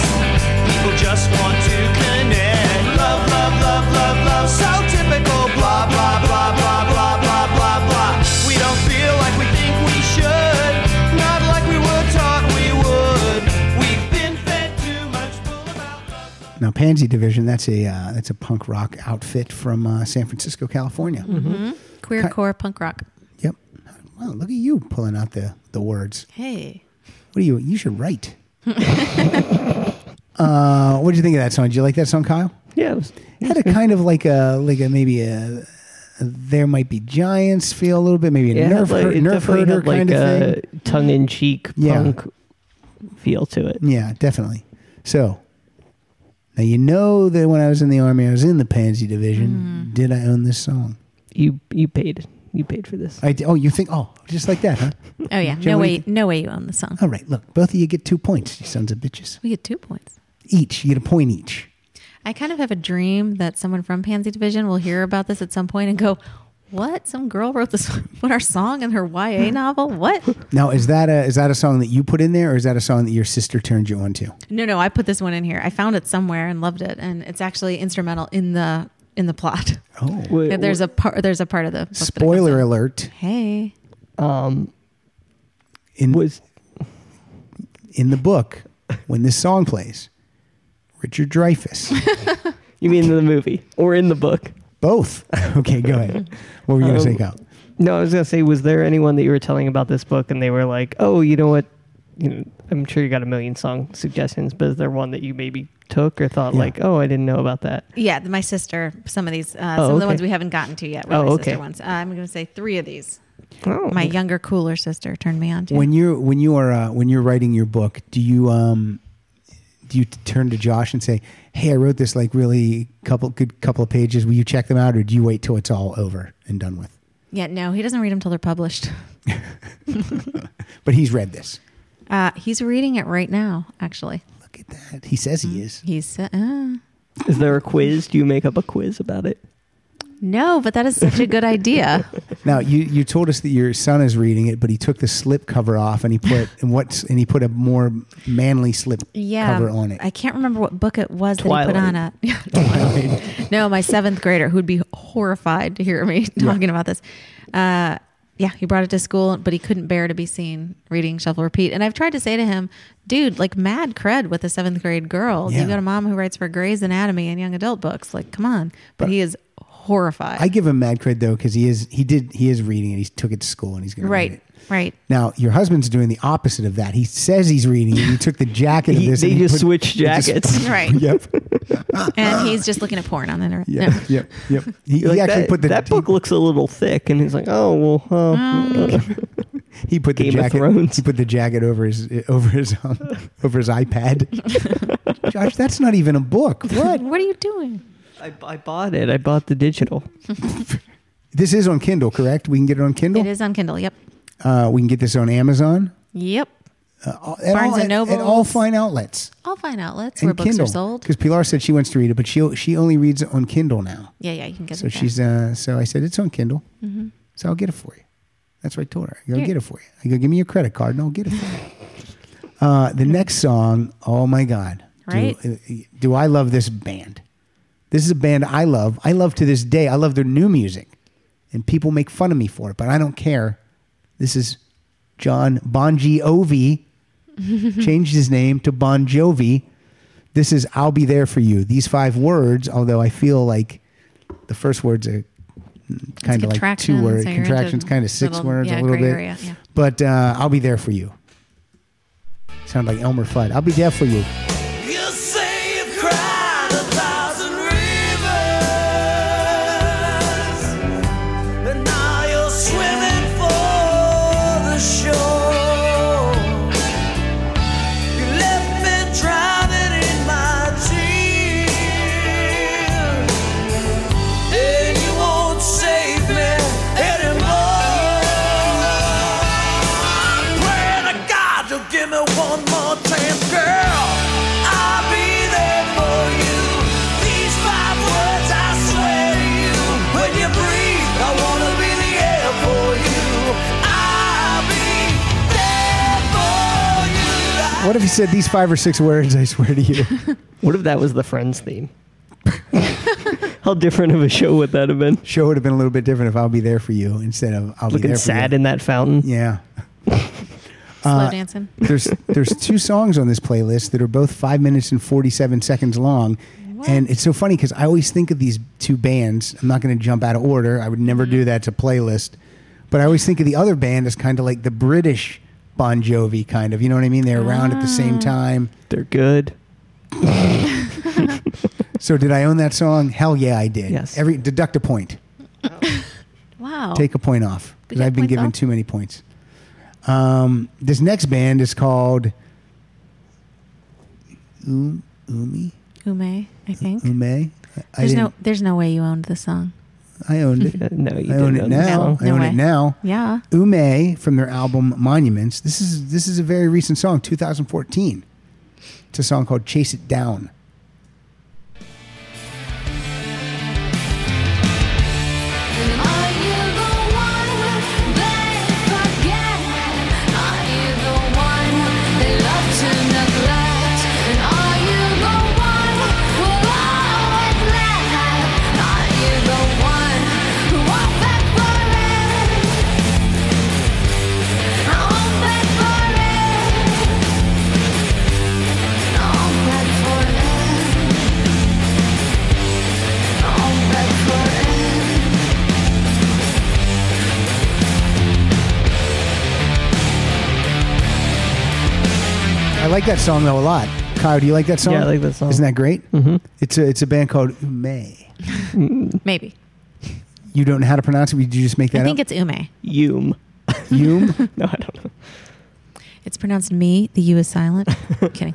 S9: People just want to connect. Love, love, love, love, love, so typical. Blah, blah, blah, blah, blah, blah, blah, blah. We don't feel like we think we should. Not like we were taught we would. We've been fed too much bull about love.
S2: Now, Pansy Division, that's a uh, that's a punk rock outfit from uh, San Francisco, California.
S3: Mm-hmm.
S4: Queer core punk rock.
S2: Yep. Wow, look at you pulling out the, the words.
S4: Hey.
S2: What do you you should write? uh, what did you think of that song? Did you like that song, Kyle?
S3: Yeah, it was,
S2: It had a kind of like a like a maybe a there might be giants feel a little bit, maybe a
S3: yeah, it had,
S2: nerf
S3: like,
S2: her-
S3: it
S2: nerf
S3: definitely
S2: herder
S3: had, like uh,
S2: kind of
S3: a
S2: thing.
S3: tongue in cheek
S2: Yeah.
S3: punk feel to it.
S2: Yeah, definitely. So now you know that when I was in the army, I was in the pansy division.
S3: Mm.
S2: Did I own this song?
S3: You you paid you paid for this.
S2: I did. Oh, you think? Oh, just like that, huh?
S4: Oh yeah.
S2: Joe,
S4: No
S2: what do
S4: way.
S2: you thi-
S4: no way you own the song.
S3: Oh.
S2: All right, look, both of you get two points. You sons of bitches.
S4: We get two points.
S2: Each, you get a point each.
S4: I kind of have a dream that someone from Pansy Division will hear about this at some point and go, "What? Some girl wrote this what our song in her YA novel? What?
S2: Now, is that a is that a song that you put in there, or is that a song that your sister turned you on to?
S4: No, no. I put this one in here. I found it somewhere and loved it, and it's actually instrumental in the in the plot.
S2: Oh,
S3: Wait,
S4: there's a part. There's a part of the book that I can't
S2: spoiler
S4: say.
S2: alert!
S4: Hey.
S3: um
S2: In
S3: was
S2: in the book, when this song plays, Richard Dreyfuss,
S3: you mean in the movie or in the book?
S2: both. Okay, go ahead. What were you gonna say,
S3: Um,
S2: Kyle?
S3: No, I was gonna say, was there anyone that you were telling about this book and they were like, oh, you know what? You know, I'm sure you got a million song suggestions, but is there one that you maybe took or thought
S2: Yeah.
S3: like, oh, I didn't know about that?
S4: Yeah, th- my sister. Some of these, uh,
S3: Oh,
S4: some of the
S3: okay.
S4: ones we haven't gotten to yet. Were
S3: Oh,
S4: my
S3: okay.
S4: sister ones. Uh, I'm going to say three of these.
S3: Oh,
S4: My younger, cooler sister turned me on to.
S2: When you when you are uh, when you're writing your book, do you um do you t- turn to Josh and say, "Hey, I wrote this like really couple good couple of pages. Will you check them out, or do you wait till it's all over and done with?"
S4: yeah, no, he doesn't read them till they're published.
S2: But he's read this.
S4: Uh, he's reading it right now, actually.
S2: Look at that. He says he is.
S4: He's uh, uh,
S3: is there a quiz? Do you make up a quiz about it?
S4: no, but that is such a good idea.
S2: Now you, you told us that your son is reading it, but he took the slip cover off and he put and what and he put a more manly slip
S4: Yeah,
S2: cover on it.
S4: I can't remember what book it was that he put on
S3: Twilight.
S4: a. no, my seventh grader who'd be horrified to hear me talking about this. Uh, yeah, he brought it to school, but he couldn't bear to be seen reading Shuffle Repeat. And I've tried to say to him, dude, like mad cred with a seventh grade girl.
S2: Yeah.
S4: You've got a mom who writes for Grey's Anatomy and young adult books. Like, come on. But,
S2: But-
S4: he is horrified.
S2: I give him mad cred though because he is he did he is reading it. He took it to school and he's going to
S4: right,
S2: read it.
S4: right.
S2: Now your husband's doing the opposite of that. He says he's reading it. He took the jacket
S3: He-
S2: of this.
S3: they
S2: and he
S3: just
S2: put-
S3: switched
S2: they just-
S3: jackets.
S4: Right.
S2: yep.
S4: And he's just looking at porn on the internet.
S2: Yep.
S4: No.
S2: Yep. Yep. He, he
S3: You're like,
S2: actually
S3: that,
S2: put the
S3: that book looks a little thick, and he's like, oh well, uh,
S2: He put the
S3: Game of
S2: jacket.
S3: Thrones.
S2: He put the jacket over his over his um, over his iPad. Josh, that's not even a book. What?
S4: What are you doing?
S3: I, I bought it. I bought the digital.
S2: This is on Kindle, correct? We can get it on Kindle.
S4: It is on Kindle. Yep.
S2: Uh, we can get this on Amazon.
S4: Yep.
S2: Uh, all- at
S4: Barnes
S2: all,
S4: and
S2: at- At
S4: Nobles.
S2: all fine outlets.
S4: I'll find outlets
S2: And
S4: where books
S2: Kindle.
S4: are sold.
S2: Because Pilar said she wants to read it, but she she only reads it on Kindle now.
S4: Yeah, yeah, you can get
S2: So
S4: it. Mm-hmm. there.
S2: she's uh, so I said it's on Kindle. So I'll get it for you. That's what I told her. I go
S4: Yeah.
S2: get it for you. I go give me your credit card and I'll get it for you. uh, the next song. Oh my God. Do- uh, Do,
S4: Right?
S2: I love this band? This is a band I love. I love to this day. I love their new music, and people make fun of me for it, but I don't care. This is John Bon Jovi. changed his name to Bon Jovi. This is "I'll be there for you." These five words, although I feel like the first words are kind of like two
S4: contraction,
S2: words,
S4: so you're into
S2: contractions, kind of six
S4: little-
S2: words,
S4: yeah,
S2: a little
S4: gray
S2: bit.
S4: area, yeah.
S2: But uh, "I'll be there for you." Sound like Elmer Fudd. I'll be there for you.
S9: You say you've cried a thousand rivers, and now you're swimming for the shore. You left
S8: one more chance, girl. I'll be there for you. These five words I swear to you. When you breathe, I wanna be the air for you. I'll be there for you. I-
S2: What if he said these five or six words? I swear to you.
S3: What if that was the Friends theme? How different of a show would that have been?
S2: Show would have been a little bit different if I'll be there for you instead of I'll be
S3: Looking
S2: there
S3: sad
S2: for you.
S3: in that fountain.
S2: yeah.
S4: Slow
S2: uh,
S4: dancing.
S2: There's there's two songs on this playlist that are both five minutes and forty seven seconds long, and it's so funny because I always think of these two bands. I'm not going to jump out of order. I would never do that to playlist, but I always think of the other band as kind of like the British Bon Jovi kind of. You know what I mean? They're around at the same time.
S3: They're good.
S2: So did I own that song? Hell yeah, I did.
S3: Yes.
S2: Every deduct a point.
S4: Wow.
S2: Take a point off because
S4: Deduct
S2: I've been
S4: points
S2: given
S4: off?
S2: too many points. Um, this next band is called Um- Umi
S4: Ume, I think.
S2: Ume. Mm, I
S4: There's
S2: didn't-
S4: no there's no way you owned the song.
S2: I owned it.
S3: Uh, No, you
S2: I
S3: didn't
S2: own
S3: know
S2: it
S3: the
S2: now.
S3: song.
S2: I
S4: No
S2: own
S4: way.
S2: it now.
S4: Yeah.
S2: Ume from their album Monuments. This is this is a very recent song, 2014. It's a song called Chase It Down.
S5: Are you the one they forget? Are you the one they love to neglect? And are you the one we'll always let? Are you the one who won't beg for it? I won't beg for it. I won't beg for it. I won't beg for it.
S2: I like that song though a lot. Kyle, do you like that song?
S3: Yeah, I like that song.
S2: Isn't that great? Mm-hmm. It's a it's a band called Ume.
S4: Maybe.
S2: You don't know how to pronounce it. Did you just make that
S4: I think
S2: up?
S4: it's Ume.
S3: Yum.
S2: It's Yume.
S3: No, I don't know.
S4: It's pronounced me. The U is silent. Kidding.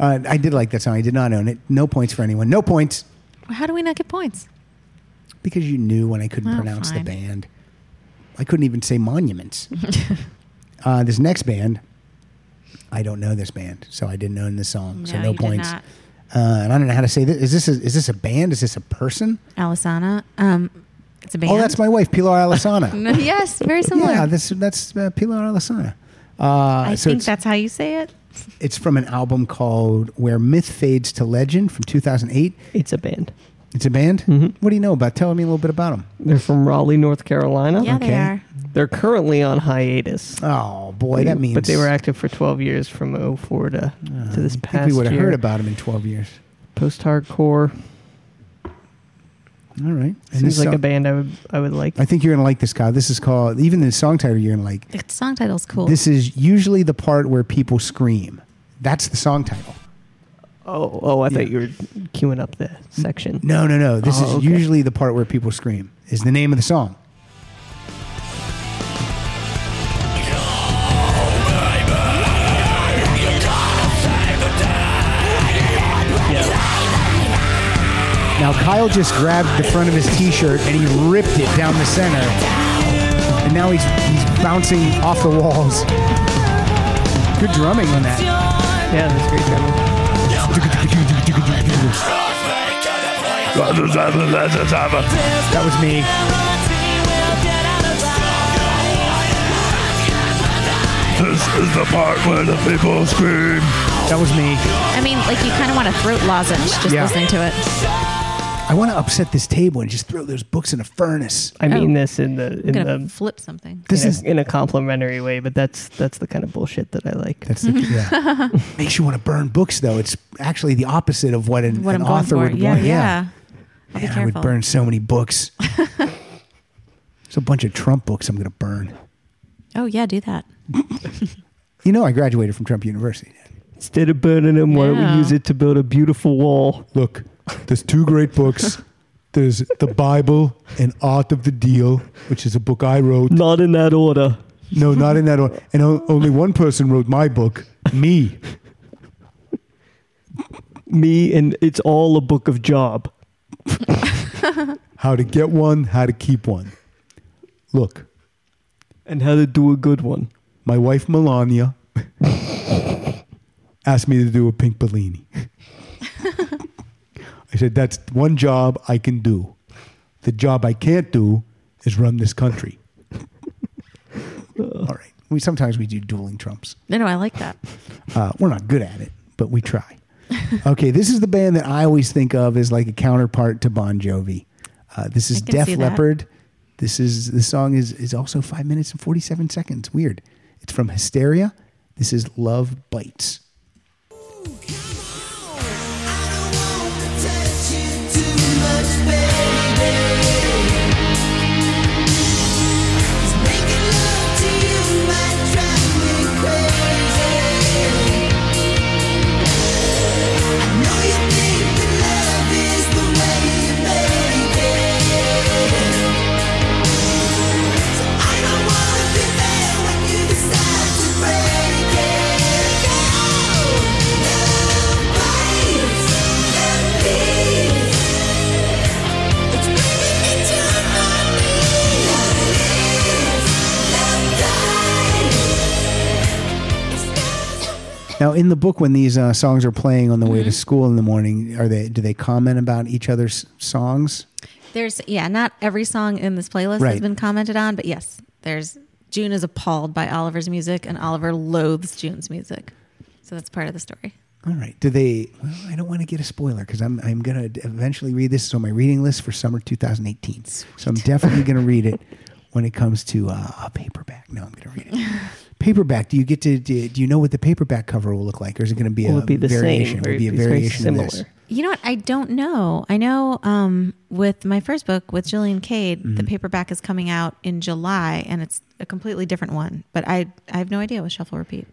S2: Uh, I did like that song. I did not own it. No points for anyone. No points
S4: How do we not get points?
S2: because you knew when I couldn't
S4: Oh,
S2: pronounce
S4: fine.
S2: the band. I couldn't even say monuments. uh, this next band, I don't know this band, so I didn't own this song. so no
S4: you
S2: points.
S4: Did not.
S2: Uh, and I don't know how to say this. Is this a, is this a band? Is this a person?
S4: Alisana. Um, it's a band.
S2: Oh, that's my wife, Pilar Alisana.
S4: No, yes, very similar.
S2: yeah, this that's uh, Pilar Alisana. Uh,
S4: I
S2: so
S4: think
S2: it's-
S4: that's how you say it.
S2: It's from an album called Where Myth Fades to Legend from 2008.
S3: It's a band.
S2: It's a band? Mm-hmm. What do you know about? Tell me a little bit about them.
S3: They're from Raleigh, North Carolina.
S4: Yeah,
S2: Oh, Okay.
S4: they are.
S3: They're currently on hiatus.
S2: Oh, boy, that means. Uh,
S3: But they were active for 12 years from 04 to, to this
S2: I
S3: past
S2: think we would have
S3: year.
S2: heard about them in 12 years.
S3: Post-hardcore.
S2: All right. And
S3: Seems
S2: this
S3: like a
S2: song-
S3: band I would, I would like.
S2: I think you're going to like this, Kyle. This is called, even the song title, you're going to like.
S4: The song title's cool.
S2: This is usually the part where people scream. That's the song title.
S3: Oh, oh, I
S2: Yeah.
S3: thought you were queuing up the section.
S2: No, no, no. This
S3: Oh,
S2: is
S3: okay.
S2: usually the part where people scream, is the name of the song. Now, Kyle just grabbed the front of his t shirt and he ripped it down the center. And now he's, he's bouncing off the walls. Good drumming on that.
S3: Yeah, that's great. Demo.
S2: That was me.
S10: This is the part where the people scream.
S2: That was me.
S4: I mean, like you kind of want a throat lozenge just
S2: Yeah.
S4: listening to it.
S2: I want to upset this table and just throw those books in a furnace.
S3: I mean this in the in
S4: I'm gonna
S3: the
S4: flip something.
S2: This
S3: in
S2: is
S3: a, in a complimentary way, but that's that's the kind of bullshit that I like.
S2: that's the,
S4: Mm-hmm.
S2: yeah. Makes you want to burn books, though. It's actually the opposite of what an,
S4: What
S2: an
S4: I'm going
S2: author
S4: for.
S2: would
S4: Yeah,
S2: want.
S4: yeah. I'll be
S2: Man, I would
S4: careful.
S2: burn so many books. There's a bunch of Trump books I'm going to burn.
S4: Oh yeah, do that.
S2: You know, I graduated from Trump University.
S3: Instead of burning them, why don't
S4: Yeah.
S3: we use it to build a beautiful wall?
S2: Look, there's two great books. There's the Bible and Art of the Deal, which is a book I wrote.
S3: Not in that order.
S2: No, not in that order. And o- only one person wrote my book, me.
S3: Me and it's all a book of job.
S2: How to get one, how to keep one. Look,
S3: And how to do a good one.
S2: my wife Melania asked me to do a pink Bellini. I said, that's one job I can do. The job I can't do is run this country. All right. We sometimes we do dueling trumps.
S4: No, no, I like that.
S2: Uh, we're not good at it, but we try. okay, this is the band that I always think of as like a counterpart to Bon Jovi. Uh, this is
S4: can see
S2: Def
S4: that.
S2: Leppard. This is the song is is also five minutes and forty seven seconds. Weird. It's from Hysteria. This is Love Bites. Now, in the book, when these uh, songs are playing on the
S4: Mm-hmm.
S2: way to school in the morning, are they do they comment about each other's songs?
S4: There's yeah, not every song in this playlist
S2: Right.
S4: has been commented on, but yes, there's June is appalled by Oliver's music and Oliver loathes June's music. So that's part of the story.
S2: All right. Do they? Well, I don't want to get a spoiler because I'm I'm gonna eventually read this. It's on my reading list for summer 2018. So I'm definitely gonna read it when it comes to uh, a paperback. No, I'm gonna read it. Paperback. Do you get to? Do, do you know what the paperback cover will look like, or is it going to be
S3: Will
S2: a
S3: it be the
S2: variation?
S3: same?
S2: Will
S3: or
S2: it be a
S3: it's very
S2: variation of this?
S3: similar?
S4: You know what? I don't know. I know um, with my first book with Jillian Cade, the paperback is coming out in July, and it's a completely different one. But I, I have no idea with Shuffle Repeat.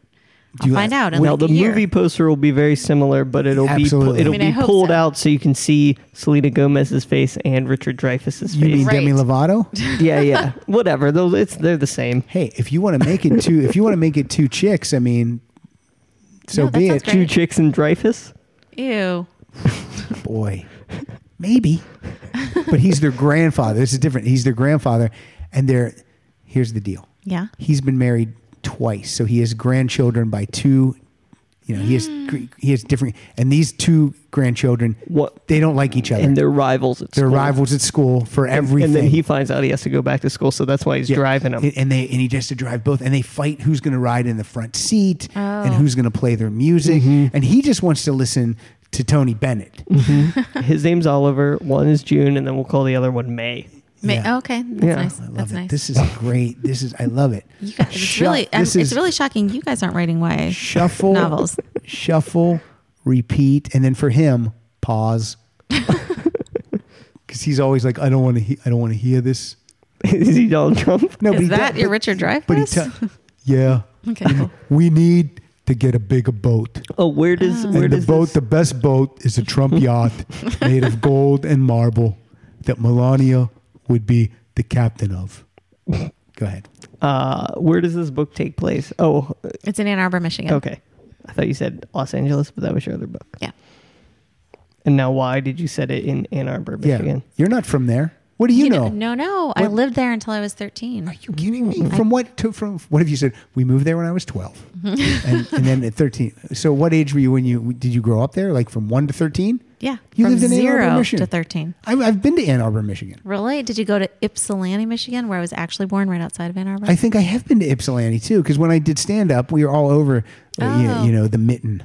S4: I'll
S2: you-
S4: find out. In
S3: Now
S4: like
S3: the
S4: a year.
S3: movie poster will be very similar, but it'll
S2: Absolutely.
S3: be it'll
S2: I
S4: mean, I
S3: be
S4: hope
S3: pulled
S4: so.
S3: out so you can see Selena Gomez's face and Richard Dreyfuss's
S2: You mean
S3: face.
S2: Demi
S4: Right.
S2: Lovato?
S3: yeah, yeah, whatever. Those it's they're the same.
S2: hey, if you want to make it two, if you want to make it two chicks, I mean, so
S4: No, that
S2: be
S4: sounds
S2: it.
S4: great.
S3: Two chicks and Dreyfus.
S4: Ew.
S2: boy. Maybe. but he's their grandfather. This is different. He's their grandfather. And they're here's the deal.
S4: Yeah.
S2: He's been married twice. So he has grandchildren by two you know, he has gr- he has different and these two grandchildren
S3: What-
S2: they don't like each other.
S3: and they're rivals. At
S2: they're
S3: school.
S2: rivals at school for everything.
S3: And then he finds out he has to go back to school, so that's why he's
S2: Yeah.
S3: driving him.
S2: And- And they and he just to drive both, and they fight who's going to ride in the front seat and who's going to play their music,
S3: Mm-hmm.
S2: and he just wants to listen to Tony Bennett. Mm-hmm.
S3: His name's Oliver. One is June, and then we'll call the other one May.
S4: Ma- oh,
S2: Yeah.
S4: Okay. That's
S3: Yeah.
S4: nice.
S2: I love
S4: That's
S2: it.
S4: nice.
S2: This is great. This is I love it.
S4: you guys, it's
S2: Shu-
S4: really, I'm-
S2: this
S4: it's
S2: is
S4: really shocking. You guys aren't writing YA
S2: shuffle
S4: novels.
S2: Shuffle, repeat, and then for him, pause. Because he's always like, I don't want to. He- I don't want to hear this.
S3: is he Donald Trump?
S2: No, but
S4: Is
S2: he
S4: that
S2: does-
S4: your
S2: but-
S4: Richard Dreyfuss?
S2: But he te- yeah,
S4: okay. Cool.
S2: we need to get a bigger boat.
S3: Oh, where does where
S2: and the
S3: does
S2: boat,
S3: this-
S2: the best boat, is a Trump yacht made of gold and marble that Melania would be the captain of. Go ahead.
S3: uh, where does this book take place? Oh,
S4: It's in Ann Arbor, Michigan.
S3: okay. I thought you said Los Angeles, but that was your other book.
S4: Yeah.
S3: And now, why did you set it in Ann Arbor, Michigan?
S2: you're not from there. What do you, know?
S4: No, no. I lived there until I was 13.
S2: you kidding me? From what to from what have you said? We moved there when I was twelve,
S4: Mm-hmm.
S2: and, and then at thirteen. So what age were you when you did you grow up there? Like from one to thirteen?
S4: Yeah.
S2: you
S4: From
S2: lived in
S4: zero
S2: Ann Arbor, Michigan.
S4: to 13.
S2: I, I've been to Ann Arbor, Michigan.
S4: Really? Did you go to Ypsilanti, Michigan, where I was actually born, right outside of Ann Arbor?
S2: I think I have been to Ypsilanti too, because when I did stand up, we were all over, uh, you,
S4: Oh.
S2: you know, the mitten.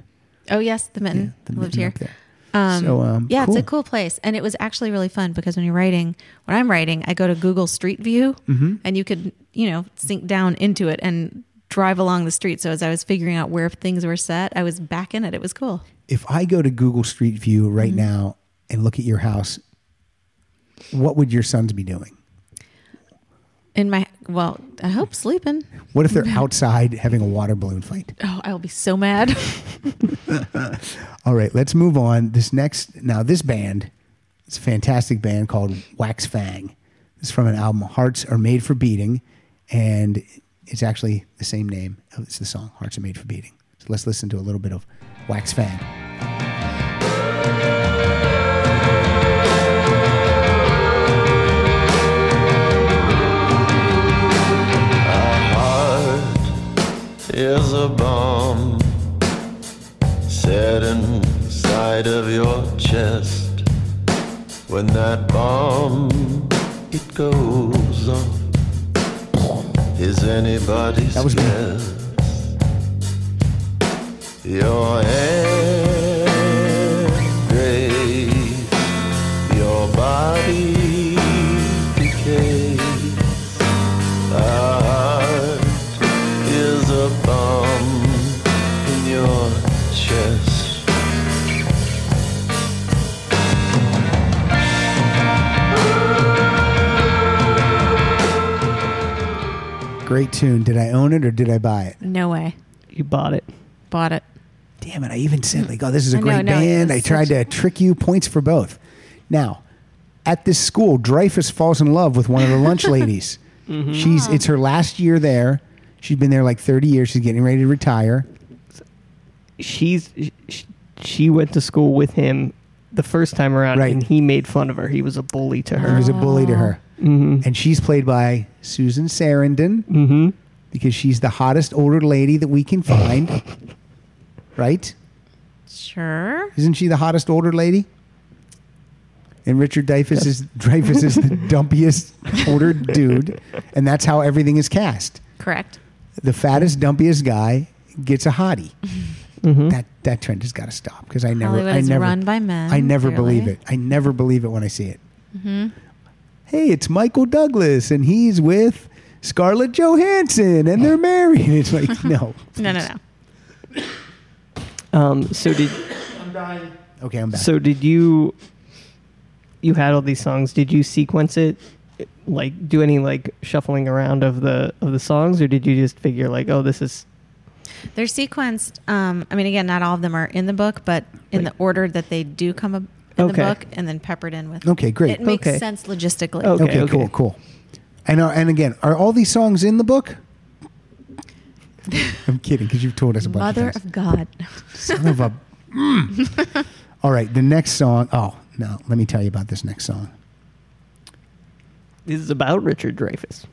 S4: oh, yes, the
S2: Yeah,
S4: Mitten.
S2: the
S4: lived
S2: mitten
S4: here.
S2: up there. so um,
S4: Yeah,
S2: cool.
S4: it's a cool place, and it was actually really fun because when you're writing, when I'm writing, I go to Google Street View,
S2: Mm-hmm.
S4: and you could you know sink down into it and drive along the street. So as I was figuring out where things were set, I was back in it. It was cool. Mm-hmm.
S2: If I go to Google Street View right now and look at your house, what would your sons be doing?
S4: In my well, I hope sleeping.
S2: What if they're outside having a water balloon fight?
S4: Oh, I will be so mad.
S2: All right, let's move on. This next, now this band, it's a fantastic band called Wax Fang. It's from an album, Hearts Are Made for Beating, and it's actually the same name. It's the song, Hearts Are Made for Beating. So let's listen to a little bit of Wax Fang.
S7: Heart is a bone. side of your chest. When that
S9: oh.
S7: bomb it goes off, is anybody's
S2: That was me.
S7: guess. Your head graves, your body decays. A heart is a bomb in your chest.
S2: Great tune. Did I own it or did I buy it?
S4: No way.
S3: You bought it.
S4: Bought it.
S2: Damn it! I even said like, "Oh, this is a
S4: I know,
S2: great
S4: no,
S2: band." I
S4: it's
S2: tried to
S4: such-
S2: trick you. Points for both. Now, at this school, Dreyfus falls in love with one of the lunch ladies.
S4: Mm-hmm.
S2: She's it's her last year there. She's been there like thirty years. She's getting ready to retire.
S3: She's sh- she went to school with him the first time around,
S2: Right.
S3: and he made fun of her. He was a bully to
S2: He
S3: her.
S2: was a bully to her,
S4: Mm-hmm.
S2: and she's played by Susan Sarandon because she's the hottest older lady that we can find. right?
S4: Sure.
S2: Isn't she the hottest older lady? And Richard Dreyfuss is Dreyfuss is the dumpiest older dude, and that's how everything is cast.
S4: Correct.
S2: The fattest, dumpiest guy gets a hottie. That that trend has got to stop because I never,
S4: Mm-hmm. Hollywood
S2: I
S4: is
S2: never,
S4: run by men,
S2: I never
S4: clearly.
S2: believe it. I never believe it when I see it.
S4: Mm-hmm.
S2: Hey, it's Michael Douglas, and he's with Scarlett Johansson, and they're married. It's like no,
S4: No, no, no.
S3: Um, so did
S2: Okay, I'm back.
S3: so did you? You had all these songs. Did you sequence it? Like do any like shuffling around of the of the songs, or did you just figure like, oh, this is
S4: They're sequenced. Um, I mean, again, not all of them are in the book, but in the order that they do come up in
S3: Okay.
S4: the book, and then peppered in with.
S2: Okay, great.
S4: It makes
S3: Okay.
S4: sense logistically.
S3: Okay.
S2: Okay, cool, cool. And are, and again, are all these songs in the book? I'm kidding because you've told us a bunch
S4: Mother
S2: of
S4: of
S2: times.
S4: God.
S2: Son of a. Mm. all right, the next song. Oh no, let me tell you about this next song.
S3: this is about Richard Dreyfus?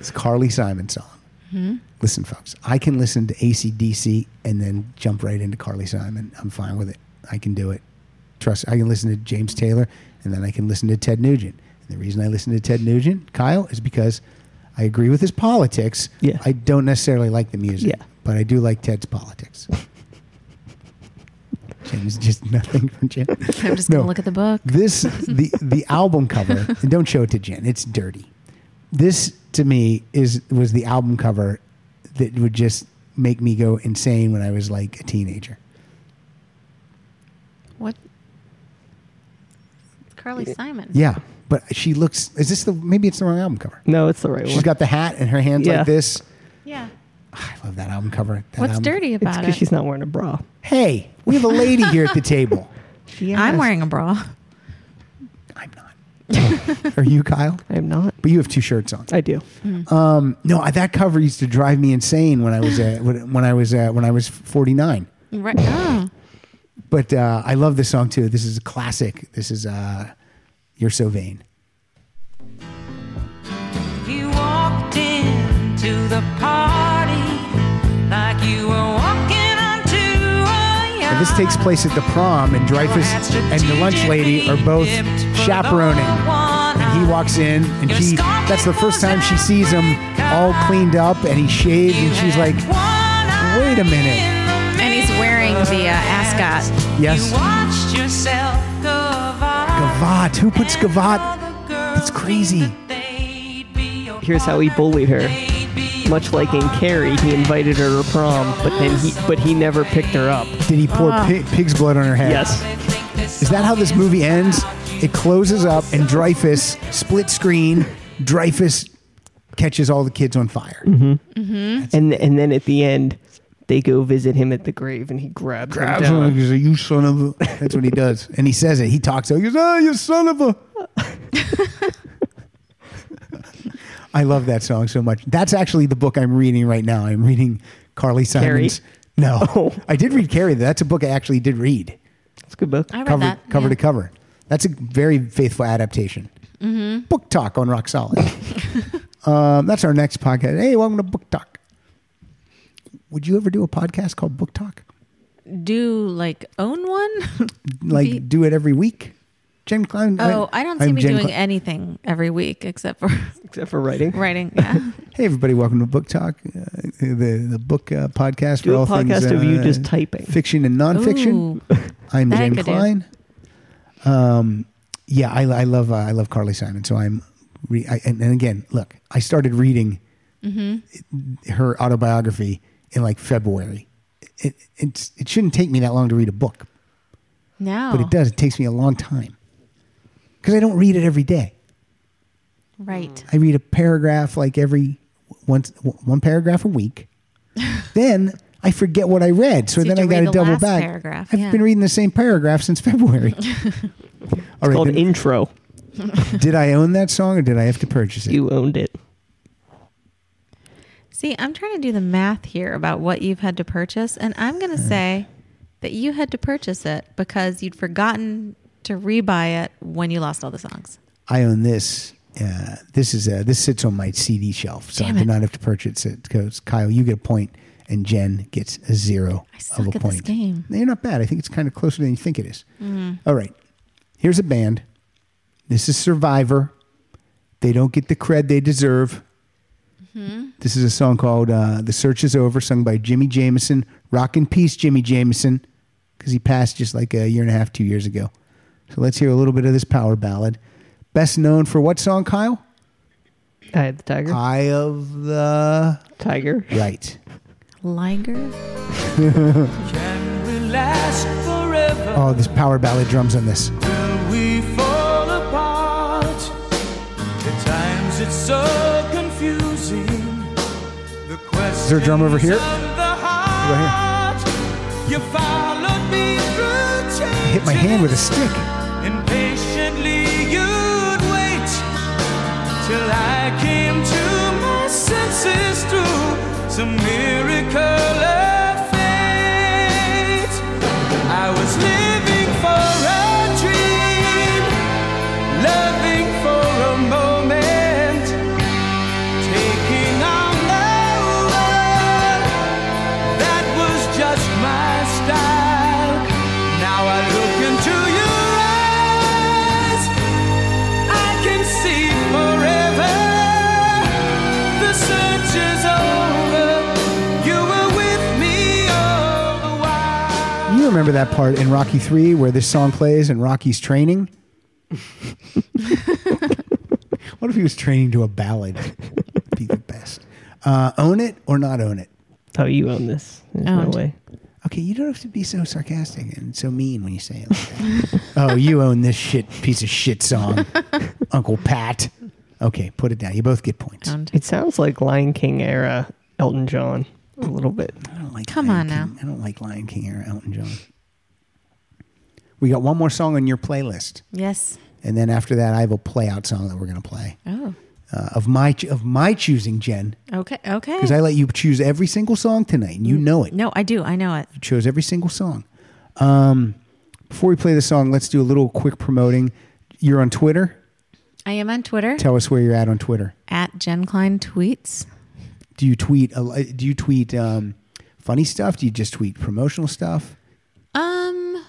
S2: It's Carly Simon song.
S3: Hmm?
S2: Listen, folks, I can listen to ACDC and then jump right into Carly Simon. I'm fine with it. I can do it. Trust. I can listen to James Taylor and then I can listen to Ted Nugent. And the reason I listen to Ted Nugent, Kyle, is because I agree with his politics.
S3: Yeah.
S2: I don't necessarily like the music.
S3: Yeah.
S2: But I do like Ted's politics. Jim's just nothing from Jim.
S4: I'm just gonna
S2: No.
S4: look at the book.
S2: This the the album cover, and don't show it to Jen. It's dirty. This to me is was the album cover that would just make me go insane when I was like a teenager.
S4: What? It's Carly Simon.
S2: Yeah, but she looks. Is this the maybe it's the wrong album cover?
S3: No, it's the right
S2: She's
S3: one.
S2: got the hat and her hands
S3: Yeah.
S2: like this.
S4: Yeah.
S2: I love that album cover. That
S4: What's
S2: album-
S4: dirty
S3: It's
S4: about
S3: because
S4: it?
S3: she's not wearing a bra.
S2: Hey, we have a lady here at the table.
S4: I'm wearing a bra.
S2: I'm not. Are you Kyle?
S3: I'm not.
S2: But you have two shirts on. Um,
S3: I do.
S2: No, I- that cover used to drive me insane when I was uh, when when I was uh, when I was 49.
S4: Right. Oh.
S2: But uh, I love this song too. This is a classic. This is uh, "You're So Vain."
S5: You walked into the party like you were walking onto a
S2: And
S5: yacht.
S2: this takes place at the prom, and Dreyfus and the lunch lady are both chaperoning. And he walks in, and she—that's the first time she sees him all cleaned up, and he shaved, and she's like, "Wait a minute,
S4: And he's wearing the uh, ascot.
S2: yes,
S5: Watched yourself go by.
S2: Gavat. Who puts Gavat? That's crazy."
S3: Here's how he bullied her. Much like in Carrie, he invited her to prom, but then he but he never picked her up.
S2: Did he pour pi- pig's blood on her head?
S3: Yes.
S2: Is that how this movie ends? It closes up and Dreyfus, split screen, Dreyfus catches all the kids on fire.
S3: And and then at the end, they go visit him at the grave, and he grabs,
S2: Grabs
S3: him
S2: him,
S3: down.
S2: he goes, You son of a. That's what he does. And he says it. He talks. He goes, Oh, you son of a. I love that song so much. That's actually the book I'm reading right now. I'm reading Carly
S3: Carrie?
S2: Simon's. No. I did read Carrie. though. That's a book I actually did read.
S3: It's a good book.
S4: I read
S2: cover
S4: that.
S2: cover
S4: yeah.
S2: to cover. That's a very faithful adaptation.
S4: Mm-hmm.
S2: Book talk on Rock Solid. um, that's our next podcast. Hey, welcome to Book Talk. Would you ever do a podcast called Book Talk?
S4: do like own one?
S2: Like
S4: Be-
S2: do it every week. Jen Klein.
S4: oh, I don't see
S2: I'm
S4: me
S2: Jen
S4: doing
S2: Klein.
S4: anything every week except for
S3: except for writing.
S4: writing. Yeah.
S2: Hey everybody, welcome to Book Talk, uh, the the book uh, podcast
S3: Do
S2: for
S3: a
S2: all
S3: podcast
S2: things
S3: of you
S2: uh,
S3: just typing.
S2: fiction and nonfiction.
S4: Ooh.
S2: I'm
S4: That I
S2: Jen
S4: could do.
S2: Klein. Um, yeah, I, I love uh, I love Carly Simon. So I'm, re- I, and, and again, look, I started reading
S3: Mm-hmm.
S2: her autobiography in like February. It it's, it shouldn't take me that long to read a book,
S4: No.
S3: Oh.
S2: but it does. It takes me a long time because I don't read it every day.
S4: Right.
S2: I read a paragraph like every once one paragraph a week. then I forget what I read, so,
S4: So you
S2: then I
S4: have to
S2: got
S4: read
S2: to
S4: the
S2: double
S4: last
S2: back.
S4: paragraph,
S2: I've
S4: yeah.
S2: been reading the same paragraph since February. All right,
S3: Called
S2: then,
S3: intro.
S2: did I own that song or did I have to purchase it?
S3: You owned it.
S4: See, I'm trying to do the math here about what you've had to purchase, and I'm going to say that you had to purchase it because you'd forgotten to rebuy it when you lost all the songs.
S2: I own this. Uh, this is uh this sits on my CD shelf, so
S4: Damn
S2: I
S4: it.
S2: do not have to purchase it. Because Kyle, you get a point, and Jen gets a zero
S4: I
S2: of
S4: suck
S2: a
S4: at this
S2: point.
S4: game.
S2: No, You're not bad. I think it's kind of closer than you think it is. All right, here's a band. This is Survivor. They don't get the cred they deserve. This is a song called uh, "The Search Is Over," sung by Jimmy Jameson. Rock in peace, Jimmy Jameson, because he passed just like a year and a half, two years ago. So let's hear a little bit of this power ballad. Best known for what song, Kyle?
S3: I had the tiger.
S2: Eye of the
S3: tiger.
S2: Right.
S4: Liger?
S6: Last forever.
S2: Oh, this power ballad drums on this.
S6: we fall apart. At times it's so confusing. The question
S2: Is there a drum over here? Right
S6: You followed me through
S2: here. Hit my hand with a stick.
S6: Impatiently you'd wait till I came to my senses through some miracle of fate. I was living for a dream, loving for a moment, taking on the world. That was just my style. Now I look into your eyes. I can see forever. The search is over. You were with me all the while.
S2: You remember that part in Rocky 3 where this song plays and Rocky's training? what if he was training to a ballad? Be the best. Uh, own it or not own it.
S3: Oh, you own this. There's
S4: Owned.
S3: no way.
S2: Okay, you don't have to be so sarcastic and so mean when you say it like that. oh, you own this shit piece of shit song, Uncle Pat. Okay, put it down. You both get points.
S4: Owned.
S3: It sounds like Lion King era Elton John a little bit.
S2: I don't like
S4: Come
S2: Lion
S4: on now.
S2: King. I don't like Lion King or Elton John. We got one more song on your playlist,
S4: Yes.
S2: and then after that, I have a play out song that we're gonna play
S4: Oh.
S2: uh, of my of my choosing, Jen,
S4: Okay. Okay.
S2: because I let you choose every single song tonight, and you know it.
S4: Mm. no, I do. I know it.
S2: You chose every single song. Um, before we play the song, let's do a little quick promoting. You're on Twitter.
S4: I am on Twitter
S2: Tell us where you're at on Twitter.
S4: at Jen Klein Tweets.
S2: Do you tweet? a li- Do you tweet um, funny stuff? Do you just tweet promotional stuff?
S4: Um,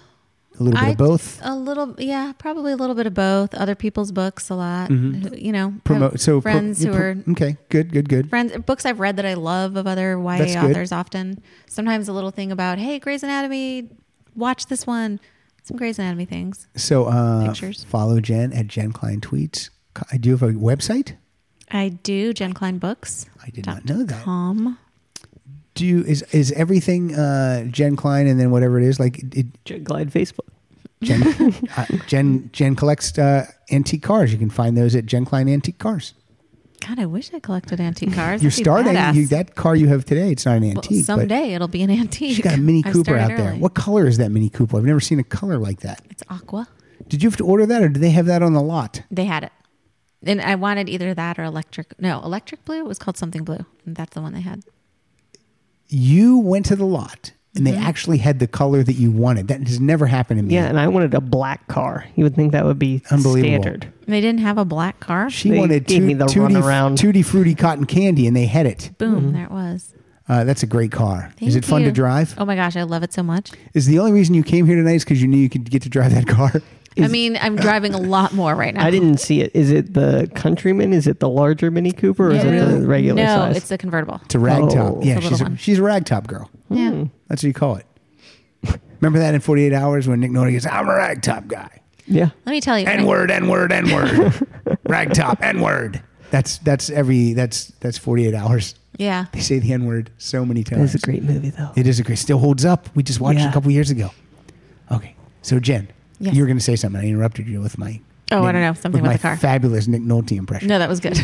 S2: A little bit
S4: I-
S2: of both.
S4: A little, yeah, probably a little bit of both. Other people's books, a lot. Who- You know, I have
S2: Mm-hmm. Promote. So pro-
S4: friends
S2: you
S4: who
S2: pro-
S4: are
S2: okay. Good. Good. Good.
S4: friends books I've read that I love of other YA
S2: That's good.
S4: authors often. Sometimes a little thing about, hey, Grey's Anatomy, watch this one. Some Grey's Anatomy things.
S2: So uh,
S4: Pictures.
S2: follow Jen at Jen Klein tweets. I do have a website.
S4: I do Jen Klein books.
S2: I did not know that.
S4: Com.
S2: Do you, is is everything uh, Jen Klein and then whatever it is like it,
S3: Jet Glide Facebook.
S2: Jen, uh, Jen Jen collects uh, antique cars. You can find those at Jen Klein Antique Cars.
S4: God, I wish I collected antique cars.
S2: You're
S4: That'd be
S2: starting
S4: badass.
S2: you, that car you have today. It's not an
S4: Well,
S2: antique. but
S4: someday it'll be an antique.
S2: She's got a Mini
S4: I
S2: Cooper
S4: started
S2: out there.
S4: early.
S2: What color is that Mini Cooper? I've never seen a color like that.
S4: It's aqua.
S2: Did you have to order that, or do they have that on the lot?
S4: They had it. And I wanted either that or electric. No, electric blue. It was called something blue. And that's the one they had.
S2: You went to the lot, and
S4: Mm-hmm.
S2: they actually had the color that you wanted. That has never happened to me.
S3: Yeah, and I wanted a black car. You would think that would be
S2: Unbelievable.
S3: standard.
S4: And they didn't have a black car.
S2: She
S3: They
S2: wanted
S3: gave
S2: two,
S3: me the
S2: tutti,
S3: runaround.
S2: tutti frutti cotton candy, and they had it.
S4: Boom, there it was.
S2: Uh, that's a great car.
S4: Thank
S2: Mm-hmm. is it fun to
S4: you.
S2: drive?
S4: Oh my gosh, I love it so much.
S2: Is the only reason you came here tonight is because you knew you could get to drive that car?
S4: I mean, I'm driving a lot more right now.
S3: I didn't see it. Is it the Countryman? Is it the larger Mini Cooper? Or is it the regular
S4: no,
S3: size?
S4: it's a convertible.
S2: It's a ragtop.
S3: Oh.
S2: yeah,
S4: It's a
S2: she's
S4: little
S2: a,
S4: one.
S2: she's a ragtop girl.
S4: yeah.
S2: That's what you call it. Remember that in 48 hours when Nick Nolte goes, I'm a ragtop guy.
S3: yeah.
S4: Let me tell you.
S2: N word, N word, N word. ragtop, N word. That's that's every that's that's 48 hours.
S4: Yeah.
S2: They say the N word so many times.
S3: It's a great movie though.
S2: It is a great. Still holds up. We just watched it
S3: Yeah.
S2: a couple years ago. Okay, so Jen,
S4: Yes.
S2: you were going to say something. I interrupted you with my.
S4: Oh, I don't know. Something
S2: with
S4: about
S2: my
S4: the car.
S2: Fabulous Nick Nolte impression.
S4: No, that was good.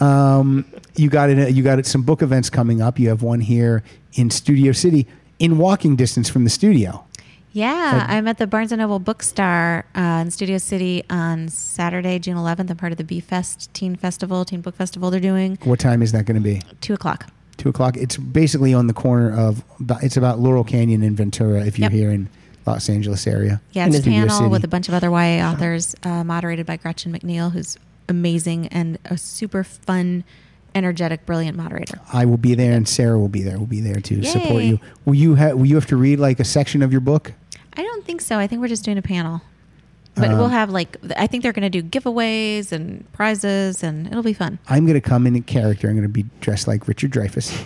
S2: You got it. You got it. Some book events coming up. You have one here in Studio City, in walking distance from the studio.
S4: yeah,
S2: Fab-
S4: I'm at the Barnes and Noble Bookstar uh, in Studio City on Saturday, June 11th. I'm part of the B Fest Teen Festival, Teen Book Festival. They're doing
S2: What time is that going to be?
S4: two o'clock.
S2: Two o'clock. It's basically on the corner of. It's about Laurel Canyon and Ventura. If you're
S4: Yep.
S2: here in Los Angeles area.
S4: Yeah,
S2: in
S4: it's a
S2: Studio
S4: panel
S2: City.
S4: with a bunch of other YA authors, uh, moderated by Gretchen McNeil, who's amazing and a super fun, energetic, brilliant moderator.
S2: I will be there, and Sarah will be there. We'll be there to support
S4: Yay.
S2: you. Will you have? Will you have to read like a section of your book?
S4: I don't think so. I think we're just doing a panel. But
S2: Uh-huh.
S4: we'll have like th- I think they're going to do giveaways and prizes and it'll be fun.
S2: I'm gonna come in in character. I'm gonna be dressed like Richard Dreyfuss,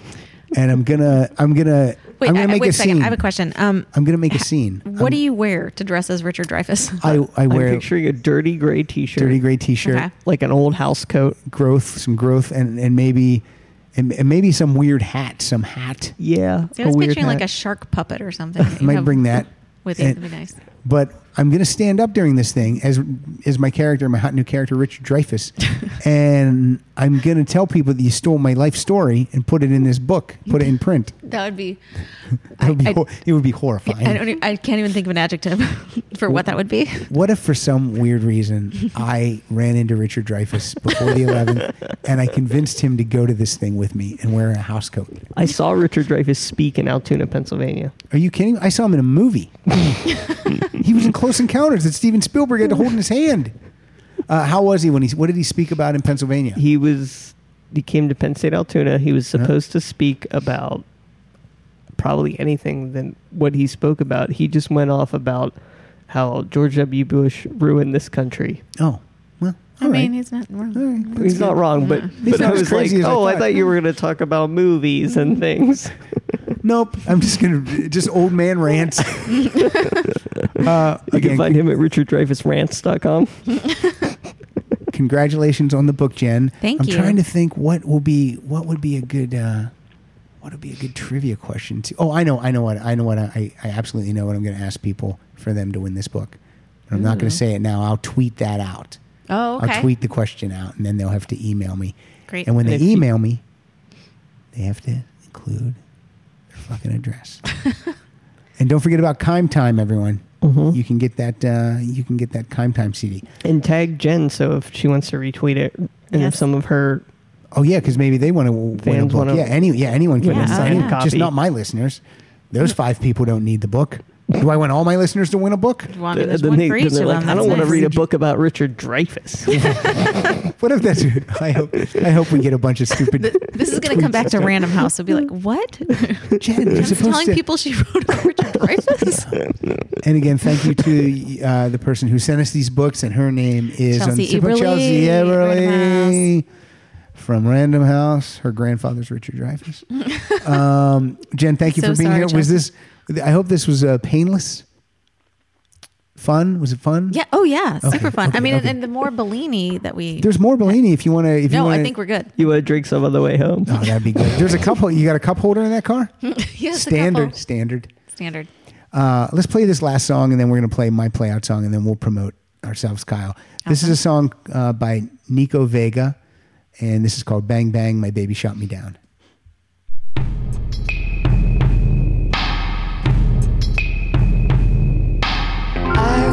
S2: and I'm gonna I'm gonna
S4: Wait,
S2: I'm
S4: I,
S2: gonna make
S4: wait
S2: a
S4: a second.
S2: scene.
S4: I have a question. Um,
S2: am gonna make a scene.
S4: what do you wear to dress as Richard Dreyfuss?
S2: I I
S3: I'm
S2: wear
S3: picturing a dirty gray T-shirt,
S2: dirty gray T-shirt,
S4: Okay.
S3: like an old house coat.
S2: growth, some growth, and and maybe and, and maybe some weird hat, some hat.
S3: Yeah,
S4: See, I was
S3: a weird
S4: picturing like
S3: hat.
S4: a shark puppet or something.
S2: I might bring that
S4: with you.
S2: And-
S4: That'd be nice.
S2: But I'm gonna stand up during this thing as as my character, my hot new character, Richard Dreyfuss, and I'm gonna tell people that you stole my life story and put it in this book, put it in print.
S4: That would be.
S2: That would be
S4: I-
S2: hor- it would be
S4: I
S2: horrifying.
S4: don't. e- I can't even think of an adjective for what that would be.
S2: What if, for some weird reason, I ran into Richard Dreyfuss before the 11th and I convinced him to go to this thing with me and wear a house coat?
S3: I saw Richard Dreyfuss speak in Altoona, Pennsylvania.
S2: Are you kidding? I saw him in a movie. he was in Close Encounters that Steven Spielberg had to hold in his hand. Uh, how was he when he? What did he speak about in Pennsylvania?
S3: He was he came to Penn State Altoona. He was
S2: Uh-huh.
S3: supposed to speak about probably anything than what he spoke about. He just went off about how George W. Bush ruined this country.
S2: oh, well,
S4: I
S2: all right.
S4: mean, he's not wrong.
S2: All right. That's
S3: He's not
S2: good.
S3: wrong, but, but
S2: not as
S3: I was like,
S2: crazy as I
S3: oh, I
S2: thought."
S3: thought you were going to talk about movies and things.
S2: Nope. I'm just gonna just old man rants. uh,
S3: You can
S2: again,
S3: find him at richarddreyfussrants.com.
S2: congratulations on the book, Jen.
S4: Thank
S2: I'm
S4: you.
S2: I'm trying to think what will be what would be a good uh, what would be a good trivia question to. Oh, I know, I know what I know what I I absolutely know what I'm going to ask people for them to win this book. But I'm not going to say it now. I'll tweet that out.
S4: Mm. Oh, okay.
S2: I'll tweet the question out, and then they'll have to email me.
S4: Great.
S2: And when
S3: And
S2: they
S3: if you-
S2: email me, they have to include their fucking address. and don't forget about Kime Time, everyone. You can get that. Uh, you can get that Kime Time CD.
S3: And tag Jen so if she wants to retweet it and if
S4: Yes.
S3: some of her
S2: Oh yeah, because maybe they want to win a
S3: Fans
S2: book.
S3: wanna-
S2: yeah, any yeah anyone can
S3: Yeah,
S2: win.
S3: oh,
S2: something.
S3: yeah.
S2: Just
S3: Copy.
S2: not my listeners. Those five people don't need the book. Do I want all my listeners to win a book?
S4: Well, I mean, there's
S3: then
S4: one
S3: they,
S4: for
S3: then
S4: each
S3: they're
S4: of
S3: like,
S4: them.
S3: I
S4: That's
S3: don't want to
S4: nice.
S3: read a book about Richard Dreyfuss.
S2: What if that's? I hope I hope we get a bunch of stupid.
S4: This is going to come back to Random House. We'll be like, what?
S2: Jen, you're
S4: Jen's
S2: supposed
S4: telling
S2: to.
S4: people she wrote about Richard Dreyfuss.
S2: And again, thank you to uh, the person who sent us these books, and her name is
S4: Chelsea
S2: on
S4: Eberle,
S2: Chelsea Eberle
S4: Random
S2: from Random House. Her grandfather's Richard Dreyfuss. um, Jen, thank you
S4: So
S2: for being
S4: sorry,
S2: here. Was this? I hope this was uh, painless. Fun? Was it fun?
S4: Yeah. Oh, yeah. Super
S2: Okay,
S4: fun.
S2: okay,
S4: I mean, and,
S2: okay.
S4: and the more Bellini that we.
S2: There's more Bellini if you want to. If you
S4: no,
S2: wanna,
S4: I think we're good.
S3: you want to drink some on the way home?
S2: Oh, that'd be good. There's a cup. hol- You got a cup holder in that car?
S4: Yes, a
S2: standard,
S4: couple.
S2: standard.
S4: Standard.
S2: Uh, let's play this last song, and then we're gonna play my playout song, and then we'll promote ourselves, Kyle. This is a song uh, by Nico Vega, and this is called "Bang Bang." My baby shot me down.
S5: I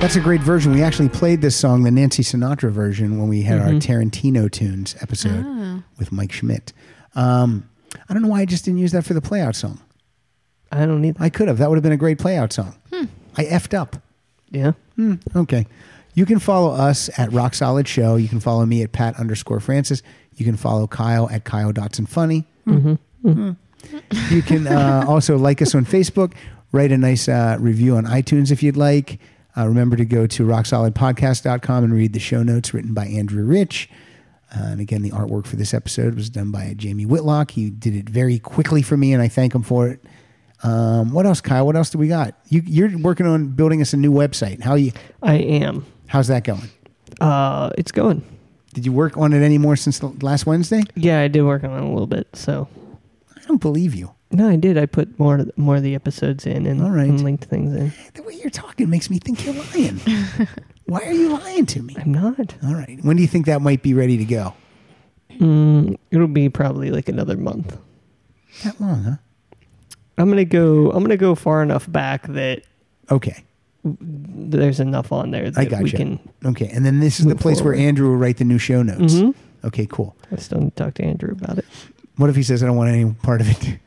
S2: That's a great version. We actually played this song, the Nancy Sinatra version, when we had our
S4: Mm-hmm.
S2: Tarantino tunes episode
S4: Ah.
S2: with Mike Schmidt. Um, I don't know why I just didn't use that for the playout song.
S3: I don't need that.
S2: I could have. That would have been a great playout song.
S4: Hmm.
S2: I effed up.
S3: Yeah.
S2: Okay. You can follow us at Rock Solid Show. You can follow me at Pat underscore Francis. You can follow Kyle at Kyle Dotson Funny. Mm. You can uh, also like us on Facebook. Write a nice uh, review on iTunes if you'd like. Uh, remember to go to rocksolidpodcast.com and read the show notes written by Andrew Rich. Uh, and again, the artwork for this episode was done by Jamie Whitlock. He did it very quickly for me, and I thank him for it. Um, what else, Kyle? What else do we got? You, you're working on building us a new website. How you?
S3: I am.
S2: How's that going?
S3: Uh, it's going.
S2: Did you work on it any more since the last Wednesday?
S3: Yeah, I did work on it a little bit. So
S2: I don't believe you.
S3: no, I did. I put more more of the episodes in and,
S2: All right.
S3: and linked things in.
S2: The way you're talking makes me think you're lying. Why are you lying to me?
S3: I'm not.
S2: All right. When do you think that might be ready to go?
S3: Mm, It'll be probably like another month.
S2: That long, huh?
S3: I'm gonna go. I'm gonna go far enough back that
S2: Okay.
S3: there's enough on there that
S2: I got
S3: we
S2: you.
S3: can.
S2: okay. And then this is the
S3: move
S2: place where
S3: forward.
S2: Andrew will write the new show notes.
S4: Mm-hmm.
S2: Okay, cool.
S3: I still need to talk to Andrew about it.
S2: What if he says, I don't want any part of it?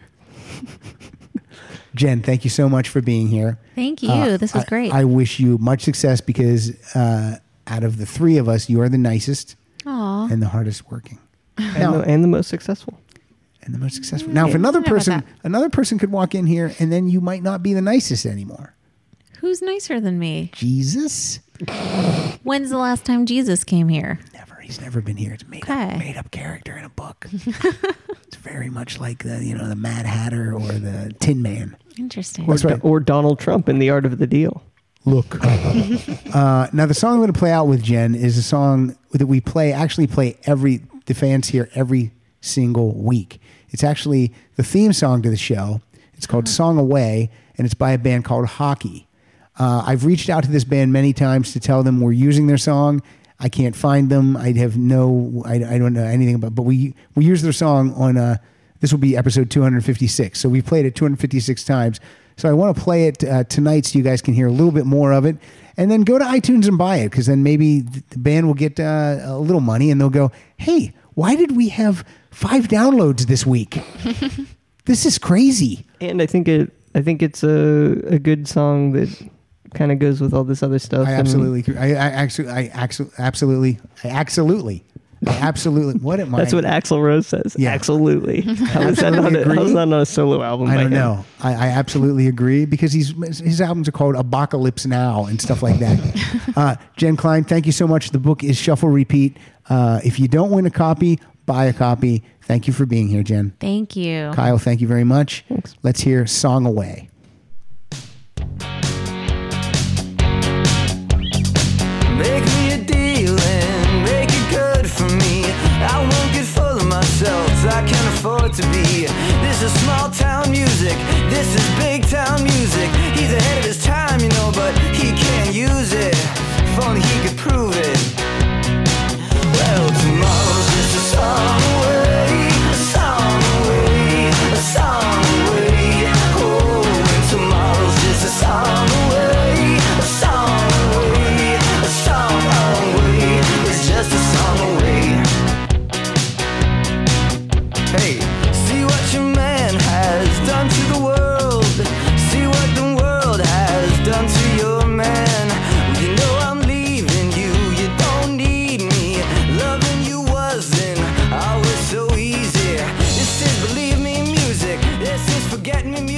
S2: Jen, thank you so much for being here.
S4: Thank you.
S2: Uh,
S4: this was
S2: I-
S4: great.
S2: I wish you much success because uh, out of the three of us, you are the nicest
S4: Aw.
S2: and the hardest working.
S3: And, the, and the most successful.
S2: and the most
S4: Mm-hmm.
S2: successful. Now, if another
S4: don't know about
S2: person,
S4: that.
S2: another person could walk in here, and then you might not be the nicest anymore.
S4: Who's nicer than me?
S2: Jesus,
S4: When's the last time Jesus came here?
S2: never. He's never been here. It's made
S4: Okay.
S2: up, made up character in a book. it's very much like the you know the Mad Hatter or the Tin Man.
S4: Interesting.
S2: That's right.
S3: Or Donald Trump in The Art of the Deal.
S2: Look. uh, now the song I'm going to play out with Jen is a song that we play actually play every the fans here every single week. It's actually the theme song to the show. It's called "Song Away" and it's by a band called Hockey. Uh, I've reached out to this band many times to tell them we're using their song. I can't find them. I have no. I, I don't know anything about. But we we use their song on. Uh, this will be episode 256. So we played it 256 times. So I want to play it uh, tonight so you guys can hear a little bit more of it. And then go to iTunes and buy it because then maybe th- the band will get uh, a little money and they'll go, hey, why did we have five downloads this week? this is crazy.
S3: And I think it. I think it's a a good song that kind of goes with all this other stuff.
S2: I
S3: and-
S2: absolutely, I, I actually, I axo- absolutely, I absolutely, I absolutely. What am I?
S3: That's what Axl Rose says.
S2: Yeah.
S3: Absolutely. How is that not
S2: Absolutely
S3: a,
S2: agree.
S3: how is that not a solo album?
S2: I
S3: by
S2: don't
S3: him?
S2: know. I, I absolutely agree because he's his albums are called Apocalypse Now and stuff like that. uh, Jen Klein, thank you so much. The book is Shuffle Repeat. Uh, if you don't win a copy, buy a copy. Thank you for being here, Jen.
S4: Thank you.
S2: Kyle, thank you very much. Let's hear Song Away.
S1: Make me a deal and make it good for me. I won't get full of myself, 'cause I can't afford to be. This is small town music, this is big town music. He's ahead of his time, you know, but he can't use it. If only he could prove it. Well, tomorrow's just a song away, a song away, a song away. Oh, and tomorrow's just a song away, a song away, a song away. It's just a song away. Hey, see what your man has done to the world. See what the world has done to your man. You know I'm leaving you, you don't need me. Loving you wasn't always so easy. This is believe me music. This is forget me music.